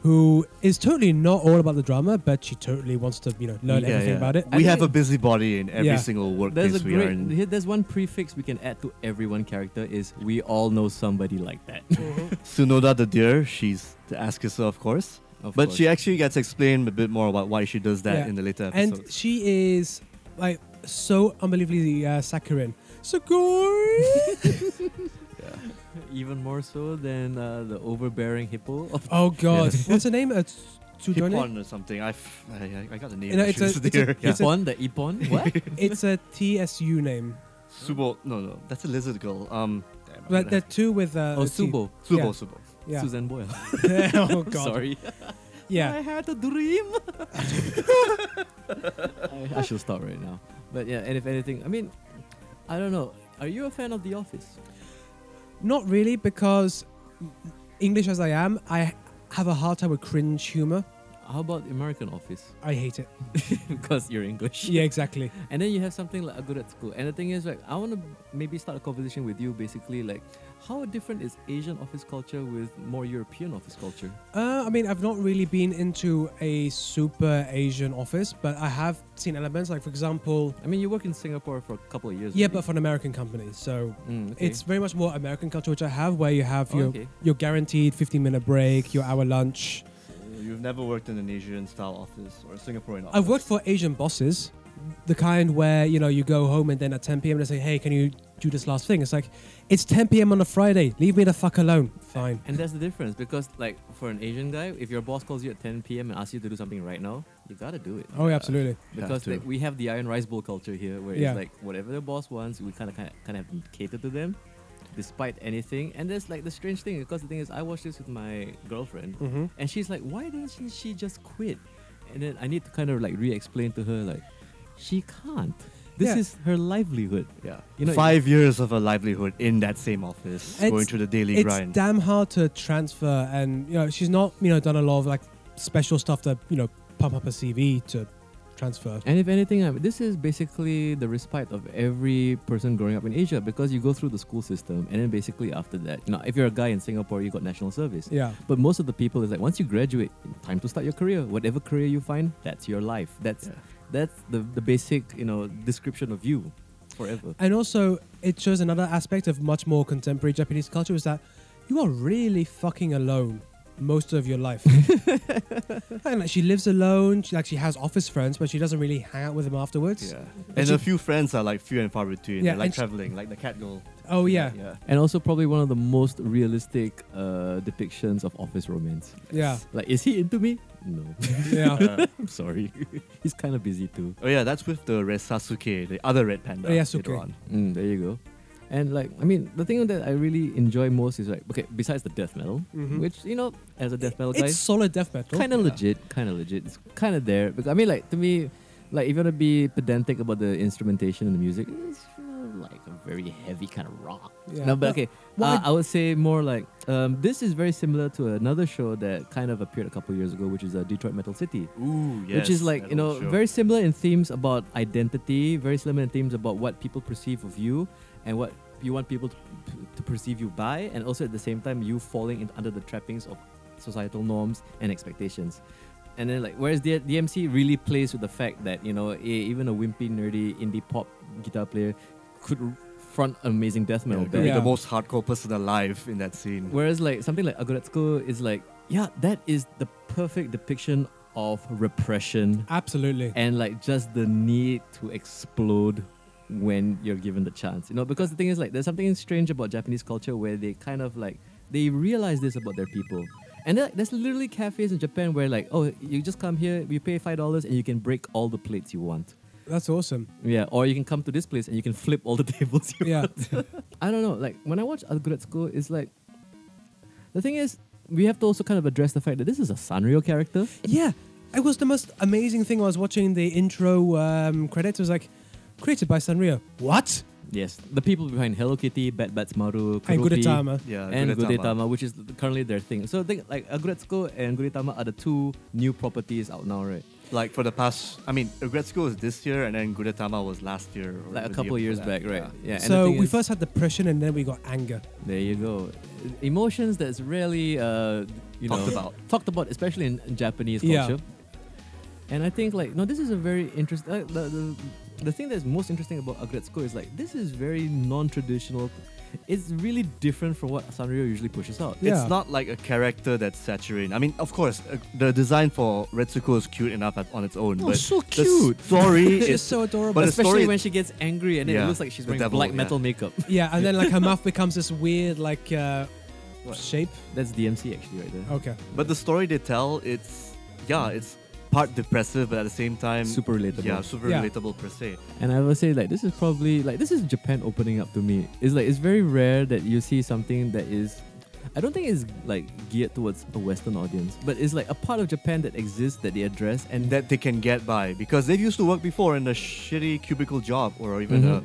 S1: who is totally not all about the drama, but she totally wants to, you know, learn
S2: Yeah,
S1: everything
S2: yeah.
S1: about it.
S2: We
S3: I
S2: have a
S3: think-
S2: busybody in every
S1: Yeah.
S2: single
S3: There's a
S2: workplace we are
S3: great.
S2: in.
S3: here- There's one prefix we can add to every one character is we all know somebody like that.
S2: Sunoda the deer, she's the Askisa, of course.
S3: Of
S2: but
S3: course.
S2: she actually gets explained a bit more about why she does that
S1: Yeah.
S2: in the later
S1: and
S2: episodes.
S1: she is like so unbelievably uh, saccharine. Sakura.
S3: Even more so than uh, the overbearing hippo. Of
S1: oh God, what's her name? Uh, Tsudone?
S2: Hippon or something. I, f- I- I- I got the name.
S1: You know,
S2: actually,
S1: it's a-
S2: it's the
S1: it's a-
S2: deer.
S1: it's
S2: yeah.
S1: a-
S3: Ippon, the Ippon? What?
S1: It's a TSU name.
S3: Oh,
S2: Subo. No, no. That's a lizard girl. Um, damn, I'm
S1: But
S2: gonna
S1: there are
S2: have-
S1: two with uh,
S3: oh,
S1: a T.
S3: Subo.
S2: Subo,
S1: yeah.
S2: Subo.
S1: Yeah.
S3: Susan Boyle.
S1: oh God.
S3: Sorry. I
S1: Yeah.
S3: had a dream. I, I should stop right now. But yeah, and if anything, I mean, I don't know. Are you a fan of The Office?
S1: Not really, because English as I am, I have a hard time with cringe humor.
S3: How about American Office?
S1: I hate it.
S3: because you're English.
S1: Yeah, exactly.
S3: And then you have something like a good at school. And the thing is, like, I want to maybe start a conversation with you, basically, like, how different is Asian office culture with more European office culture?
S1: Uh, I mean, I've not really been into a super Asian office, but I have seen elements. Like, for example,
S3: I mean, you work in Singapore for a couple of years.
S1: yeah,
S3: already.
S1: but for an American company. So
S3: Mm, okay.
S1: it's very much more American culture, which I have, where you have
S3: Oh,
S1: your,
S3: okay.
S1: your guaranteed 15 minute break, your hour lunch.
S2: You've never worked in an Asian style office or a Singaporean office.
S1: I've worked for Asian bosses, the kind where, you know, you go home and then at 10 p.m. they say, hey, can you do this last thing? It's like, it's 10 p.m. on a Friday. Leave me the fuck alone. Fine.
S3: And that's the difference because, like, for an Asian guy, if your boss calls you at 10 p.m. and asks you to do something right now, you gotta do it.
S1: Oh, yeah, absolutely.
S3: Because
S2: Have to.
S3: like, we have the iron rice bowl culture here, where
S1: Yeah.
S3: it's like whatever the boss wants, we kind of kind of have to cater to them, despite anything. And that's like the strange thing because the thing is, I watched this with my girlfriend,
S1: hmm
S3: and she's like, "Why doesn't she just quit?" And then I need to kind of like re-explain to her like, she can't. This
S1: Yeah.
S3: is her livelihood.
S2: Yeah.
S3: You know-
S2: Five years of a livelihood in that same office,
S1: It's-
S2: going through the daily
S1: it's
S2: grind.
S1: damn hard to transfer and you know she's not you know done a lot of like special stuff to you know pump up a cv to transfer
S3: And if anything, I mean, this is basically the respite of every person growing up in Asia because you go through the school system, and then basically after that, you know, if you're a guy in Singapore, you got national service.
S1: yeah
S3: But most of the people is like once you graduate, time to start your career. Whatever career you find, that's your life. That's
S2: Yeah.
S3: that's the, the basic, you know, description of you forever.
S1: and also it shows another aspect of much more contemporary japanese culture is that you are really fucking alone most of your life and like she lives alone she like she has office friends but she doesn't really hang out with them afterwards
S2: Yeah. And
S1: she-
S2: a few friends are like few and far between.
S1: Yeah,
S2: They're like
S1: and she-
S2: traveling, like the cat girl.
S1: oh yeah yeah,
S2: Yeah.
S3: And also probably one of the most realistic uh, depictions of office romance.
S1: yeah.
S3: Like, is he into me? No,
S2: Uh,
S3: I'm sorry. He's kind of busy too.
S2: oh yeah, that's with the red Sasuke, the other red panda.
S1: Oh, Yeah,
S2: later
S1: Sasuke.
S2: on.
S3: Mm, there you go. And like, I mean, the thing that I really enjoy most is like, okay, besides the death metal,
S1: Mhm.
S3: which you know, as a death metal guy,
S1: it's solid death metal
S3: kind of
S2: Yeah.
S3: legit, kind of legit. It's kind of there. Because, I mean, like to me, like if you want to be pedantic about the instrumentation and the music, it's you know, like a very heavy kind of rock.
S1: Yeah.
S3: No, but
S1: No,
S3: okay,
S1: what
S3: uh, I would say more like um, this is very similar to another show that kind of appeared a couple years ago, which is uh, Detroit Metal City.
S2: Ooh, yes.
S3: which is like
S2: that
S3: you know
S2: old show.
S3: very similar in themes about identity, very similar in themes about what people perceive of you and what you want people to, to perceive you by, and also at the same time you falling in, under the trappings of societal norms and expectations. And then like whereas the DMC really plays with the fact that you know e- even a wimpy nerdy indie pop guitar player could front an amazing death
S2: Yeah,
S3: metal
S2: could
S3: band.
S2: be
S1: Yeah.
S2: the most hardcore person alive in that scene.
S3: Whereas like something like Agoretsuko is like yeah that is the perfect depiction of repression
S1: absolutely
S3: and like just the need to explode when you're given the chance you know because the thing is like there's something strange about japanese culture where they kind of like they realize this about their people and there- there's literally cafes in japan where like oh you just come here you pay five dollars and you can break all the plates you want
S1: that's awesome
S3: yeah or you can come to this place and you can flip all the tables you
S1: yeah
S3: I don't know. Like when I watch Other Good at School, it's like the thing is we have to also kind of address the fact that this is a Sanrio character.
S1: Yeah, it was the most amazing thing. I was watching the intro um, credits. It was like created by Sanrio. What?
S3: Yes, the people behind Hello Kitty, Bad Bats Maru,
S1: And
S3: Kuroki,
S1: Gudetama.
S2: yeah,
S3: and
S2: Gudetama.
S3: Gudetama, which is currently their thing. So think like Agretsuko and Gudetama are the two new properties out now, right?
S2: Like for the past, I mean, Agretsuko was this year, and then Gudetama was last year. Or
S3: Like a
S2: the
S3: couple
S2: year
S3: years
S2: before
S3: back,
S2: that.
S3: right? Yeah. and the
S1: so
S3: thing
S1: we
S3: is-
S1: first had depression and then we got anger.
S3: There you go. Emotions that's rarely uh, you
S2: Talked
S3: know
S2: about.
S3: talked about, especially in Japanese
S1: Yeah.
S3: culture. And I think like no, this is a very interesting. Uh, the, the the thing that's most interesting about Agretsuko is like this is very non-traditional. It's really different from what Sanrio usually pushes out.
S1: Yeah.
S2: It's not like a character that's saturated. I mean, of course, uh, the design for Retsuko is cute enough at- on its own.
S3: Oh,
S2: but
S3: so
S2: the
S3: cute.
S2: story
S1: It's
S2: is
S1: just so adorable.
S2: But the
S3: especially
S2: story-
S3: when she gets angry and then it
S2: Yeah,
S3: looks like she's
S2: the
S3: wearing
S2: devil,
S3: black
S2: yeah.
S3: metal makeup.
S1: yeah, and then like her mouth becomes this weird like uh, shape.
S3: That's DMC actually right there.
S1: Okay.
S2: But the story they tell, it's yeah, it's part depressive, but at the same time,
S3: Super relatable.
S2: yeah, super
S1: Yeah.
S2: relatable per se.
S3: And I will say like this is probably like this is Japan opening up to me. It's like it's very rare that you see something that is I don't think it's like geared towards a Western audience, but it's like a part of Japan that exists that they address and
S2: That they can get by
S3: Mm-hmm.
S2: because they've used to work before in a shitty cubicle job or even a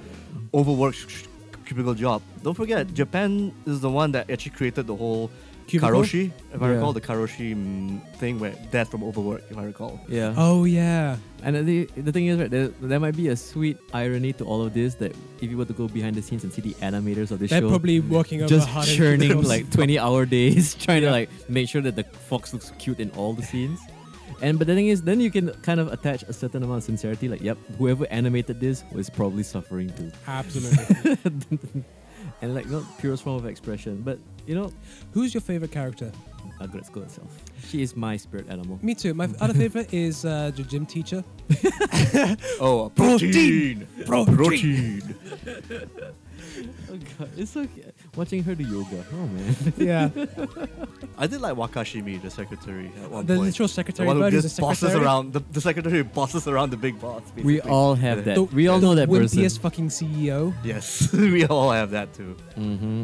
S2: overworked sh- cubicle job. Don't forget, Japan is the one that actually created the whole
S1: Cubicle?
S2: karoshi, if I
S3: Yeah.
S2: recall, the karoshi mm, thing where death from overwork, if I recall.
S3: Yeah.
S1: Oh yeah.
S3: And the, the thing is, right, there, there might be a sweet irony to all of this that if you were to go behind the scenes and see the animators of this
S1: They're
S3: show,
S1: probably working over
S3: just
S1: hard
S3: churning like 20 hour days trying to like make sure that the fox looks cute in all the scenes and but the thing is then you can kind of attach a certain amount of sincerity like yep whoever animated this was probably suffering too
S1: Absolutely.
S3: and like not purest form of expression but you know
S1: Who's your favorite character?
S3: Agretzko herself she is my spirit animal
S1: Me too. My other favorite is uh, the gym teacher.
S2: Oh,
S1: Protein!
S2: Protein! Protein.
S3: oh god it's so cute. watching her do yoga oh man
S1: Yeah.
S2: I did like Wakashimi, the secretary, at one
S1: the
S2: point.
S1: literal
S2: the
S1: secretary
S2: one who
S1: bird is a
S2: just bosses
S1: secretary.
S2: around the, the secretary who bosses around the big boss. Basically.
S3: we all have that
S1: The-
S3: we all know that
S1: the
S3: person
S1: wimpiest fucking E CEO.
S2: Yes, we all have that too.
S3: Mm-hmm.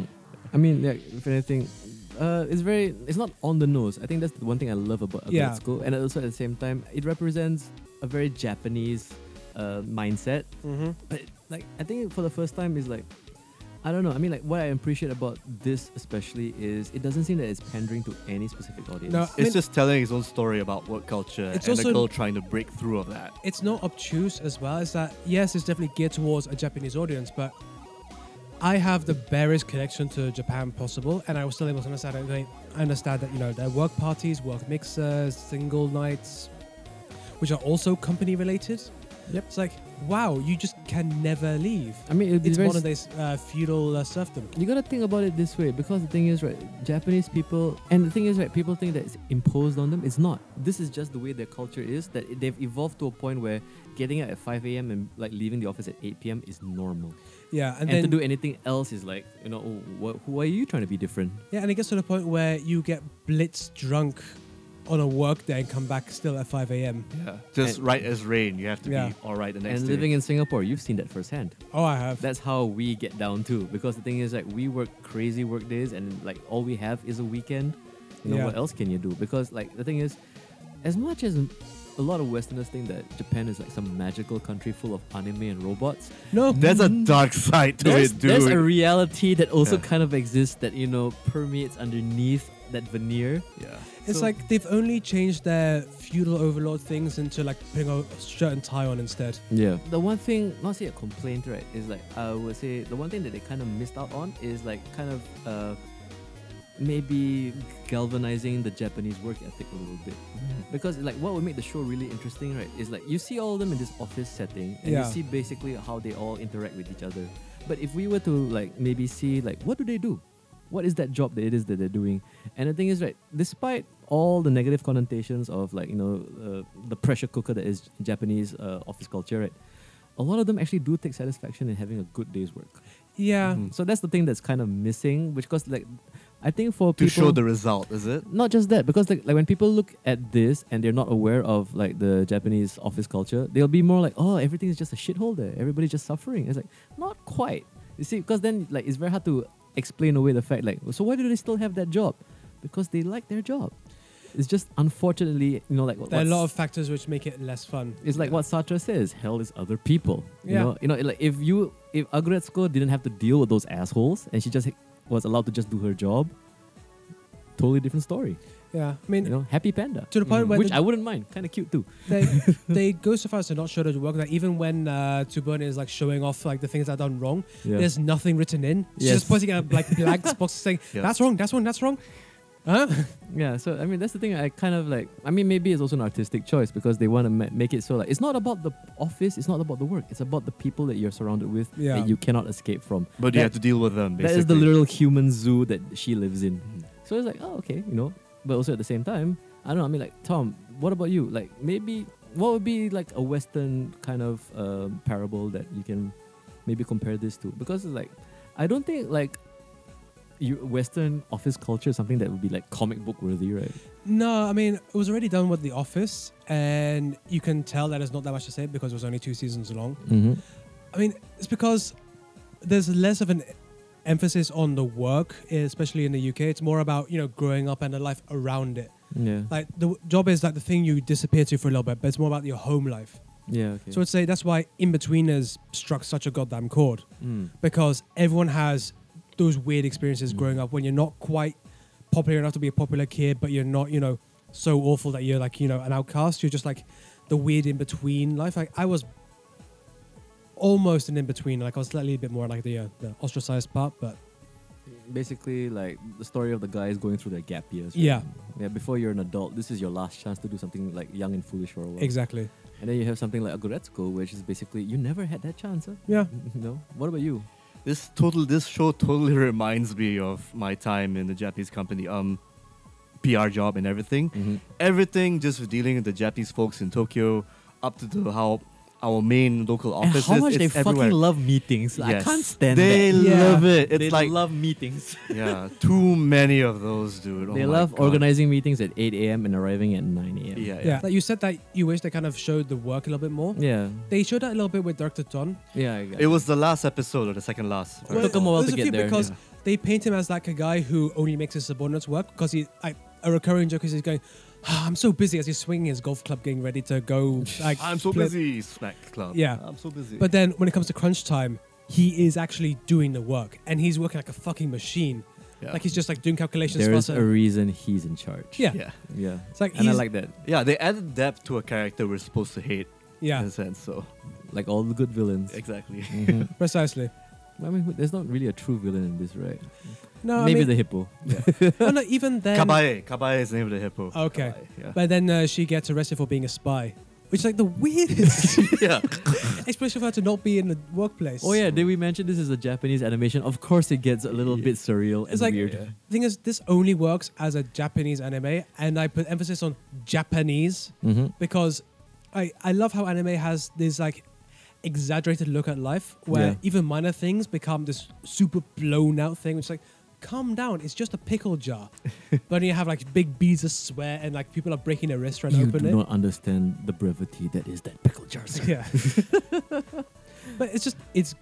S3: I mean, yeah, if anything, uh, it's very, it's not on the nose. I think that's the one thing I love about
S1: Yeah.
S3: adult school. And also at the same time, it represents a very Japanese uh, mindset.
S1: Mm-hmm.
S3: But like, I think for the first time is like, I don't know. I mean, like, what I appreciate about this especially is it doesn't seem that it's pandering to any specific audience.
S1: No,
S2: It's
S1: I mean-
S2: just telling his own story about work culture
S1: It's
S2: and the
S1: also-
S2: girl trying to break through of that.
S1: It's not obtuse as well. It's that yes, it's definitely geared towards a Japanese audience, but I have the barest connection to Japan possible, and I was still able to understand. it. Like, I understand that you know there are work parties, work mixers, single nights, which are also company related.
S3: Yep.
S1: It's like wow, you just can never leave.
S3: I mean, it'd be
S1: It's
S3: very
S1: modern day uh, feudal uh, serfdom.
S3: you gotta think about it this way because the thing is right japanese people and the thing is right people think that it's imposed on them it's not this is just the way their culture is that it- they've evolved to a point where getting out at 5 a.m and like leaving the office at 8 p.m is normal
S1: Yeah, and,
S3: and,
S1: then
S3: to do anything else is like you know oh, wha- who are you trying to be different
S1: Yeah, and it gets to the point where you get blitz drunk on a work day and come back still at 5 a.m.
S2: Yeah. Just
S3: And-
S2: right as rain, you have to
S1: Yeah.
S2: be all right the next
S3: and
S2: day.
S3: living in singapore you've seen that firsthand
S1: Oh, I have.
S3: that's how we get down too because the thing is like we work crazy work days and like all we have is a weekend you know
S1: Yeah.
S3: what else can you do because like the thing is as much as a lot of westerners think that japan is like some magical country full of anime and robots
S1: no,
S2: There's a
S1: Mm.
S2: dark side to
S3: there's,
S2: it, dude.
S3: there's a reality that also
S2: Yeah.
S3: kind of exists that you know permeates underneath that veneer
S2: yeah.
S1: it's
S3: so-
S1: like they've only changed their feudal overlord things into like putting a shirt and tie on instead.
S3: Yeah. The one thing, not say a complaint, right, is like I would say the one thing that they kind of missed out on is like kind of uh, maybe galvanizing the Japanese work ethic a little bit. Because like what would make the show really interesting, right, is like you see all of them in this office setting and
S1: Yeah.
S3: you see basically how they all interact with each other. But if we were to like maybe see like what do they do? What is that job that it is that they're doing? And the thing is, right, despite all the negative connotations of like you know uh, the pressure cooker that is Japanese uh, office culture, right, a lot of them actually do take satisfaction in having a good day's work.
S1: Yeah.
S2: Mhm.
S3: Mm. So that's the thing that's kind of missing, which because like I think for
S2: To
S3: people
S2: show the result, is it?
S3: not just that because like, like when people look at this and they're not aware of like the japanese office culture they'll be more like oh everything is just a shithole there everybody's just suffering it's like not quite you see because then like it's very hard to explain away the fact like so why do they still have that job because they like their job it's just unfortunately you know like what
S1: There are a
S3: what's-
S1: lot of factors which make it less fun.
S3: it's like
S2: Yeah.
S3: what Sartre says: hell is other people. You
S1: Yeah.
S3: know, you know, like if you if Agretzko didn't have to deal with those assholes and she just was allowed to just do her job, totally different story.
S1: Yeah. I mean,
S3: You know, Happy Panda,
S1: to the point
S2: Mm.
S1: where
S3: which
S1: the-
S3: I wouldn't mind, kind of cute too.
S1: they they go so far as to not show the work that even when uh, Tubun is like showing off like the things that are done wrong,
S3: Yeah.
S1: there's nothing written in. She's
S3: Yes.
S1: just pointing at like blank boxes saying,
S2: Yeah.
S1: "That's wrong. That's wrong. That's wrong." Huh?
S3: yeah, so I mean that's the thing. I kind of like. I mean maybe it's also an artistic choice because they want to ma- make it so like it's not about the office, it's not about the work, it's about the people that you're surrounded with
S1: Yeah.
S3: that you cannot escape from.
S2: But
S3: That-
S2: you have to deal with them. Basically.
S3: That is the little human zoo that she lives in.
S2: Mhm.
S3: So it's like, oh, okay, you know. But also at the same time, I don't know. I mean, like, Tom, what about you? Like, maybe what would be like a Western kind of um, parable that you can maybe compare this to? Because like, I don't think like you Western office culture is something that would be like comic book worthy, right?
S1: No, I mean it was already done with The Office, and you can tell that there's not that much to say because it was only two seasons long.
S3: Mm-hmm.
S1: I mean it's because there's less of an emphasis on the work, especially in the UK. It's more about you know growing up and the life around it.
S3: Yeah.
S1: Like the w- job is like the thing you disappear to for a little bit, but it's more about your home life.
S3: Yeah. Okay.
S1: So I'd say that's why Inbetweeners struck such a goddamn chord
S3: Mm.
S1: because everyone has those weird experiences growing up when you're not quite popular enough to be a popular kid, but you're not, you know, so awful that you're like, you know, an outcast. You're just like the weird in between life. Like I was almost an in between. Like I was slightly a bit more like the uh, the ostracized part, but
S3: Basically, like the story of the guys going through their gap years.
S1: Yeah.
S3: Yeah. Before you're an adult, this is your last chance to do something like young and foolish for a while.
S1: exactly.
S3: And then you have something like Agoretsuko, which is basically you never had that chance. Huh?
S1: Yeah.
S3: you know. What about you?
S2: This total this show totally reminds me of my time in the Japanese company, um, PR job and everything.
S3: Mm-hmm.
S2: Everything just with dealing with the Japanese folks in Tokyo, up to the, how our main local
S3: And
S2: offices.
S3: how much they
S2: it's everywhere.
S3: fucking love meetings. I
S2: Yes.
S3: can't stand
S2: They
S3: that.
S1: Yeah.
S2: love it. It's
S3: they
S2: like
S3: love meetings.
S2: yeah, too many of those, dude. Oh
S3: they
S2: my
S3: love
S2: God.
S3: organizing meetings at 8 a.m. and arriving at 9 a.m.
S2: Yeah,
S1: Yeah.
S2: yeah.
S1: Like you said that you wish they kind of showed the work a little bit more.
S3: Yeah.
S1: They showed that a little bit with Dr. Don.
S3: Yeah. I got
S2: It was the last episode or the second last.
S3: Well, took 'em a while
S1: there's
S3: to get
S1: few
S3: there,
S1: because
S2: yeah.
S1: they paint him as like a guy who only makes his subordinates work because he like a recurring joke is he's going, "Ah, I'm so busy as he's swinging his golf club, getting ready to go. Like
S2: I'm so
S1: play-"
S2: busy, Smack Club.
S1: Yeah.
S2: I'm so busy.
S1: But then when it comes to crunch time, he is actually doing the work and he's working like a fucking machine.
S2: yeah.
S1: Like he's just like doing calculations
S3: There is
S1: faster.
S3: a reason he's in charge.
S1: yeah. yeah,
S2: yeah,
S3: Yeah.
S1: It's like
S3: and I
S1: he's-
S3: like that.
S2: yeah. They added depth to a character we're supposed to hate. in a sense. So
S3: Like all the good villains.
S2: exactly.
S3: Mhm.
S1: precisely.
S3: I mean, who- there's not really a true villain in this, right?
S1: No,
S3: Maybe
S1: I
S3: the
S1: mean,
S3: hippo.
S1: oh, no, even then. Oh,
S2: Kabae. Kabae is the name of the hippo.
S1: Okay.
S2: Kabae,
S1: But then uh, she gets arrested for being a spy, which is like the weirdest
S2: yeah. yeah.
S1: explanation for her to not be in the workplace.
S3: Oh yeah, did we mention this is a Japanese animation? Of course, it gets a little bit surreal and
S1: It's like-
S3: weird.
S2: Yeah.
S1: The thing is, this only works as a Japanese anime, and I put emphasis on Japanese
S3: Mm-hmm.
S1: because I, I love how anime has this like exaggerated look at life where
S3: Yeah.
S1: even minor things become this super blown out thing, which is like, calm down, it's just a pickle jar. but then you have like big beads of sweat, and like people are breaking their wrists trying
S3: You
S1: to open
S3: do
S1: it.
S3: not understand the brevity that is that pickle jar. sir.
S1: Yeah. but it's just, it's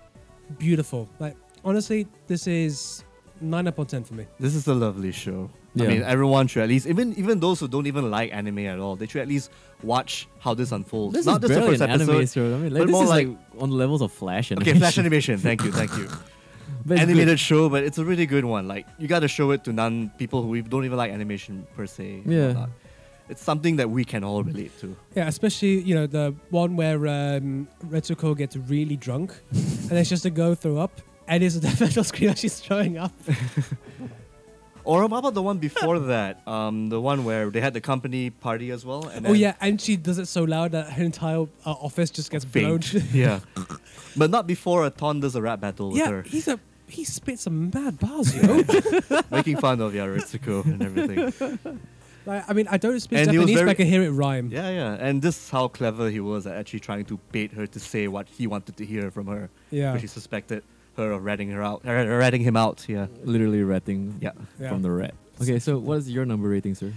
S1: beautiful. Like, honestly, this is 9 upon 10 for me.
S2: This is a lovely show.
S3: Yeah.
S2: I mean, everyone should at least, even even those who don't even like anime at all, they should at least watch how this unfolds.
S3: This
S2: Not just the
S3: is barely
S2: first
S3: an
S2: episode.
S3: anime, sir. I mean, like,
S2: but
S3: this
S2: more
S3: is like, on the levels of Flash and
S2: Okay, Flash Animation. Thank you, thank you. Animated show, but it's a really good one. Like you got to show it to non people who don't even like animation per se. and
S3: Yeah.
S2: whatnot. it's something that we can all relate to.
S1: Yeah, especially you know the one where um, Retsuko gets really drunk, and it's just a go throw up, and it's a death metal scream as she's throwing up.
S2: Or how about the one before that? Um, the one where they had the company party as well. And
S1: oh
S2: then-
S1: yeah, and she does it so loud that her entire uh, office just gets blown.
S2: faint. yeah. But not before a Ton does a rap battle with
S1: yeah,
S2: her,
S1: he's a he spits some mad bars, you know.
S2: making fun of Yaritsuko and everything.
S1: like, I mean, I don't speak
S2: And he was
S1: Japanese, but I
S2: very-
S1: can hear it rhyme.
S2: Yeah, yeah. And this is how clever he was at actually trying to bait her to say what he wanted to hear from her.
S1: Yeah.
S2: Which he suspected her of ratting her out, er, er, ratting him out. Yeah.
S3: Literally ratting
S2: Yeah.
S1: Yeah.
S3: from the rat. Okay, so what is your number rating, sir?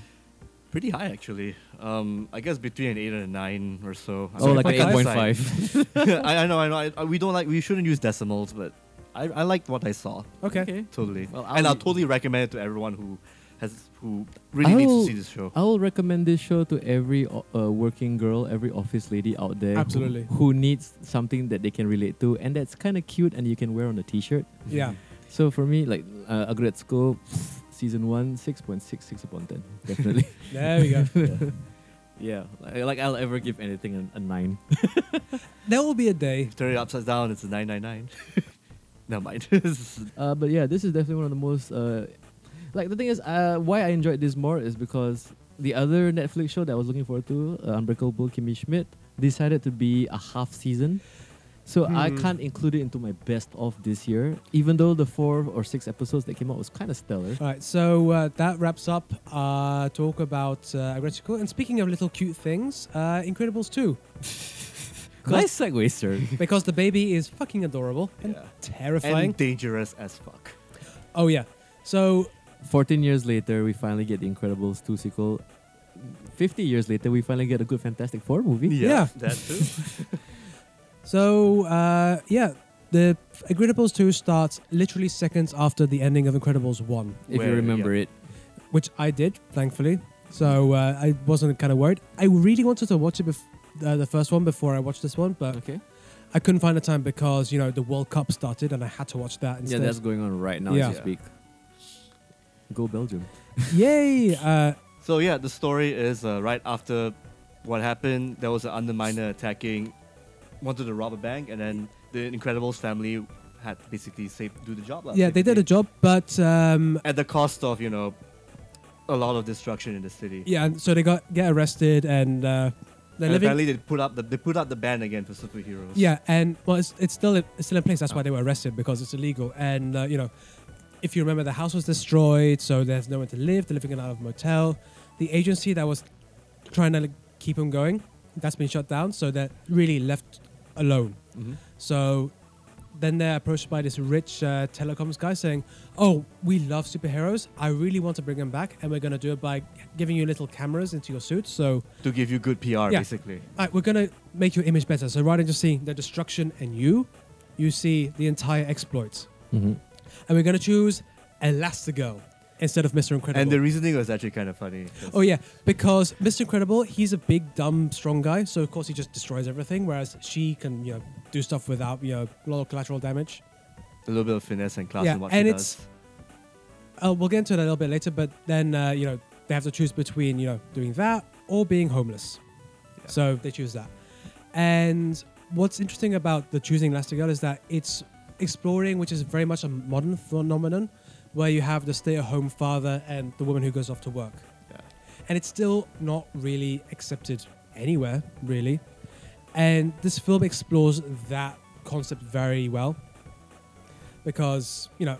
S2: Pretty high actually. Um, I guess between an eight and a nine or so.
S3: oh, like an
S1: point five?
S3: eight
S2: 8.5.
S3: point five.
S2: I, I know, I know. I, I- we don't like. We shouldn't use decimals, but I, I liked what I saw
S1: Okay.
S2: totally.
S3: Well,
S2: and
S3: I'll-
S2: I'll totally recommend it to everyone who has who really needs
S3: I'll-
S2: to see this show.
S3: I will recommend this show to every o- uh, working girl, every office lady out there who-
S1: Absolutely.
S3: who, needs something that they can relate to and that's kind of cute and you can wear on a t-shirt.
S1: Yeah.
S3: So for me, like uh, Agretsuko, season 1, 6.66 upon 10. Definitely.
S1: There we go.
S3: yeah, like, like I'll ever give anything a, a 9.
S1: There will be a day.
S2: Turn it upside down. It's a nine nine nine. Never mind. This is-
S3: Uh, but yeah, this is definitely one of the most. Uh, like the thing is, uh, why I enjoyed this more is because the other Netflix show that I was looking forward to, uh, Unbreakable Kimmy Schmidt, decided to be a half season. So I
S1: Hmm.
S3: can't include it into my best of this year, even though the four or six episodes that came out was kind of stellar.
S1: All right, so uh, that wraps up our talk about uh, Agretsuko. And speaking of little cute things, uh, Incredibles 2.
S3: Nice segue, sir.
S1: because the baby is fucking adorable and
S2: Yeah.
S1: terrifying.
S2: and dangerous as fuck.
S1: oh yeah. So
S3: 14 years later, we finally get The Incredibles 2 sequel. 50 years later, we finally get a good Fantastic Four movie.
S1: Yeah.
S2: that too.
S1: so uh, yeah, the Incredibles two starts literally seconds after the ending of Incredibles one,
S3: If
S2: Where-
S3: you remember it.
S1: which I did thankfully. So uh, I wasn't kind of worried. I really wanted to watch it bef- uh, the first one before I watched this one, but
S3: Okay.
S1: I couldn't find the time because you know the World Cup started and I had to watch that
S3: Yeah,
S1: instead.
S3: that's going on right now
S1: Yeah.
S3: as you speak. Go Belgium.
S1: Yay! Uh,
S2: So yeah, the story is uh, right after what happened. There was an underminer attacking, wanted to rob a bank, and then the Incredibles family had to basically save, do the job. lah,
S1: yeah, they did a
S2: basically.
S1: job, but um,
S2: at the cost of you know a lot of destruction in the city.
S1: yeah, and so they got get arrested and uh, they're
S2: And
S1: living.
S2: apparently they put up the they put up the ban again for superheroes.
S1: Yeah, and well, it's, it's still it's still in place. That's why they were arrested because it's illegal. And uh, you know, if you remember, the house was destroyed, so there's nowhere to live. They're living in out of motel. The agency that was trying to like, keep them going, that's been shut down, so they're really left alone.
S2: Mm-hmm.
S3: Mhm.
S1: So then they're approached by this rich uh, telecoms guy saying, "Oh, we love superheroes. I really want to bring them back, and we're gonna do it by giving you little cameras into your suits." So
S2: To give you good PR,
S1: Yeah.
S2: basically.
S1: all right, we're gonna make your image better. So rather than just seeing the destruction and you, you see the entire exploits. And we're gonna choose Elastigirl instead of Mr. Incredible.
S2: And the reasoning was actually kind of funny. 'cause-
S1: oh yeah, because Mr. Incredible, he's a big, dumb, strong guy, so of course he just destroys everything, whereas she can, you know, do stuff without, you know, a lot of collateral damage.
S2: a little bit of finesse and class
S1: Yeah,
S2: in what
S1: and
S2: she
S1: it's-
S2: does.
S1: Uh, we'll get into it a little bit later, but then uh, you know they have to choose between you know doing that or being homeless.
S2: Yeah.
S1: So they choose that. And what's interesting about the choosing Elastigirl is that it's exploring, which is very much a modern phenomenon, where you have the stay-at-home father and the woman who goes off to work,
S2: Yeah.
S1: and it's still not really accepted anywhere really. And this film explores that concept very well because you know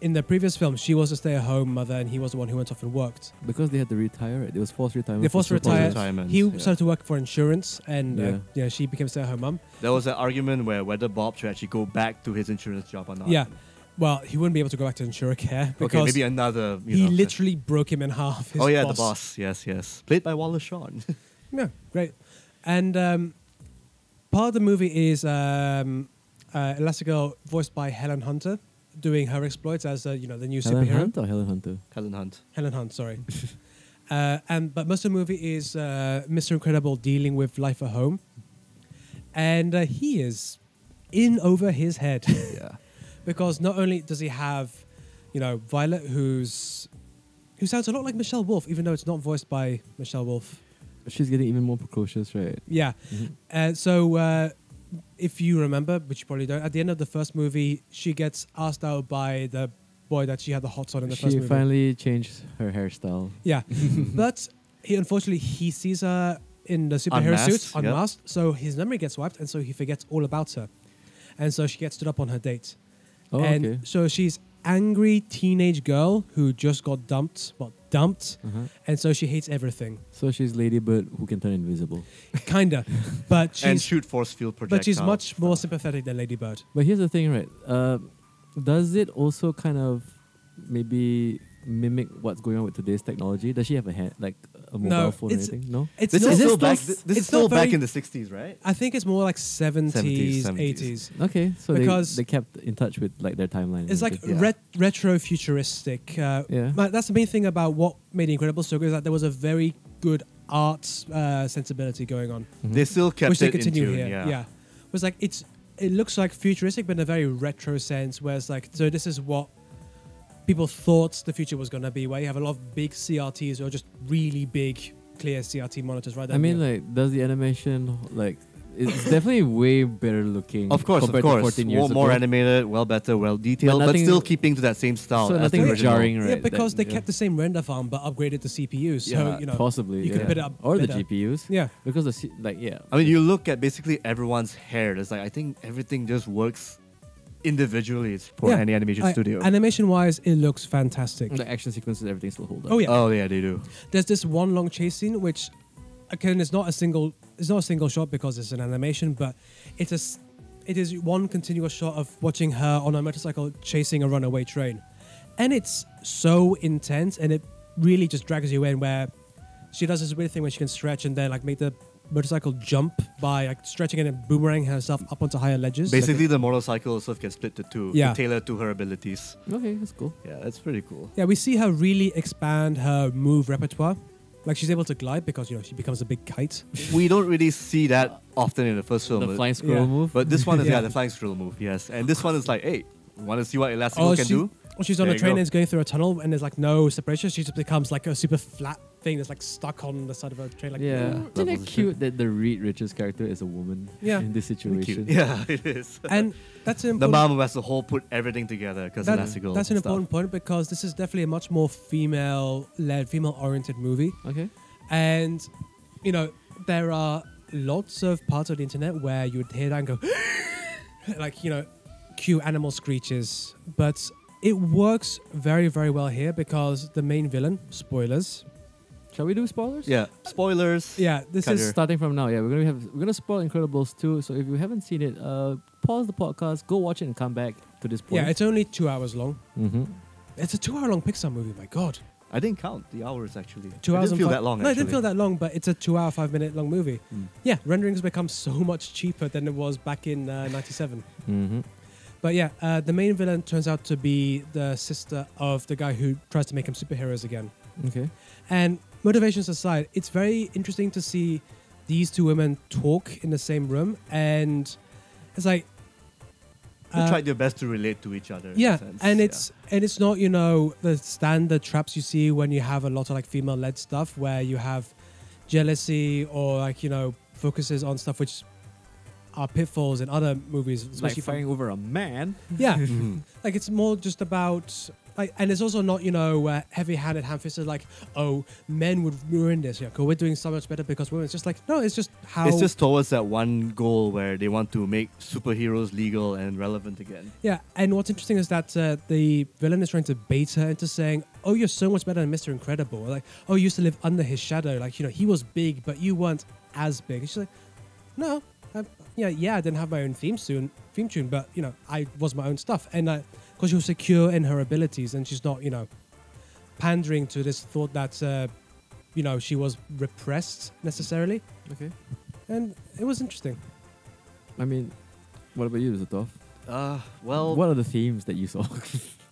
S1: in the previous film, she was a stay-at-home mother, and he was the one who went off and worked.
S3: Because they had to retire it. It was forced retirement.
S1: They forced
S3: for
S1: to retire.
S3: superheroes.
S2: retirement,
S1: He
S2: yeah.
S1: started to work for insurance, and
S3: Yeah.
S1: uh, yeah, she became stay-at-home mom.
S2: There was an argument where whether Bob should actually go back to his insurance job or not.
S1: Yeah, well, he wouldn't be able to go back to insurer care
S2: Okay,
S1: because
S2: maybe another. You
S1: he
S2: know,
S1: literally broke him in half. His
S2: Oh yeah, the boss. Yes, yes. Played by Wallace Shawn.
S1: Yeah, great. And um, part of the movie is um, uh, Elastigirl, voiced by Helen Hunter, doing her exploits as uh, you know the new
S3: Helen
S1: superhero.
S3: Hunt or Helen Hunter?
S2: Helen Hunt.
S1: Helen Hunt, sorry. uh, and but most of the movie is uh, Mr. Incredible dealing with life at home, and uh, he is in over his head
S2: Yeah.
S1: because not only does he have, you know, Violet, who's who sounds a lot like Michelle Wolf, even though it's not voiced by Michelle Wolf.
S3: She's getting even more precocious, right?
S1: Yeah. Uh, so uh, if you remember, which you probably don't, at the end of the first movie, she gets asked out by the boy that she had the hots on in the first
S3: She
S1: movie.
S3: finally changed her hairstyle.
S1: Yeah, but he unfortunately he sees her in the superhero
S2: Unmasked,
S1: suit
S2: yeah.
S1: unmasked, so his memory gets wiped, and so he forgets all about her, and so she gets stood up on her date,
S3: Oh,
S1: and
S3: okay.
S1: so she's angry teenage girl who just got dumped, well dumped,
S3: Uh-huh.
S1: and so she hates everything,
S3: So she's Ladybird who can turn invisible.
S1: kinda, but
S2: and
S1: she's
S2: shoot force field projectiles.
S1: but she's much more
S2: So-
S1: sympathetic than Lady Bird.
S3: But here's the thing, right? Uh, does it also kind of maybe mimic what's going on with today's technology? Does she have a hand, like a mobile
S1: No,
S3: phone or
S1: it's-
S3: anything? No.
S1: It's
S2: This
S1: not-
S2: is
S1: it's
S2: still
S1: not
S2: back.
S1: s-
S2: This is
S1: it's
S2: still
S1: not
S2: back
S1: very-
S2: in the '60s, right?
S1: I think it's more like 70s,
S2: 70s.
S1: 80s.
S3: Okay, so they,
S1: Because-
S3: they kept in touch with like their timeline.
S1: It's like
S3: and
S2: Yeah.
S1: ret- retro futuristic. Uh,
S3: Yeah.
S1: but That's the main thing about what made Incredible so good is that there was a very good art uh, sensibility going on,
S3: everything. Mhm.
S2: They still kept
S1: which they
S2: it in
S1: continue
S2: tune,
S1: here.
S2: Yeah.
S1: It was like it's it looks like futuristic, but in a very retro sense, where it's like so this is what people thought the future was gonna be, where you have a lot of big CRTs or just really big clear CRT monitors right there.
S3: I mean, like, does the animation like? It's definitely way better looking.
S2: Of course, of
S3: compared To
S2: course.
S3: 14 years
S2: more, more
S3: ago.
S2: animated, well better, well detailed, but,
S3: nothing-
S2: still keeping to that same style.
S3: So
S2: as the
S3: nothing
S2: original.
S3: jarring, right?
S1: yeah, because
S3: that-
S1: they kept the same render farm but upgraded the CPU, so
S3: yeah,
S1: you know,
S3: possibly
S1: you could
S3: yeah.
S1: put it up
S3: or
S1: better.
S3: the GPUs.
S1: yeah.
S3: Because the C- like yeah,
S2: I mean, you look at basically everyone's hair. It's like I think everything just works individually for
S1: Yeah.
S2: any animation
S1: I-
S2: studio.
S1: Animation wise, it looks fantastic.
S3: the action sequences, everything still hold up.
S1: Oh yeah.
S2: Oh yeah, they do.
S1: There's this one long chase scene which again it's not a single it's not a single shot because it's an animation, but it's a s- it is one continuous shot of watching her on a motorcycle chasing a runaway train. And it's so intense and it really just drags you in where she does this weird thing where she can stretch and then like make the motorcycle jump by like stretching it and boomerang herself up onto higher ledges.
S2: Basically, the motorcycle itself can split to two,
S1: Yeah.
S2: to tailor to her abilities.
S3: Okay, that's cool.
S2: Yeah, that's pretty cool.
S1: Yeah, we see her really expand her move repertoire, Like she's able to glide because you know she becomes a big kite.
S2: We don't really see that often in the first film.
S3: the
S2: but-
S3: flying squirrel
S1: yeah.
S3: move.
S2: But this one is
S1: Yeah.
S2: yeah. the flying squirrel move, yes. And this one is like, hey, want to see what Elastico
S1: Or Oh,
S2: can
S1: she-
S2: do?
S1: Or she's on
S2: There
S1: a
S2: you
S1: train
S2: go.
S1: and is going through a tunnel and there's like no separation. She just becomes like a super flat thing that's like stuck on the side of a train. Like
S3: yeah,
S2: That
S3: isn't it
S2: was
S3: cute that the Reed Richards character is a woman?
S1: Yeah.
S3: in this
S2: Cute.
S3: situation.
S2: Yeah, it is.
S1: And that's an
S2: the
S1: important.
S2: mom has to whole put everything together because
S1: that-
S2: Elastico.
S1: that's an
S2: stuff.
S1: important point because this is definitely a much more female-led, female-oriented movie.
S3: Okay.
S1: And, you know, there are lots of parts of the internet where you would hear that and go, like, you know, cue animal screeches. But it works very, very well here because the main villain, spoilers.
S3: Shall we do spoilers?
S2: Yeah, spoilers.
S1: Yeah, this
S2: Cut
S1: is.
S2: here.
S3: Starting from now, yeah, we're gonna have we're gonna spoil Incredibles 2. So if you haven't seen it, uh, pause the podcast, go watch it, and come back to this point.
S1: Yeah, it's only two hours long.
S3: mm-hmm.
S1: It's a two-hour-long Pixar movie. My God,
S2: I didn't count the hours actually.
S1: two
S2: it
S1: hours.
S2: didn't
S1: and
S2: feel
S1: fi-
S2: that long.
S1: No, it didn't
S2: actually.
S1: feel that long, but it's a two-hour, five-minute-long movie.
S2: Mm.
S1: Yeah, renderings become so much cheaper than it was back in uh, '97.
S3: Mm-hmm.
S1: But yeah, uh, the main villain turns out to be the sister of the guy who tries to make him superheroes again.
S3: Okay.
S1: And motivations aside, it's very interesting to see these two women talk in the same room, and it's like
S2: They
S1: uh,
S2: tried their best to relate to each other. in a
S1: yeah,
S2: sense.
S1: and it's and it's not you know the standard traps you see when you have a lot of like female-led stuff where you have jealousy or like you know focuses on stuff which are pitfalls in other movies,
S3: Like
S1: especially from-
S3: fighting over a man.
S1: yeah,
S2: Mhm.
S1: like it's more just about like and it's also not you know uh, heavy-handed ham-fisted like oh men would ruin this yeah 'cause we're doing so much better because women it's just like no it's just how
S2: It's just towards that one goal where they want to make superheroes legal and relevant again.
S1: yeah and what's interesting is that uh, the villain is trying to bait her into saying oh you're so much better than mr incredible or like oh you used to live under his shadow like you know he was big but you weren't as big and she's like no i yeah yeah i didn't have my own theme tune theme tune but you know i was my own stuff and because she was secure in her abilities and she's not you know pandering to this thought that uh, you know she was repressed necessarily
S3: Okay.
S1: and it was interesting
S3: I mean, what about you, Zatov?
S2: Uh, well,
S3: what are the themes that you saw?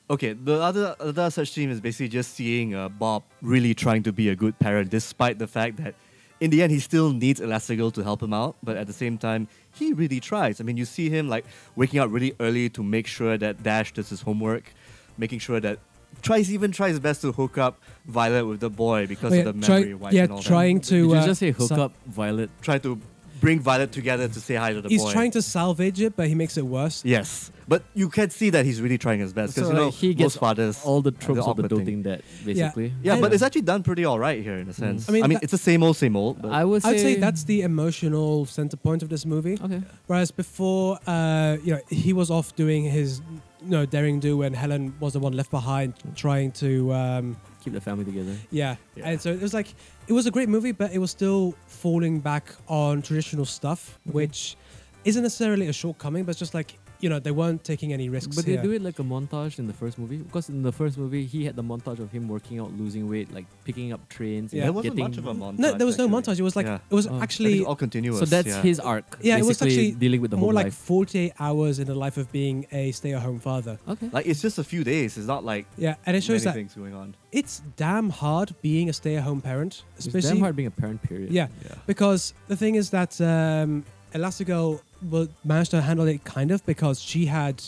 S2: okay. The other other such theme is basically just seeing uh, Bob really trying to be a good parent, despite the fact that in the end he still needs Elastigirl to help him out. But at the same time, he really tries. I mean, you see him like waking up really early to make sure that Dash does his homework, making sure that tries even tries his best to hook up Violet with the boy because
S1: Oh, yeah,
S2: of the
S1: try-
S2: memory wipe
S1: yeah,
S2: and all
S1: trying
S2: that.
S1: to
S3: Did you
S1: uh,
S3: just say hook
S1: sa-
S3: up Violet?
S2: try to bring Violet together to say hi to the
S1: he's
S2: boy.
S1: trying to salvage it but he makes it worse
S2: Yes, but you can see that he's really trying his best because
S3: So,
S2: you know
S3: like, he
S2: most
S3: gets
S2: fathers
S3: all the
S2: do
S3: tropes of the
S2: awkward thing.
S3: doting dad, basically.
S2: Yeah,
S1: And-
S2: but it's actually done pretty all right here in a sense.
S1: I
S2: I
S1: mean,
S2: mean,
S1: that-
S2: it's the same old, same old. But
S3: I would say,
S1: I'd say that's the emotional center point of this movie.
S3: okay.
S1: Whereas before, uh, you know, he was off doing his, you know, daring do, and Helen was the one left behind trying to, um,
S3: Keep the family together.
S1: yeah.
S2: Yeah.
S1: And so it was like, it was a great movie, but it was still falling back on traditional stuff, which isn't necessarily a shortcoming, but it's just like, you know, they weren't taking any risks.
S3: But
S1: here.
S3: they do it like a montage in the first movie because in the first movie he had the montage of him working out, losing weight, like picking up trains.
S1: Yeah.
S2: there
S3: and
S2: wasn't
S3: getting,
S2: much of a montage.
S1: No, there was no
S2: actually.
S1: montage. It was like
S2: Yeah.
S1: it was
S3: Oh.
S2: I think
S1: actually
S2: it's all continuous.
S3: So that's
S2: yeah.
S3: his arc.
S1: Yeah, it was
S3: basically
S1: actually
S3: dealing with the
S1: more
S3: home
S1: like
S3: life.
S1: 48 hours in the life of being a stay-at-home father.
S3: Okay.
S2: Like it's just a few days. It's not like
S1: Yeah, and it shows
S2: many
S1: that
S2: things going on.
S1: it's damn hard being a stay-at-home parent, especially
S3: it's damn hard being a parent. Period.
S1: yeah,
S2: Yeah.
S1: because the thing is that um, Elastigirl will managed to handle it kind of because she had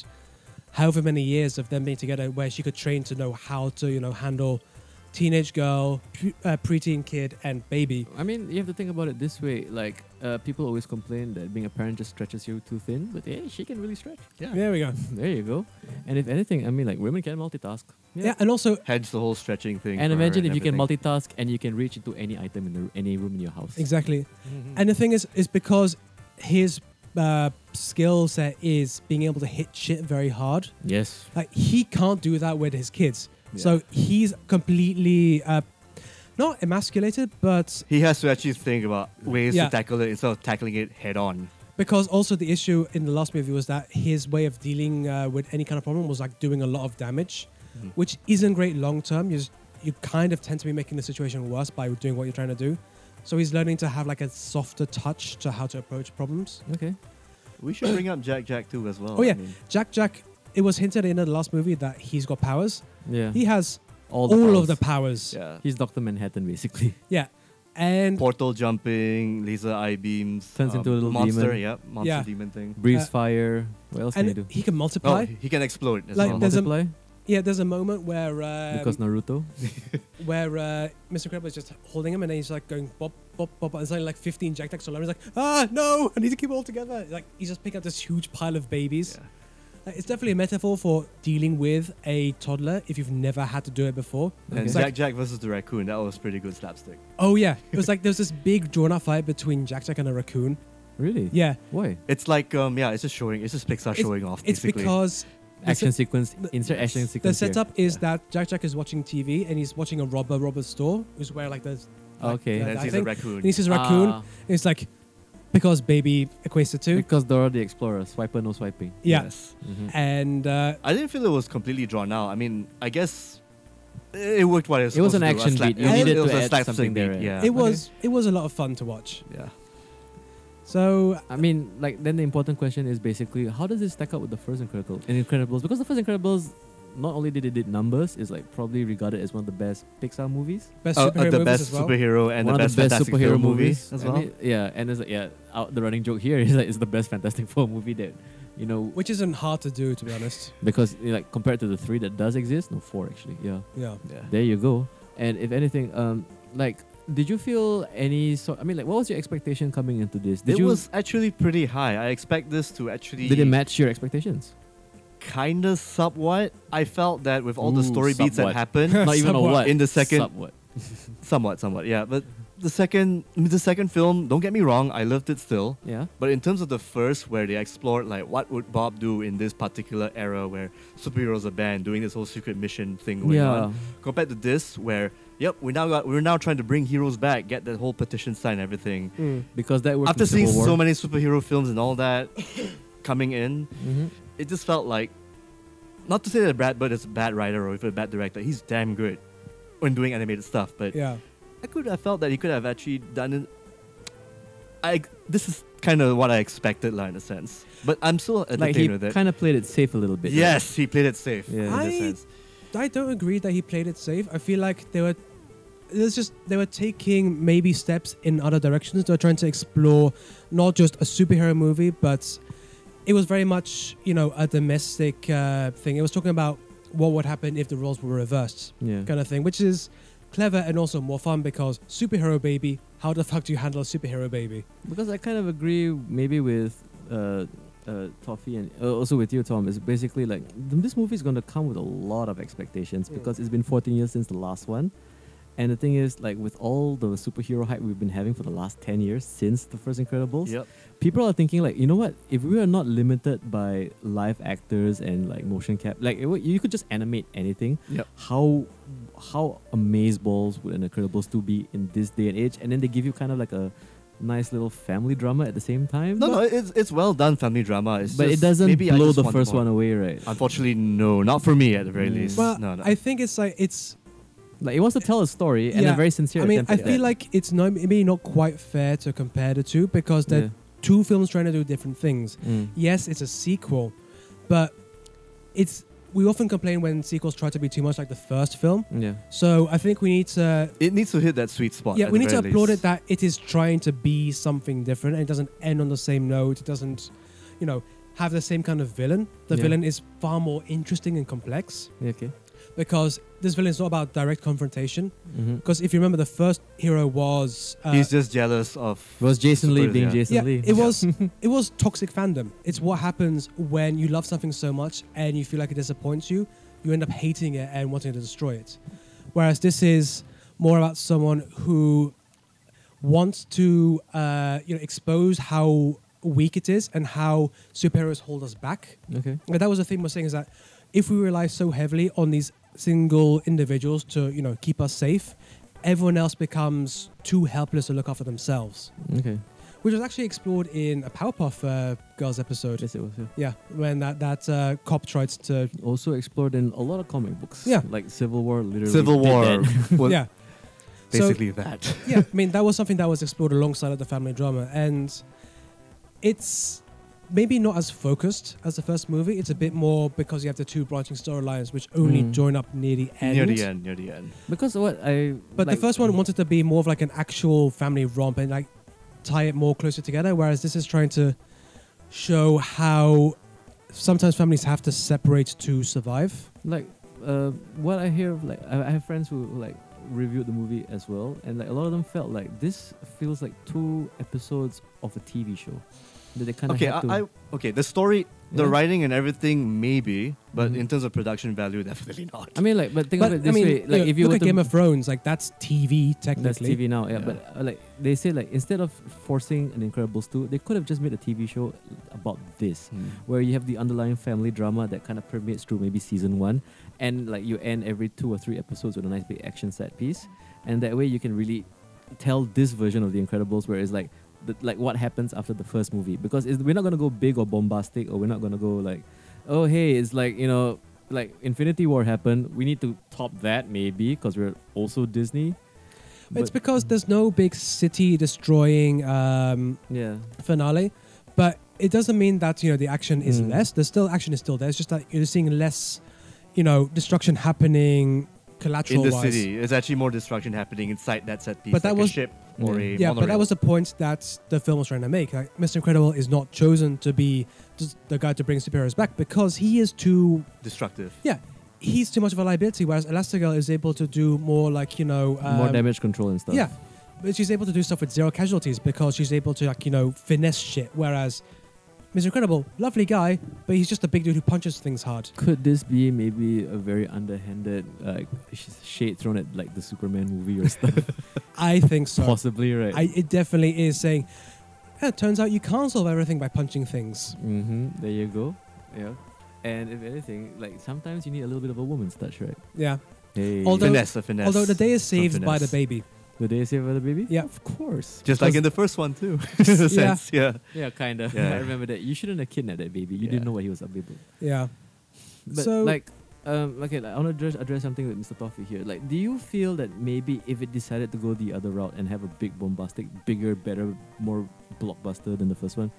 S1: however many years of them being together where she could train to know how to you know handle teenage girl, pre- uh, preteen kid, and baby.
S3: I mean, you have to think about it this way. Like, uh, people always complain that being a parent just stretches you too thin, but hey, she can really stretch.
S2: Yeah.
S1: There we go.
S3: There you go. And if anything, I mean, like women can multitask.
S1: Yeah, and also
S2: Hence the whole stretching thing.
S3: And
S2: for her
S3: imagine if you can
S2: everything.
S3: multitask and you can reach into any item in the, any room in your house.
S1: exactly.
S2: Mm.
S1: And the thing is, is because his uh, skill set is being able to hit shit very hard.
S3: Yes.
S1: Like he can't do that with his kids.
S2: Yeah.
S1: So he's completely uh, not emasculated, but
S2: He has to actually think about ways
S1: Yeah.
S2: to tackle it instead of tackling it head on.
S1: because also the issue in the last movie was that his way of dealing uh, with any kind of problem was like doing a lot of damage,
S2: Mhm.
S1: which isn't great long term. You just, you kind of tend to be making the situation worse by doing what you're trying to do. So he's learning to have like a softer touch to how to approach problems.
S3: Okay.
S2: We should bring up Jack Jack too as well.
S1: Oh, yeah.
S2: I mean,
S1: Jack Jack, it was hinted in the last movie that he's got powers.
S3: Yeah.
S1: He has
S3: all the
S1: all of the
S3: powers.
S1: powers. Yeah.
S2: Yeah.
S3: He's Doctor Manhattan basically.
S1: And
S2: Portal jumping, laser eye beams. um,
S3: Turns into a little
S2: monster,
S3: demon.
S2: yeah. Monster
S1: Yeah.
S2: demon thing.
S3: Breathes
S1: Uh,
S3: fire. What else
S1: and
S3: can he do?
S1: he can
S2: Oh,
S1: multiply.
S2: he he can explode as
S1: Like,
S2: well.
S1: there's a-
S3: multiply
S1: Yeah, there's a moment where um,
S3: because Naruto.
S1: where uh, Mr. Incredible is just holding him and then he's like going bop bop bop. and It's only like 15 Jack Dacks on him. He's like, ah, no, I need to keep it all together. Like he's just picking up this huge pile of babies.
S2: Yeah.
S1: Like, it's definitely a metaphor for dealing with a toddler if you've never had to do it before.
S2: And
S3: Okay.
S1: It's
S2: Jack
S1: like,
S2: Jack versus the raccoon, that was pretty good slapstick.
S1: oh yeah, it was like there was this big drawn out fight between Jack Jack and a raccoon.
S3: Really?
S1: Yeah,
S3: Why?
S2: It's like um yeah, it's just showing it's just Pixar showing off
S1: it's
S2: basically.
S1: because the
S3: Action sequence.
S1: the-
S3: Insert action
S1: The
S3: sequence. here.
S1: setup is
S3: Yeah.
S1: that Jack Jack is watching TV and he's watching a robber robber store, who's where like there's like,
S3: Okay.
S1: uh,
S2: and
S1: I
S2: then he's a
S1: think-
S2: raccoon.
S1: and he sees a raccoon.
S3: Ah,
S1: and it's like because baby equates it to
S3: because Dora the Explorer, swiper no swiping.
S1: yeah.
S2: Yes.
S3: Mhm.
S1: And uh,
S2: I didn't feel it was completely drawn out. I mean, I guess it worked what it was.
S3: It was
S2: supposed
S3: an
S2: to do, a
S3: action
S2: slap-
S3: beat. You
S2: it was-
S1: needed
S2: it was
S3: to
S2: a
S3: add
S2: slapstick
S3: something there,
S2: beat,
S3: yeah.
S2: Yeah.
S1: it was it was a lot of fun to watch.
S2: yeah.
S1: So
S3: I mean, like then the important question is basically how does this stack up with the first Incredible Incredibles? Because the first Incredibles, not only did it did numbers, is like probably regarded as one of the best Pixar movies.
S1: best
S2: Uh, uh,
S1: superhero
S2: the
S1: movies
S2: best
S1: as well.
S2: superhero and
S3: one
S2: the
S3: of
S2: best,
S3: the best
S2: fantastic
S3: superhero
S2: film movies
S3: movies
S2: as
S3: And
S2: well.
S3: it- yeah, and it's like yeah, out, the running joke here is like it's the best Fantastic Four movie that you know
S1: which isn't hard to do to be honest.
S3: because you know, like compared to the three that does exist, no four actually. Yeah,
S1: Yeah.
S2: Yeah.
S3: there you go. And if anything, um, like. Did you feel any sort? I mean, like, what was your expectation coming into this? Did
S2: it
S3: you
S2: was actually pretty high. I expect this to actually
S3: did it match your expectations?
S2: kind of somewhat. I felt that with all the
S3: Ooh,
S2: story beats that
S3: somewhat.
S2: happened,
S3: Not even a
S1: Somewhat.
S3: what
S2: In the second-
S3: Somewhat.
S2: somewhat, somewhat, yeah. But the second, I mean, the second film, don't get me wrong, I loved it still.
S3: Yeah.
S2: But in terms of the first, where they explored like what would Bob do in this particular era where superheroes are banned, doing this whole secret mission thing going
S3: yeah.
S2: on, compared to this, where yep, we now got we're now trying to bring heroes back, get that whole petition sign, everything.
S3: because that worked
S2: After
S3: in
S2: seeing
S3: Civil War.
S2: so many superhero films and all that coming in,
S3: Mhm.
S2: it just felt like not to say that Brad Bird is a bad writer or even a bad director. He's damn good when doing animated stuff, but
S1: Yeah.
S2: I could have felt that he could have actually done it. I this is kind of what I expected, like in a sense. But I'm still entertained
S3: like he
S2: with it.
S3: kind of played it safe a little bit. right?
S2: yes, he played it safe.
S3: Yeah.
S2: in
S1: I-
S2: a sense.
S1: I don't agree that he played it safe. I feel like they were there's just they were taking maybe steps in other directions. They were trying to explore not just a superhero movie, but it was very much you know a domestic uh, thing. It was talking about what would happen if the roles were reversed,
S3: Yeah.
S2: Mm.
S1: kind of thing, which is clever and also more fun because superhero baby. How the fuck do you handle a superhero baby?
S2: Mm,
S3: Because I kind of agree, maybe with uh, uh, Toffee and uh, also with you, Tom. Is basically like th- this movie is going to come with a lot of expectations
S1: Mm.
S3: because it's been 14 years since the last one. And the thing is, like with all the superhero hype we've been having for the last 10 years since the first Incredibles,
S2: Yep.
S3: people are thinking like, you know what? If we are not limited by live actors and like motion cap, like it, would- you could just animate anything.
S2: Yep.
S3: how how amazeballs would an Incredibles 2 be in this day and age? And then they give you kind of like a nice little family drama at the same time.
S2: No, no, it's it's well done family drama. It's
S3: but it
S2: just-
S3: doesn't
S2: maybe I
S3: blow
S2: just
S3: the
S2: want
S3: first
S2: more. Uh,
S3: one away, right?
S2: Unfortunately, no, not for me at the very
S3: Mm.
S2: least.
S1: Well,
S2: no, no.
S1: I think it's like it's
S3: Like it wants to tell a story and
S1: Yeah.
S3: a very sincere.
S1: I mean,
S3: attempt
S1: I
S3: at
S1: feel
S3: that.
S1: like it's no, maybe not quite fair to compare the two because they're two films trying to do different things.
S3: Yeah. Mm.
S1: Yes, it's a sequel, but it's we often complain when sequels try to be too much like the first film.
S3: yeah.
S1: So I think we need to
S2: it needs to hit that sweet spot.
S1: yeah
S2: at
S1: we
S2: the
S1: need to
S2: very
S1: applaud
S2: least.
S1: it that it is trying to be something different and it doesn't end on the same note. It doesn't, you know, have the same kind of villain. The
S3: Yeah.
S1: villain is far more interesting and complex
S3: Yeah, Okay.
S1: because this villain is not about direct confrontation.
S3: Mm-hmm.
S1: Because if you remember, the first hero was uh,
S2: He's just jealous of.
S3: Was Jason Lee
S2: superheroes,
S3: being
S2: yeah.
S3: Jason
S1: yeah,
S3: Lee?
S1: it was it was toxic fandom. It's what happens when you love something so much and you feel like it disappoints you. You end up hating it and wanting to destroy it. Whereas this is more about someone who wants to uh, you know expose how weak it is and how superheroes hold us back.
S3: Okay.
S1: And that was the thing we're saying is that if we rely so heavily on these single individuals to you know keep us safe, everyone else becomes too helpless to look after themselves
S3: Okay.
S1: which was actually explored in a Powerpuff uh, Girls episode.
S3: Yes, it was. Yeah.
S1: yeah, when that that uh, cop tried to
S3: Also explored in a lot of comic books.
S1: Yeah.
S3: Like Civil War, literally.
S2: Civil
S3: did
S2: War.
S3: that.
S2: was
S1: yeah
S2: Basically that.
S1: So, yeah, I mean that was something that was explored alongside of the family drama, and it's maybe not as focused as the first movie. It's a bit more because you have the two branching storylines, which only
S3: Mm.
S1: join up near the end.
S2: Near the end, near the end.
S3: Because what I
S1: But
S3: like-
S1: the first one wanted to be more of like an actual family romp and like tie it more closer together, whereas this is trying to show how sometimes families have to separate to survive.
S3: like uh, what I hear of, like I, I have friends who like reviewed the movie as well, and like a lot of them felt like this feels like two episodes of a TV show that they kind of
S2: Okay,
S3: had to.
S2: I, I okay. The story, the
S3: Yeah.
S2: writing, and everything, maybe, but
S3: Mhm.
S2: in terms of production value, definitely not.
S3: I mean, like, but think
S1: But
S3: of it
S1: Mm-hmm. I
S3: this
S1: mean,
S3: way: like,
S1: you know,
S3: if you
S1: look
S3: were
S1: at
S3: to,
S1: Game of Thrones, like that's TV
S3: that's
S1: technically.
S3: TV now, yeah,
S2: Yeah.
S3: But uh, like they say, like instead of forcing an Incredibles two, they could have just made a TV show about this,
S2: Hmm.
S3: where you have the underlying family drama that kind of permeates through maybe season one, and like you end every two or three episodes with a nice big action set piece, and that way you can really tell this version of the Incredibles, where it's like, the, like what happens after the first movie, because it's, we're not gonna go big or bombastic, or we're not gonna go like, oh hey, it's like you know, like Infinity War happened, we need to top that maybe, because we're also Disney.
S1: It's
S3: But-
S1: because there's no big city destroying um,
S3: yeah,
S1: finale, but it doesn't mean that you know the action is
S3: Mm.
S1: less. There's still action is still there. It's just that you're seeing less, you know, destruction happening
S2: in
S1: collateral
S2: the
S1: wise.
S2: city, there's actually more destruction happening inside that set piece.
S1: But that
S2: like
S1: was-
S2: a ship or a
S1: Yeah, but that
S2: monorail.
S1: was the point that the film was trying to make. Like, Mr. Incredible is not chosen to be just the guy to bring superheroes back because he is too
S2: destructive.
S1: yeah, he's too much of a liability. Whereas Elastigirl is able to do more like you know um,
S3: more damage control and stuff.
S1: Yeah, but she's able to do stuff with zero casualties because she's able to like you know finesse shit. Whereas Mr. Incredible, lovely guy, but he's just a big dude who punches things hard.
S3: Could this be maybe a very underhanded like sh- shade thrown at like the Superman movie or stuff?
S1: I think so.
S3: Possibly, right?
S1: I, it definitely is saying. "Yeah, it turns out you can't solve everything by punching things.
S3: hmm There you go. Yeah. And if anything, like sometimes you need a little bit of a woman's touch, right?
S1: Yeah.
S3: Hey.
S1: Although-
S2: finesse, a finesse.
S1: Although the day is saved
S2: Something
S1: by the
S2: else.
S1: baby.
S3: the day save the baby.
S1: Yeah.
S3: of course.
S2: just like in the first one too. in a
S1: Yeah.
S2: sense, yeah.
S3: yeah, kind of.
S2: Yeah.
S3: I remember that. You shouldn't have kidnapped that baby. You
S2: Yeah.
S3: didn't know what he was up to.
S1: Yeah.
S3: But
S1: So-
S3: like, um, okay, like, I want to address, address something with Mr. Toffee here. Like, do you feel that maybe if it decided to go the other route and have a big bombastic, bigger, better, more blockbuster than the first one,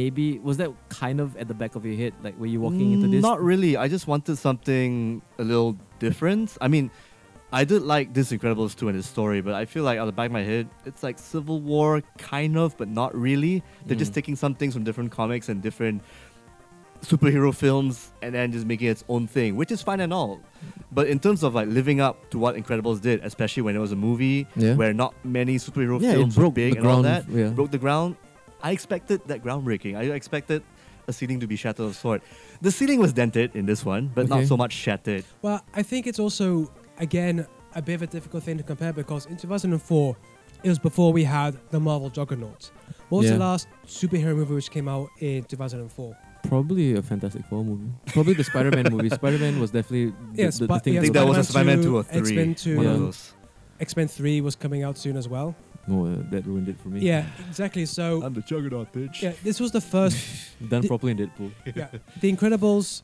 S3: maybe was that kind of at the back of your head, like were you walking into this?
S2: Not really. I just wanted something a little different. I mean, I did like this Incredibles 2 and its story, but I feel like out the back of my head, it's like Civil War, kind of, but not really. They're just
S3: Mm.
S2: taking some things from different comics and different superhero films and then just making its own thing, which is fine and all. But in terms of like living up to what Incredibles did, especially when it was a movie
S3: Yeah.
S2: where not many superhero
S3: yeah, it
S2: films were
S3: broke the
S2: big and all
S3: ground.
S2: that,
S3: yeah.
S2: broke the ground. I expected that groundbreaking. I expected a ceiling to be shattered of sort. The ceiling was dented in this one, but
S3: Okay.
S2: not so much shattered.
S1: Well, I think it's also, again, a bit of a difficult thing to compare because in 2004, it was before we had the Marvel Juggernaut. What was
S3: Yeah.
S1: the last superhero movie which came out in 2004?
S3: Probably a Fantastic Four movie. Probably the Spider-Man movie. Spider-Man was definitely the,
S1: Yes,
S3: the, the
S1: but-
S3: thing.
S1: yes,
S2: I
S3: to
S2: think that was a
S1: Spider-Man
S2: Spider-Man
S1: 2,
S2: two or three.
S1: X-Men 2,
S2: one of
S3: yeah.
S2: those.
S1: X Men 3 was coming out soon as well.
S3: No, uh, that ruined it for me.
S1: Yeah, exactly. So,
S2: the juggernaut, bitch.
S1: yeah, this was the first.
S3: Done
S1: Did-
S3: properly in Deadpool.
S1: yeah, The Incredibles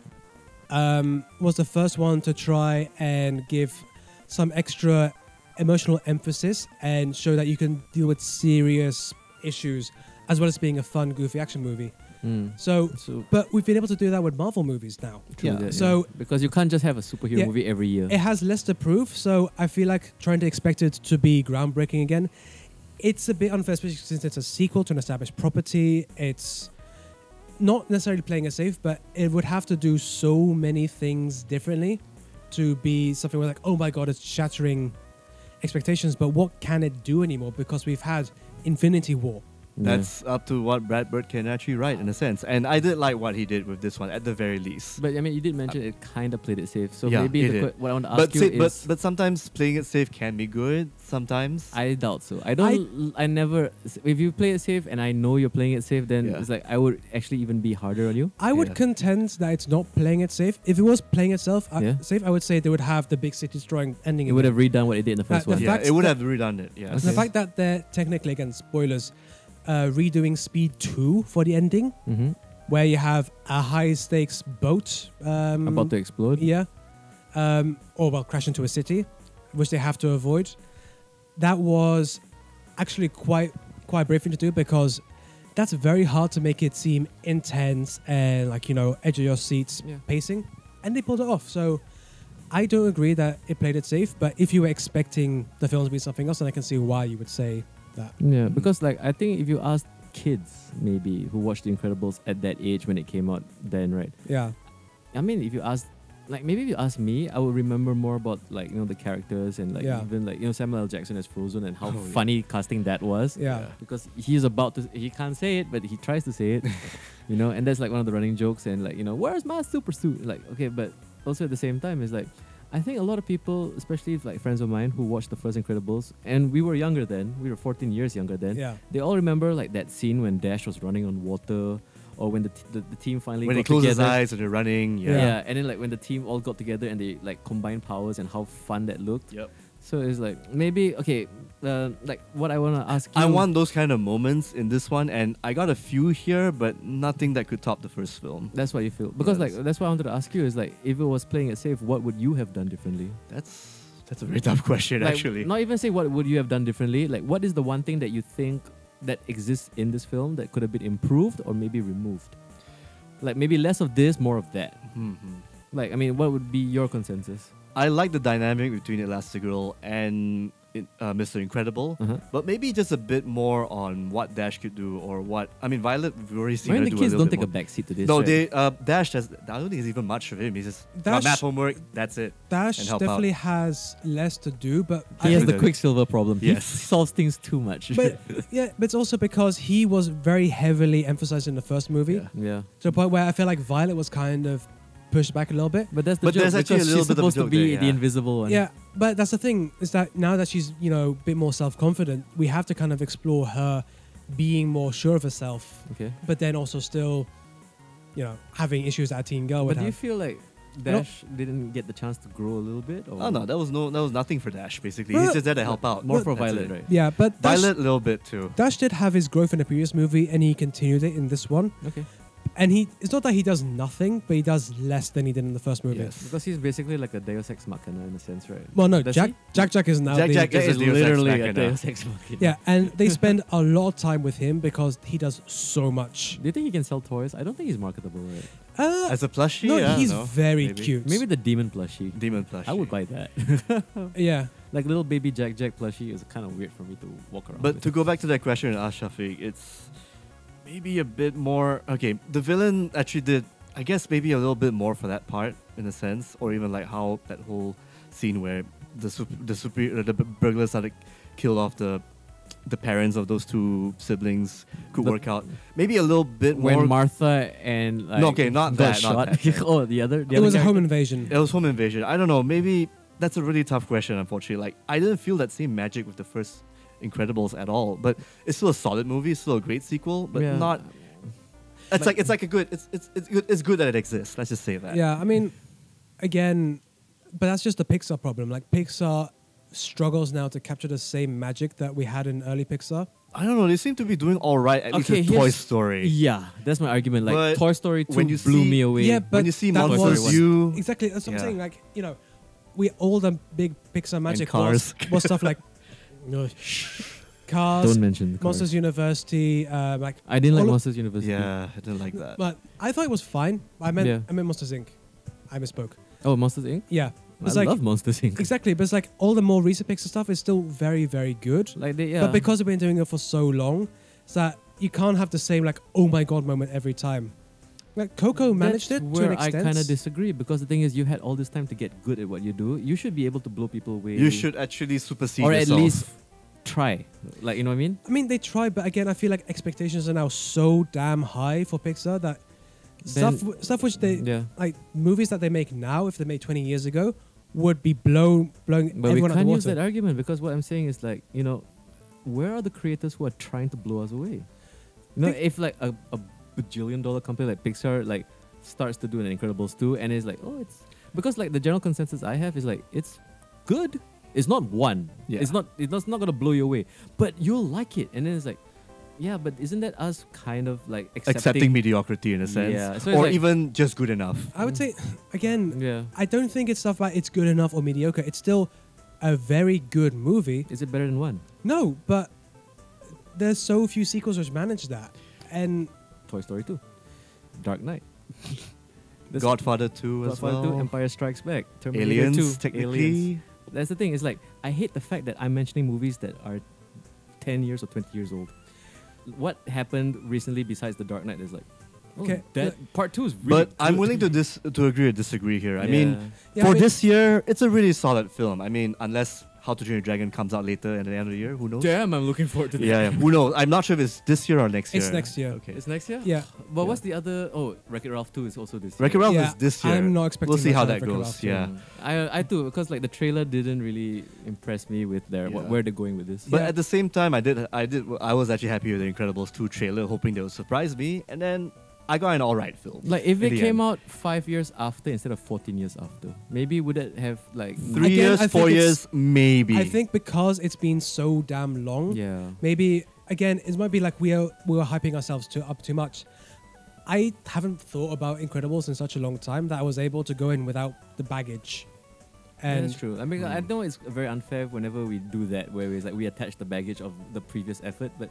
S1: um, was the first one to try and give some extra emotional emphasis and show that you can deal with serious issues as well as being a fun, goofy action movie.
S3: Mm.
S1: So,
S3: So
S1: but we've been able to do that with Marvel movies now.
S3: True
S2: Yeah.
S3: that,
S1: So-
S3: because you can't just have a superhero
S1: Yeah.
S3: movie every year.
S1: It has less to prove, so I feel like trying to expect it to be groundbreaking again, it's a bit unfair, especially since it's a sequel to an established property. It's not necessarily playing it safe, but it would have to do so many things differently to be something where like, oh my god, it's shattering expectations. But what can it do anymore? Because we've had Infinity War.
S2: That's up to what Brad Bird can actually write in a sense. And I did like what he did with this one at the very least.
S3: But I mean, you did mention it kind of played it safe. So
S2: Yeah,
S3: maybe
S2: it
S3: the
S2: did.
S3: que- what I want to ask
S2: But,
S3: you
S2: sa-
S3: is,
S2: but but sometimes playing it safe can be good. Sometimes
S3: I doubt so. I don't. I, never. If you play it safe and I know you're playing it safe, then
S2: Yeah.
S3: it's like I would actually even be harder on you.
S1: I would
S2: Yeah.
S1: contend that it's not playing it safe. If it was playing itself uh,
S3: Yeah.
S1: safe, I would say they would have the big city destroying ending.
S3: It
S1: in
S3: would
S1: there.
S3: have redone what it did in the
S1: That-
S3: first
S1: the
S3: one.
S1: fact-
S2: Uh, yeah,
S1: facts
S2: it would
S1: that-
S2: have redone it. Yeah,
S3: Okay.
S1: The fact that they're technically, again, spoilers, uh, redoing Speed 2 for the ending,
S3: hmm
S1: where you have a high stakes boat.
S2: Mm.
S1: Um,
S3: About to explode.
S1: Yeah. Um, or, well, crash into a city, which they have to avoid. That was actually quite quite brave thing to do because that's very hard to make it seem intense and like you know edge of your seats
S3: Yeah.
S1: pacing, and they pulled it off. So I don't agree that it played it safe, but if you were expecting the film to be something else, then I can see why you would say that.
S3: Yeah, because like I think if you ask kids maybe who watched The Incredibles at that age when it came out then, right?
S1: Yeah,
S3: I mean, if you ask, like maybe if you ask me, I would remember more about like you know the characters and like
S1: Yeah.
S3: even like you know Samuel L. Jackson as Frozen and how
S2: Oh, yeah.
S3: funny casting that was.
S1: yeah,
S3: Because he's about to, he can't say it, but he tries to say it, you know. And that's like one of the running jokes. And like you know, where's my super suit? Like okay, but also at the same time, it's like I think a lot of people, especially like friends of mine who watched the first Incredibles, and we were younger then, we were 14 years younger then.
S1: yeah,
S3: They all remember like that scene when Dash was running on water, or when the t- the, the team finally
S2: when
S3: got
S2: he closes his
S3: together.
S2: eyes and they're running.
S3: Yeah.
S2: Yeah.
S3: and then like when the team all got together and they like combined powers and how fun that looked.
S2: Yep.
S3: So it's like maybe okay, uh, like what I wanna ask you.
S2: I want those kind of moments in this one, and I got a few here, but nothing that could top the first film.
S3: That's what you feel because like that's what I wanted to ask you is like if it was playing it safe, what would you have done differently?
S2: That's that's a very tough question,
S3: Like,
S2: actually.
S3: not even say what would you have done differently. Like what is the one thing that you think that exists in this film that could have been improved or maybe removed? Like maybe less of this, more of that.
S2: Mhm.
S3: Like I mean, what would be your consensus?
S2: I like the dynamic between Elastigirl and uh, Mr. Incredible,
S3: Uh-huh.
S2: but maybe just a bit more on what Dash could do or what. I mean, Violet, we've already seen
S3: I
S2: her
S3: mean, the
S2: do
S3: kids
S2: a
S3: don't
S2: little
S3: take a
S2: bit
S3: backseat to this.
S2: more. No,
S3: right?
S2: they uh, Dash has. I don't think there's even much of him. He's just "Got
S1: Dash-
S2: math homework. That's it.
S1: Dash
S2: And help
S1: definitely has less to do, but
S3: He has
S2: think
S3: the
S2: that-
S3: Quicksilver problem. He
S2: Yes.
S3: solves things too much.
S1: but yeah, but it's also because he was very heavily emphasized in the first movie
S2: Yeah.
S3: yeah.
S1: to the point where I feel like Violet was kind of pushed back a little bit.
S3: But that's the
S2: But
S3: joke
S2: there's actually a
S3: because
S2: little
S3: she's
S2: bit of a
S3: supposed to
S2: joke
S3: be
S2: there,
S3: the
S2: yeah.
S3: invisible one.
S1: Yeah, but that's the thing is that now that she's you know a bit more self confident, we have to kind of explore her being more sure of herself,
S3: Okay.
S1: but then also still, you know, having issues that a teen girl would
S3: But do you
S1: have.
S3: feel like Dash didn't get the chance to grow a little bit? Or
S2: Oh no, that was no, that was nothing for Dash. Basically,
S1: Well,
S2: he's just there to help out.
S3: more for
S2: That's
S3: Violet,
S2: it.
S3: right?
S1: yeah, but Dash,
S2: Violet, a little bit too.
S1: Dash did have his growth in the previous movie, and he continued it in this one.
S3: Okay.
S1: And he it's not that he does nothing, but he does less than he did in the first movie.
S2: Yes.
S3: Because he's basically like a Deus Ex Machina in a sense, right?
S1: Well, no,
S3: Does
S1: Jack,
S3: he?
S1: Jack Jack is now
S2: Jack
S1: the,
S2: Jack
S3: That
S2: is
S3: is
S2: a Deus Ex
S3: literally a
S2: Machina.
S3: Deus Ex Machina.
S1: Yeah, and they spend a lot of time with him because he does so much.
S3: Do you think he can sell toys? I don't think he's marketable, right?
S1: Uh,
S2: As a plushie,
S1: no,
S2: I don't
S1: he's
S2: know.
S1: very
S2: Maybe.
S1: cute.
S3: Maybe the demon plushie.
S2: demon plushie.
S3: I would buy that.
S1: yeah,
S3: like little baby Jack Jack plushie is kind of weird for me to walk around.
S2: But
S3: with.
S2: to go back to that question and ask Shafiq, it's maybe a bit more. Okay, the villain actually did, I guess, maybe a little bit more for that part in a sense, or even like how that whole scene where the sup- the super, uh, the burglars started killed off the the parents of those two siblings could
S3: The-
S2: work out. Maybe a little bit
S3: when
S2: more.
S3: Martha and like,
S2: No, okay, not
S3: got
S2: that, not
S3: shot.
S2: that.
S3: oh, the other. The
S1: it
S3: other
S1: was a
S3: character?
S1: home invasion.
S2: it was home invasion. I don't know. Maybe that's a really tough question. Unfortunately, like I didn't feel that same magic with the first Incredibles at all. But it's still a solid movie. It's still a great sequel, but
S3: Yeah.
S2: not It's
S3: But-
S2: like it's like a good. It's it's it's good. It's good that it exists. Let's just say that.
S1: Yeah, I mean, again, but that's just the Pixar problem. Like Pixar struggles now to capture the same magic that we had in early Pixar.
S2: I don't know. They seem to be doing all right. At
S3: Okay,
S2: least with Toy
S3: here's-
S2: Story.
S3: Yeah, that's my argument. Like
S2: But
S3: Toy Story two
S2: when you
S3: blew
S2: see-
S3: me away.
S1: Yeah, but
S2: when you see
S1: that
S2: Monsters
S1: was
S2: U,
S1: exactly that's what I'm
S2: Yeah.
S1: saying. Like you know, we all the big Pixar magic
S2: Cars.
S1: was, was stuff like no, cars,
S3: don't mention the
S1: Monsters University, um, like.
S3: I didn't like
S1: all of-
S3: Monsters University.
S2: yeah, I didn't like that.
S1: But I thought it was fine. I meant
S3: Yeah.
S1: I meant Monsters Inc. I misspoke.
S3: Oh, Monsters Inc.
S1: Yeah,
S3: I
S1: it's like
S3: love Monsters Inc.
S1: exactly, but it's like all the more recent Pixar stuff is still very very good.
S3: Like they, yeah.
S1: But because they've been doing it for so long, it's that you can't have the same like oh my god moment every time. Like Coco managed
S3: That's
S1: it to
S3: where
S1: an extent.
S3: I kind of disagree because the thing is, you had all this time to get good at what you do. You should be able to blow people away.
S2: you should actually supersede
S3: or at
S2: yourself.
S3: least try. Like you know what I mean?
S1: I mean, they try, but again, I feel like expectations are now so damn high for Pixar that stuff
S3: Then-
S1: stuff stuff which they
S3: yeah.
S1: like movies that they make now, if they made twenty years ago, would be blown blowing
S3: But we
S1: everyone out the
S3: can't use
S1: water.
S3: that argument because what I'm saying is like you know, where are the creators who are trying to blow us away? You know,
S1: Think-
S3: if like a, a bajillion dollar company like Pixar like starts to do an Incredibles two and it's like oh it's because like the general consensus I have is like it's good. It's not one.
S2: Yeah.
S3: It's not. It's not, it's not gonna blow you away, but you'll like it. And then it's like, yeah, but isn't that us kind of like accepting?
S2: accepting, mediocrity in a sense,
S3: Yeah, so it's
S2: or
S3: like-
S2: even just good enough.
S1: I would say, again,
S3: yeah.
S1: I don't think it's stuff like it's good enough or mediocre. It's still a very good movie.
S3: Is it better than one?
S1: No, but there's so few sequels which manage that. and
S3: Toy Story 2, Dark Knight, This-
S2: Godfather 2 as
S3: Godfather
S2: well.
S3: 2, Empire Strikes Back, Terminator
S2: Aliens,
S3: 2,
S2: technically.
S3: Aliens. That's the thing. It's like I hate the fact that I'm mentioning movies that are ten years or twenty years old. What happened recently besides The Dark Knight is like, oh,
S1: Okay,
S3: that part two is really.
S2: But I'm
S3: good.
S2: willing to dis- to agree or disagree here. I
S3: Yeah.
S2: mean,
S1: Yeah,
S2: for
S1: I mean-
S2: this year, it's a really solid film. I mean, unless How to Train Your Dragon comes out later at the end of the year, who knows?
S3: damn, I'm looking forward to that.
S2: yeah, yeah. Who knows? I'm not sure if it's this year or next year.
S1: it's next year.
S2: Okay.
S3: It's next year.
S1: Yeah.
S3: But what's the other? Oh, Wreck It Ralph two is also this.
S2: Wreck-It
S3: year.
S2: Ralph
S1: Yeah,
S2: is this year.
S1: I'm not expecting
S2: We'll see
S1: much
S2: how
S1: out of
S2: that
S1: Wreck-It
S2: goes.
S1: Ralph too.
S2: yeah.
S3: I I too because like the trailer didn't really impress me with their what,
S2: Yeah.
S3: where they're going with this.
S2: But
S1: Yeah.
S2: at the same time, I did, I did, I was actually happy with the Incredibles 2 trailer, hoping they would surprise me, and then I got an alright film.
S3: Like if
S2: In
S3: it
S2: the
S3: came
S2: end.
S3: out five years after instead of fourteen years after, maybe would it have like
S2: three
S1: Again, I
S2: years,
S1: think
S2: four
S1: it's-
S2: years, maybe.
S1: I think because it's been so damn long,
S3: Yeah.
S1: maybe again it might be like we are we were hyping ourselves too up too much. I haven't thought about Incredibles in such a long time that I was able to go in without the baggage.
S3: Yeah,
S1: And
S3: that's true. I mean, I
S2: Hmm.
S3: know it's very unfair whenever we do that, where it's like we attach the baggage of the previous effort, but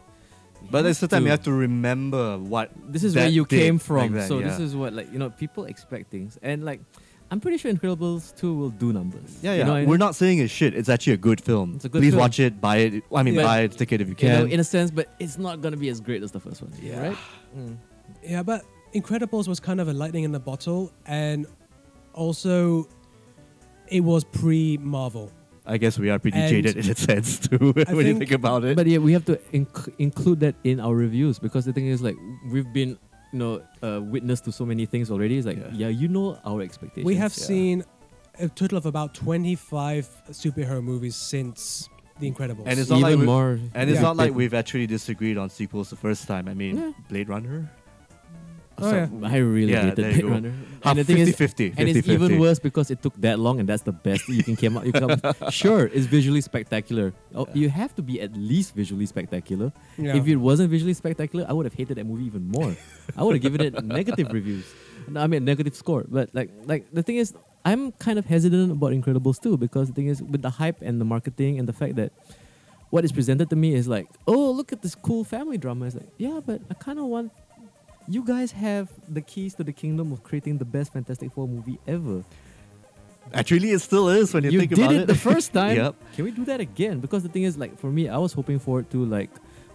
S3: we
S2: But at the same time, you have
S3: to-
S2: to remember what
S3: This is
S2: that
S3: where you
S2: did
S3: came
S2: back
S3: from,
S2: then,
S3: so
S2: yeah.
S3: this is what like you know people expect things, and like I'm pretty sure Incredibles two will do numbers.
S2: Yeah, yeah.
S3: You know,
S2: We're
S3: and-
S2: not saying it's shit. It's actually a good film.
S3: It's a good
S2: Please
S3: film.
S2: watch it. Buy it. I mean,
S3: Yeah.
S2: buy it. Take it if you
S3: you
S2: can.
S3: know in a sense, but it's not gonna be as great as the first one.
S1: Yeah.
S3: Right. Mm.
S1: Yeah, but Incredibles was kind of a lightning in the bottle, and also it was pre Marvel.
S2: I guess we are pretty
S1: And-
S2: jaded in a sense too when you
S1: think-
S2: think about it.
S3: But yeah, we have to inc- include that in our reviews because the thing is like we've been you know uh, witness to so many things already. It's like
S2: Yeah.
S3: yeah, you know our expectations.
S1: We have
S2: yeah.
S1: seen a total of about 25 superhero movies since The Incredibles.
S2: And it's not
S3: even
S2: like we-
S3: more.
S2: and it's
S1: Yeah.
S2: not like we've actually disagreed on sequels the first time. I mean,
S3: Yeah.
S2: Blade Runner.
S1: Oh,
S2: So-
S1: yeah.
S3: I really
S2: Yeah,
S3: hated
S2: there you
S3: Blade
S2: go.
S3: Runner.
S2: Ah,
S3: and the thing
S2: 50,
S3: is,
S2: 50,
S3: and it's
S2: 50,
S3: even
S2: 50.
S3: worse because it took that long, and that's the best that you can came out. You come, sure, it's visually spectacular. Oh,
S2: Yeah.
S3: You have to be at least visually spectacular.
S1: Yeah.
S3: If it wasn't visually spectacular, I would have hated that movie even more. I would have given it negative reviews. No, I mean negative score. But like, like the thing is, I'm kind of hesitant about Incredibles too because the thing is, with the hype and the marketing and the fact that what is presented to me is like, oh, look at this cool family drama. It's like, yeah, but I kind of want. You guys have the keys to the kingdom of creating the best Fantastic Four movie ever.
S2: Actually, it still is when you, think
S3: did
S2: about
S3: it,
S2: it.
S3: the first time.
S2: Yep.
S3: Can we do that again? Because the thing is, like for me, I was hoping for it to like,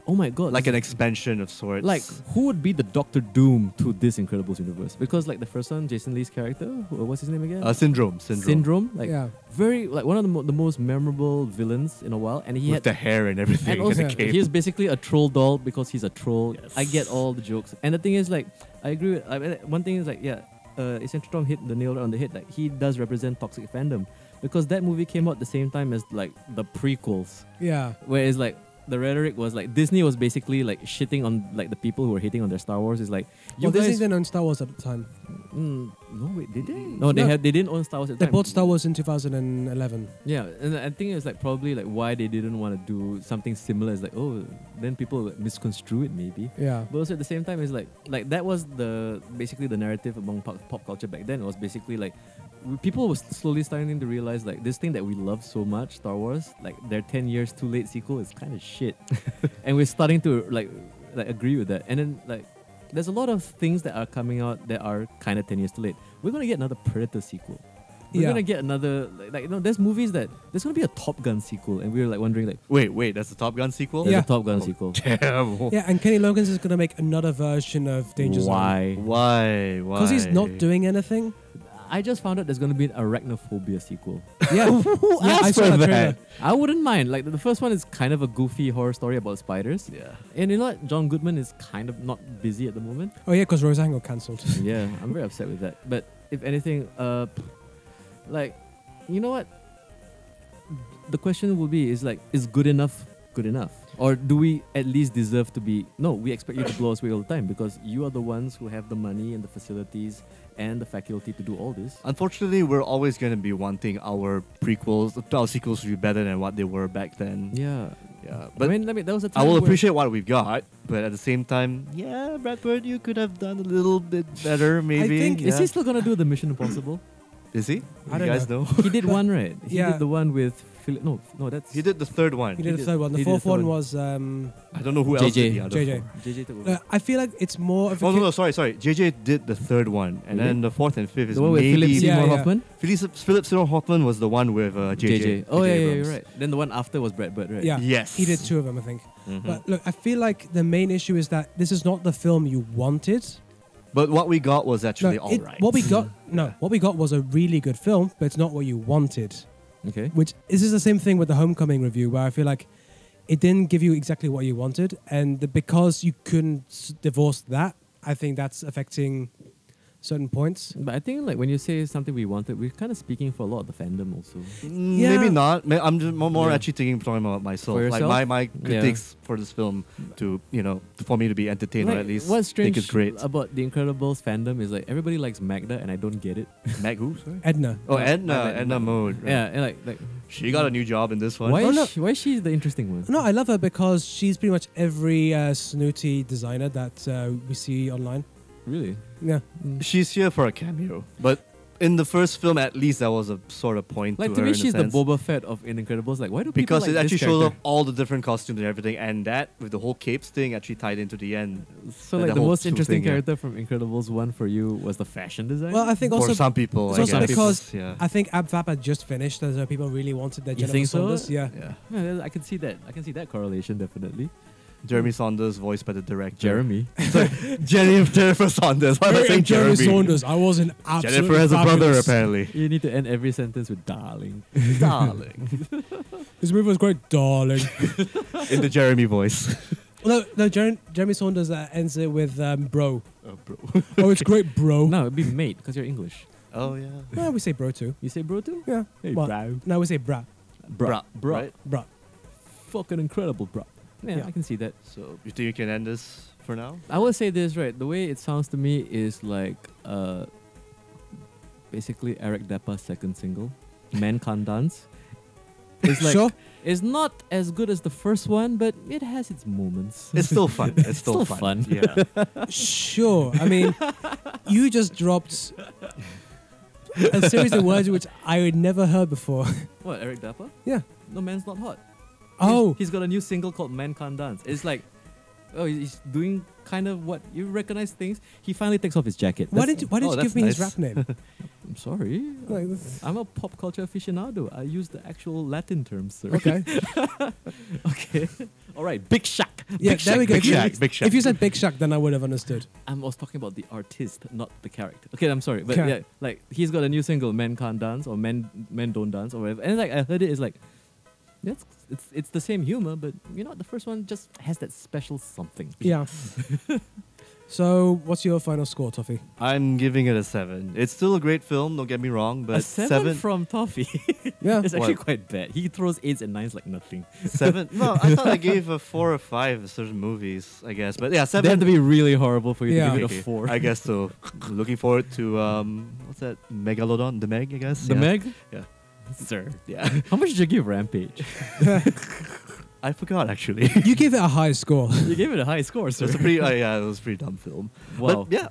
S3: oh my god,
S2: like
S3: this
S2: an expansion of sorts.
S3: like who would be the Doctor Doom to this Incredibles universe? Because like the first one, Jason Lee's character, wh- what's his name again?
S2: uh, syndrome, syndrome,
S3: Syndrome, like
S1: yeah.
S3: very like one of the, mo- the most memorable villains in a while, and he
S2: with
S3: had
S2: the hair and everything.
S3: and also
S2: and the cape.
S3: he's basically a troll doll because he's a troll.
S2: Yes.
S3: I get all the jokes, and the thing is like I agree. With, I mean, one thing is like yeah, uh, Syndrome hit the nail on the head. Like he does represent toxic fandom because that movie came out the same time as like the prequels.
S1: Yeah.
S3: Whereas like the rhetoric was like Disney was basically like shitting on like the people who were hating on their Star Wars. Is like you
S1: well, Disney
S3: guys.
S1: didn't own Star Wars at Oh, the time.
S3: Mm, no, wait, did they? No, they
S1: No.
S3: had they didn't own Star Wars. At the
S1: They
S3: time.
S1: bought Star Wars in 2011.
S3: Yeah, and I think it's like probably like why they didn't want to do something similar. Is like oh, then people like, misconstrue it maybe.
S1: Yeah.
S3: But also at the same time, it's like like that was the basically the narrative among pop, pop culture back then. It was basically like we, people were slowly starting to realize like this thing that we love so much, Star Wars, like their ten years too late sequel is kind of shit, and we're starting to like like agree with that. And then like there's a lot of things that are coming out that are kind of ten years too late. We're gonna get another Predator sequel. We're
S1: Yeah.
S3: gonna get another like, like you know there's movies that there's gonna be a Top Gun sequel, and we were like wondering like
S2: Wait, wait, that's the Top Gun sequel.
S3: there's
S1: Yeah.
S3: a Top Gun sequel.
S2: Damn.
S1: Yeah, and Kenny Loggins is going to make another version of Danger Zone.
S3: Why?
S2: Why? Why?
S1: Because he's not doing anything.
S3: I just found out there's gonna be an arachnophobia sequel.
S1: Yeah.
S2: Who
S1: Yeah, I
S2: asked
S1: saw
S2: for
S1: that
S2: that?
S3: I wouldn't mind. Like the first one is kind of a goofy horror story about spiders,
S2: Yeah.
S3: and you know what? John Goodman is kind of not busy at the moment.
S1: oh, yeah, because Roseanne got cancelled.
S3: yeah, I'm very upset with that. But if anything, uh, like, you know what? The question will be: Is like, is good enough? Good enough, or do we at least deserve to be? No, we expect you to blow us away all the time because you are the ones who have the money and the facilities and the faculty to do all this.
S2: Unfortunately, we're always going to be wanting our prequels, our sequels to be better than what they were back then.
S3: Yeah,
S2: Yeah,
S3: but
S2: but
S3: I mean, I mean, that was a
S2: I
S3: time
S2: will
S3: where-
S2: appreciate what we've got, but at the same time, yeah, Brad Bird, you could have done a little bit better, maybe.
S1: think-
S2: yeah.
S3: Is he still gonna do the Mission Impossible?
S2: Is he?
S1: I
S2: you
S1: don't
S2: guys know.
S3: he did one, right? He
S1: Yeah.
S3: did the one with Phil- no, no, that's
S2: he did the third one.
S1: He did the
S3: did-
S1: third one. The
S3: he did the
S1: fourth
S3: third
S1: one
S3: one.
S1: was. Um,
S2: I don't know who else did
S3: JJ.
S2: the other
S1: JJ.
S2: four.
S3: JJ took over.
S1: uh, I feel like it's more of a
S2: Oh no,
S1: ki-
S2: no, sorry, sorry. JJ did the third one, and
S3: Really?
S2: then the fourth and fifth is
S3: the one with Philip
S2: maybe
S1: Yeah,
S3: Seymour
S1: yeah.
S3: Hoffman.
S2: Philip Philip Seymour Hoffman was the one with uh, JJ.
S3: Oh yeah, yeah,
S2: Abrams.
S3: you're right. Then the one after was Brad Bird, right?
S1: Yeah.
S2: Yes,
S1: he did two of them, I think.
S2: Mhm. But,
S1: But look, I feel like the main issue is that this is not the film you wanted.
S2: what we got was actually
S1: no,
S2: all
S1: it-
S2: right.
S1: What we got, no, what we got was a really good film, but it's not what you wanted.
S3: Okay.
S1: Which this is the same thing with the Homecoming review, where I feel like it didn't give you exactly what you wanted, and the, because you couldn't s- divorce that, I think that's affecting certain points.
S3: But I think like when you say something we wanted, we're kind of speaking for a lot of the fandom also.
S2: Mm,
S1: Yeah.
S2: Maybe not. May- I'm just more, more
S3: Yeah.
S2: actually thinking, talking about myself.
S3: For
S2: like
S3: yourself?
S2: my, my
S3: Yeah.
S2: critiques for this film to you know for me to be entertained
S3: Like,
S2: or at least
S3: what's
S2: think
S3: strange
S2: it's great.
S3: about the Incredibles fandom is like everybody likes Magda and I don't get it.
S2: Meg who? Sorry?
S1: Edna.
S2: Oh,
S3: Yeah.
S2: Edna,
S3: I like
S2: Edna
S3: Edna.
S2: Mode. right.
S3: Yeah, and like like
S2: she got a new job in this one.
S3: why
S1: Oh,
S3: is
S1: no.
S3: she, why is she the interesting one?
S1: No, I love her because she's pretty much every uh, snooty designer that uh, we see online.
S3: Really?
S1: Yeah,
S3: Mm.
S2: She's here for a cameo, but in the first film, at least that was a sort of point.
S3: Like
S2: to,
S3: to,
S2: her
S3: me,
S2: in a
S3: she's the
S2: sense.
S3: Boba Fett of Incredibles. Like why do people
S2: because
S3: like
S2: it
S3: this
S2: actually shows up
S3: character?
S2: all the different costumes and everything, and that with the whole capes thing actually tied into the end.
S3: So
S2: the
S3: like the
S2: whole
S3: most
S2: suit
S3: interesting
S2: thing, yeah.
S3: character from Incredibles one for you was the fashion design.
S1: Well, I think
S2: for
S1: also
S2: some people,
S1: it's
S2: I
S1: also
S2: guess.
S1: because
S2: yeah,
S1: I think Ab Fab had just finished, and so people really wanted their
S3: You
S1: Jennifer
S3: think so?
S1: Saunders. Yeah.
S2: yeah.
S3: Yeah, I can see that. I can see that correlation definitely.
S2: Jeremy Saunders, voiced by the director.
S3: Jeremy.
S2: Jenny, Jennifer Saunders. Why am I
S1: Very
S2: saying
S1: Jeremy
S2: Jeremy?
S1: Saunders. I was an absolute
S2: Jennifer has a brother
S1: fabulous-
S2: apparently.
S3: you need to end every sentence with darling.
S2: Darling,
S1: This movie was great, darling.
S2: in the Jeremy voice.
S1: no, no, Jer- Jeremy Saunders uh, ends it with um, bro.
S2: Oh, bro.
S1: Oh, it's great, bro.
S3: No, it'd be mate because you're English.
S2: Oh yeah.
S1: Well, we say bro too.
S3: You say bro too?
S1: Yeah.
S3: Hey,
S1: Well,
S3: bro.
S1: No, we say bra,
S2: Bruh,
S3: Bro.
S2: right?
S1: bra.
S3: Fucking incredible, bro. Yeah,
S1: Yeah.
S3: I can see that.
S2: So you think you can end this for now?
S3: I would say this, right? The way it sounds to me is like uh, basically Eric Dappa's second single, Man Can't Dance. It's like,
S1: sure.
S3: It's not as good as the first one, but it has its moments.
S2: It's still fun. It's still,
S3: Still fun.
S2: Yeah.
S1: Sure. I mean, you just dropped a series of words which I had never heard before.
S3: What, Eric Dappa?
S1: Yeah.
S3: No, Man's Not Hot. He's-
S1: Oh,
S3: he's got a new single called Man Can't Dance. It's like, oh, he's doing kind of what you recognize things. He finally takes off his jacket.
S1: why
S3: That's-
S1: didn't you, why didn't
S2: oh,
S1: you give
S2: that's
S1: me his
S2: nice.
S1: rap name?
S3: I'm sorry.
S1: Like, that's-
S3: I'm a pop culture aficionado. I use the actual Latin terms, sir.
S1: okay.
S3: okay. All right. Big Shack.
S1: Yeah,
S3: Big
S1: there we
S3: Shack.
S1: go.
S2: Big
S1: If you-
S2: Shaq. Big Shaq.
S1: If you said Big Shack, then I would have understood.
S3: I was talking about the artist, not the character. Okay, I'm sorry, but
S1: Okay.
S3: yeah, like he's got a new single, "Men Can't Dance" or "Men Men Don't Dance" or whatever. And like I heard it, it's like, that's it's it's the same humor, but you know the first one just has that special something.
S1: Yeah. so, what's your final score, Toffee?
S2: I'm giving it a seven. It's still a great film. Don't get me wrong, but
S3: a seven, from Toffee
S1: Yeah.
S3: is actually
S2: What?
S3: quite bad. He throws eights and nines like nothing.
S2: Seven? No, I thought I gave a four or five of certain movies, I guess. But yeah,
S3: They
S2: seven.
S3: have to be really horrible for you
S1: Yeah.
S3: to give it
S2: Okay,
S3: a four.
S2: I guess so. Looking forward to um, what's that? Megalodon, the Meg, I guess.
S3: the
S2: yeah.
S3: Meg,
S2: Yeah.
S3: sir.
S2: Yeah,
S3: How much did you give Rampage?
S2: I forgot actually.
S1: You give it a high score.
S3: you gave it a high score,
S2: so
S3: sir.
S2: it's a pretty, uh, yeah, it was a pretty dumb film.
S3: wow.
S2: But yeah.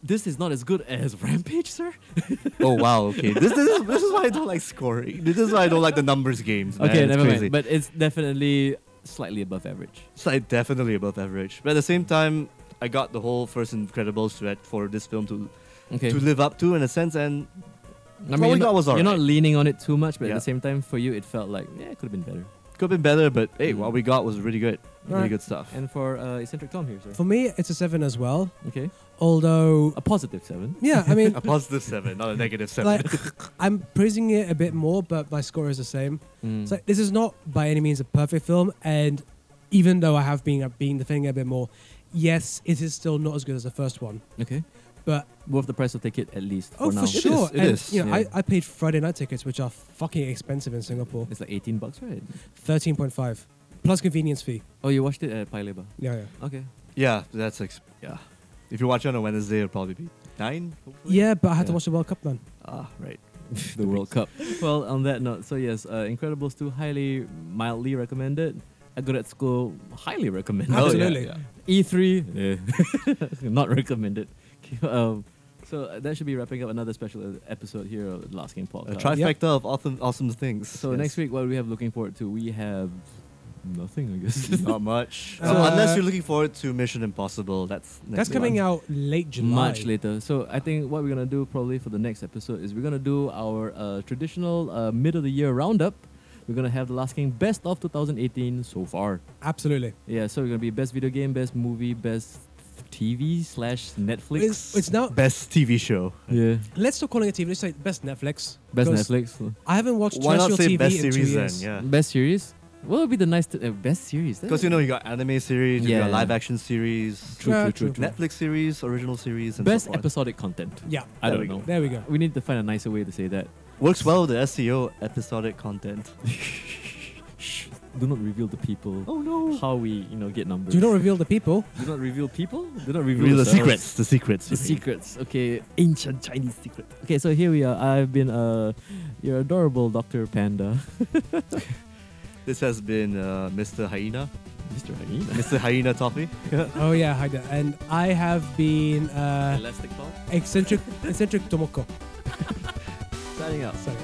S3: This is not as good as Rampage, sir.
S2: Oh wow. Okay. This, this is this is why I don't like scoring. This is why I don't like the numbers games. Man.
S3: Okay,
S2: It's
S3: never
S2: crazy.
S3: mind. But it's definitely slightly above average.
S2: It's like definitely above average. But at the same time, I got the whole first Incredibles threat for this film to
S3: Okay.
S2: to live up to in a sense, and
S3: I
S2: what
S3: you're,
S2: we got
S3: not,
S2: was
S3: you're
S2: alright.
S3: not leaning on it too much, but
S2: Yeah.
S3: at the same time, for you, it felt like, yeah, it could have been better.
S2: could have been better. But hey,
S3: Mm.
S2: what we got was really good. Really
S1: Alright.
S2: good stuff.
S3: And for uh, Eccentric Tom here, sir.
S1: For me, it's a seven as well.
S3: Okay.
S1: Although,
S3: A positive seven.
S1: yeah, I mean,
S2: a positive seven, not a negative seven.
S1: like, I'm praising it a bit more, but my score is the same.
S3: Mm.
S2: Hmm.
S1: So this is not by any means a perfect film, and even though I have been uh, been defending it a bit more, yes, it is still not as good as the first one.
S3: okay.
S1: But
S3: Worth the price of ticket at least.
S1: oh,
S3: for, now.
S1: for sure,
S2: It is, it
S1: and,
S2: is,
S1: you know,
S3: yeah.
S1: I, I paid Friday night tickets, which are fucking expensive in Singapore,
S3: It's like 18 bucks, right?
S1: thirteen point five plus convenience fee.
S3: Oh, you watched it at Pai Lebar.
S1: Yeah, yeah.
S3: Okay.
S2: yeah, that's ex- yeah. If you watch it on a Wednesday, it'll probably be nine. Hopefully.
S1: Yeah, but I had to
S2: Yeah.
S1: watch the World Cup man.
S2: Ah, right.
S3: the World Cup. Well, on that note, so yes, uh, Incredibles 2, highly, mildly recommended. A good at school, highly recommended.
S2: Oh, yeah,
S1: Absolutely.
S2: yeah.
S3: E3, eh, not recommended. Um, So uh, that should be wrapping up another special e- episode here of the Last Game
S1: Uh,
S2: A
S3: Podcast.
S2: trifecta of awesome, awesome things.
S3: Uh, So next week, what do we have looking forward to? We have nothing, I guess.
S2: Not much.
S1: Uh,
S2: so unless you're looking forward to Mission Impossible, that's next
S1: That's coming
S2: month.
S1: out late July.
S3: Much later. So I think what we're gonna do probably for the next episode is we're gonna do our uh, traditional uh, mid of the year roundup. We're gonna have the last game best of 2018 so far.
S1: Absolutely.
S3: Yeah, so we're gonna be best video game, best movie, best TV slash Netflix.
S1: It's, it's now.
S2: Best TV show.
S3: yeah,
S1: Let's stop calling it TV. Let's say best Netflix.
S3: best
S1: because
S3: Netflix,
S1: I haven't watched
S2: Why not
S1: terrestrial
S2: say
S1: TV
S2: best
S1: in two
S2: series then?
S1: years. Mm.
S2: Yeah.
S3: best series. What would be the nice t- uh, best series? That-
S2: Because you know you got anime series, you
S3: Yeah.
S2: got live action series,
S3: True,
S1: Yeah,
S3: true, true, true.
S2: Netflix series, original series, and
S3: best
S2: so forth.
S3: episodic content.
S1: Yeah.
S3: I
S2: There
S3: don't
S2: we
S3: know.
S2: go.
S1: There we go.
S3: We need to find a nicer way to say that.
S2: Works well with the SEO episodic content.
S3: Shh, do not reveal the people
S2: Oh no!
S3: how we you know get numbers.
S1: Do not reveal the people.
S3: Do not reveal people. Do not reveal
S2: Reveal the
S3: ourselves.
S2: secrets. The secrets.
S3: The secrets. Okay, ancient Chinese secret. Okay, so here we are. I've been uh, your adorable Doctor Panda,
S2: This has been uh, Mr. Hyena,
S3: Mr. Hyena,
S2: Mr. Hyena Toffee.
S1: Oh yeah, hi there. And I have been uh,
S3: Elastic Ball,
S1: eccentric, eccentric Tomoko.
S3: signing out.
S1: Sorry.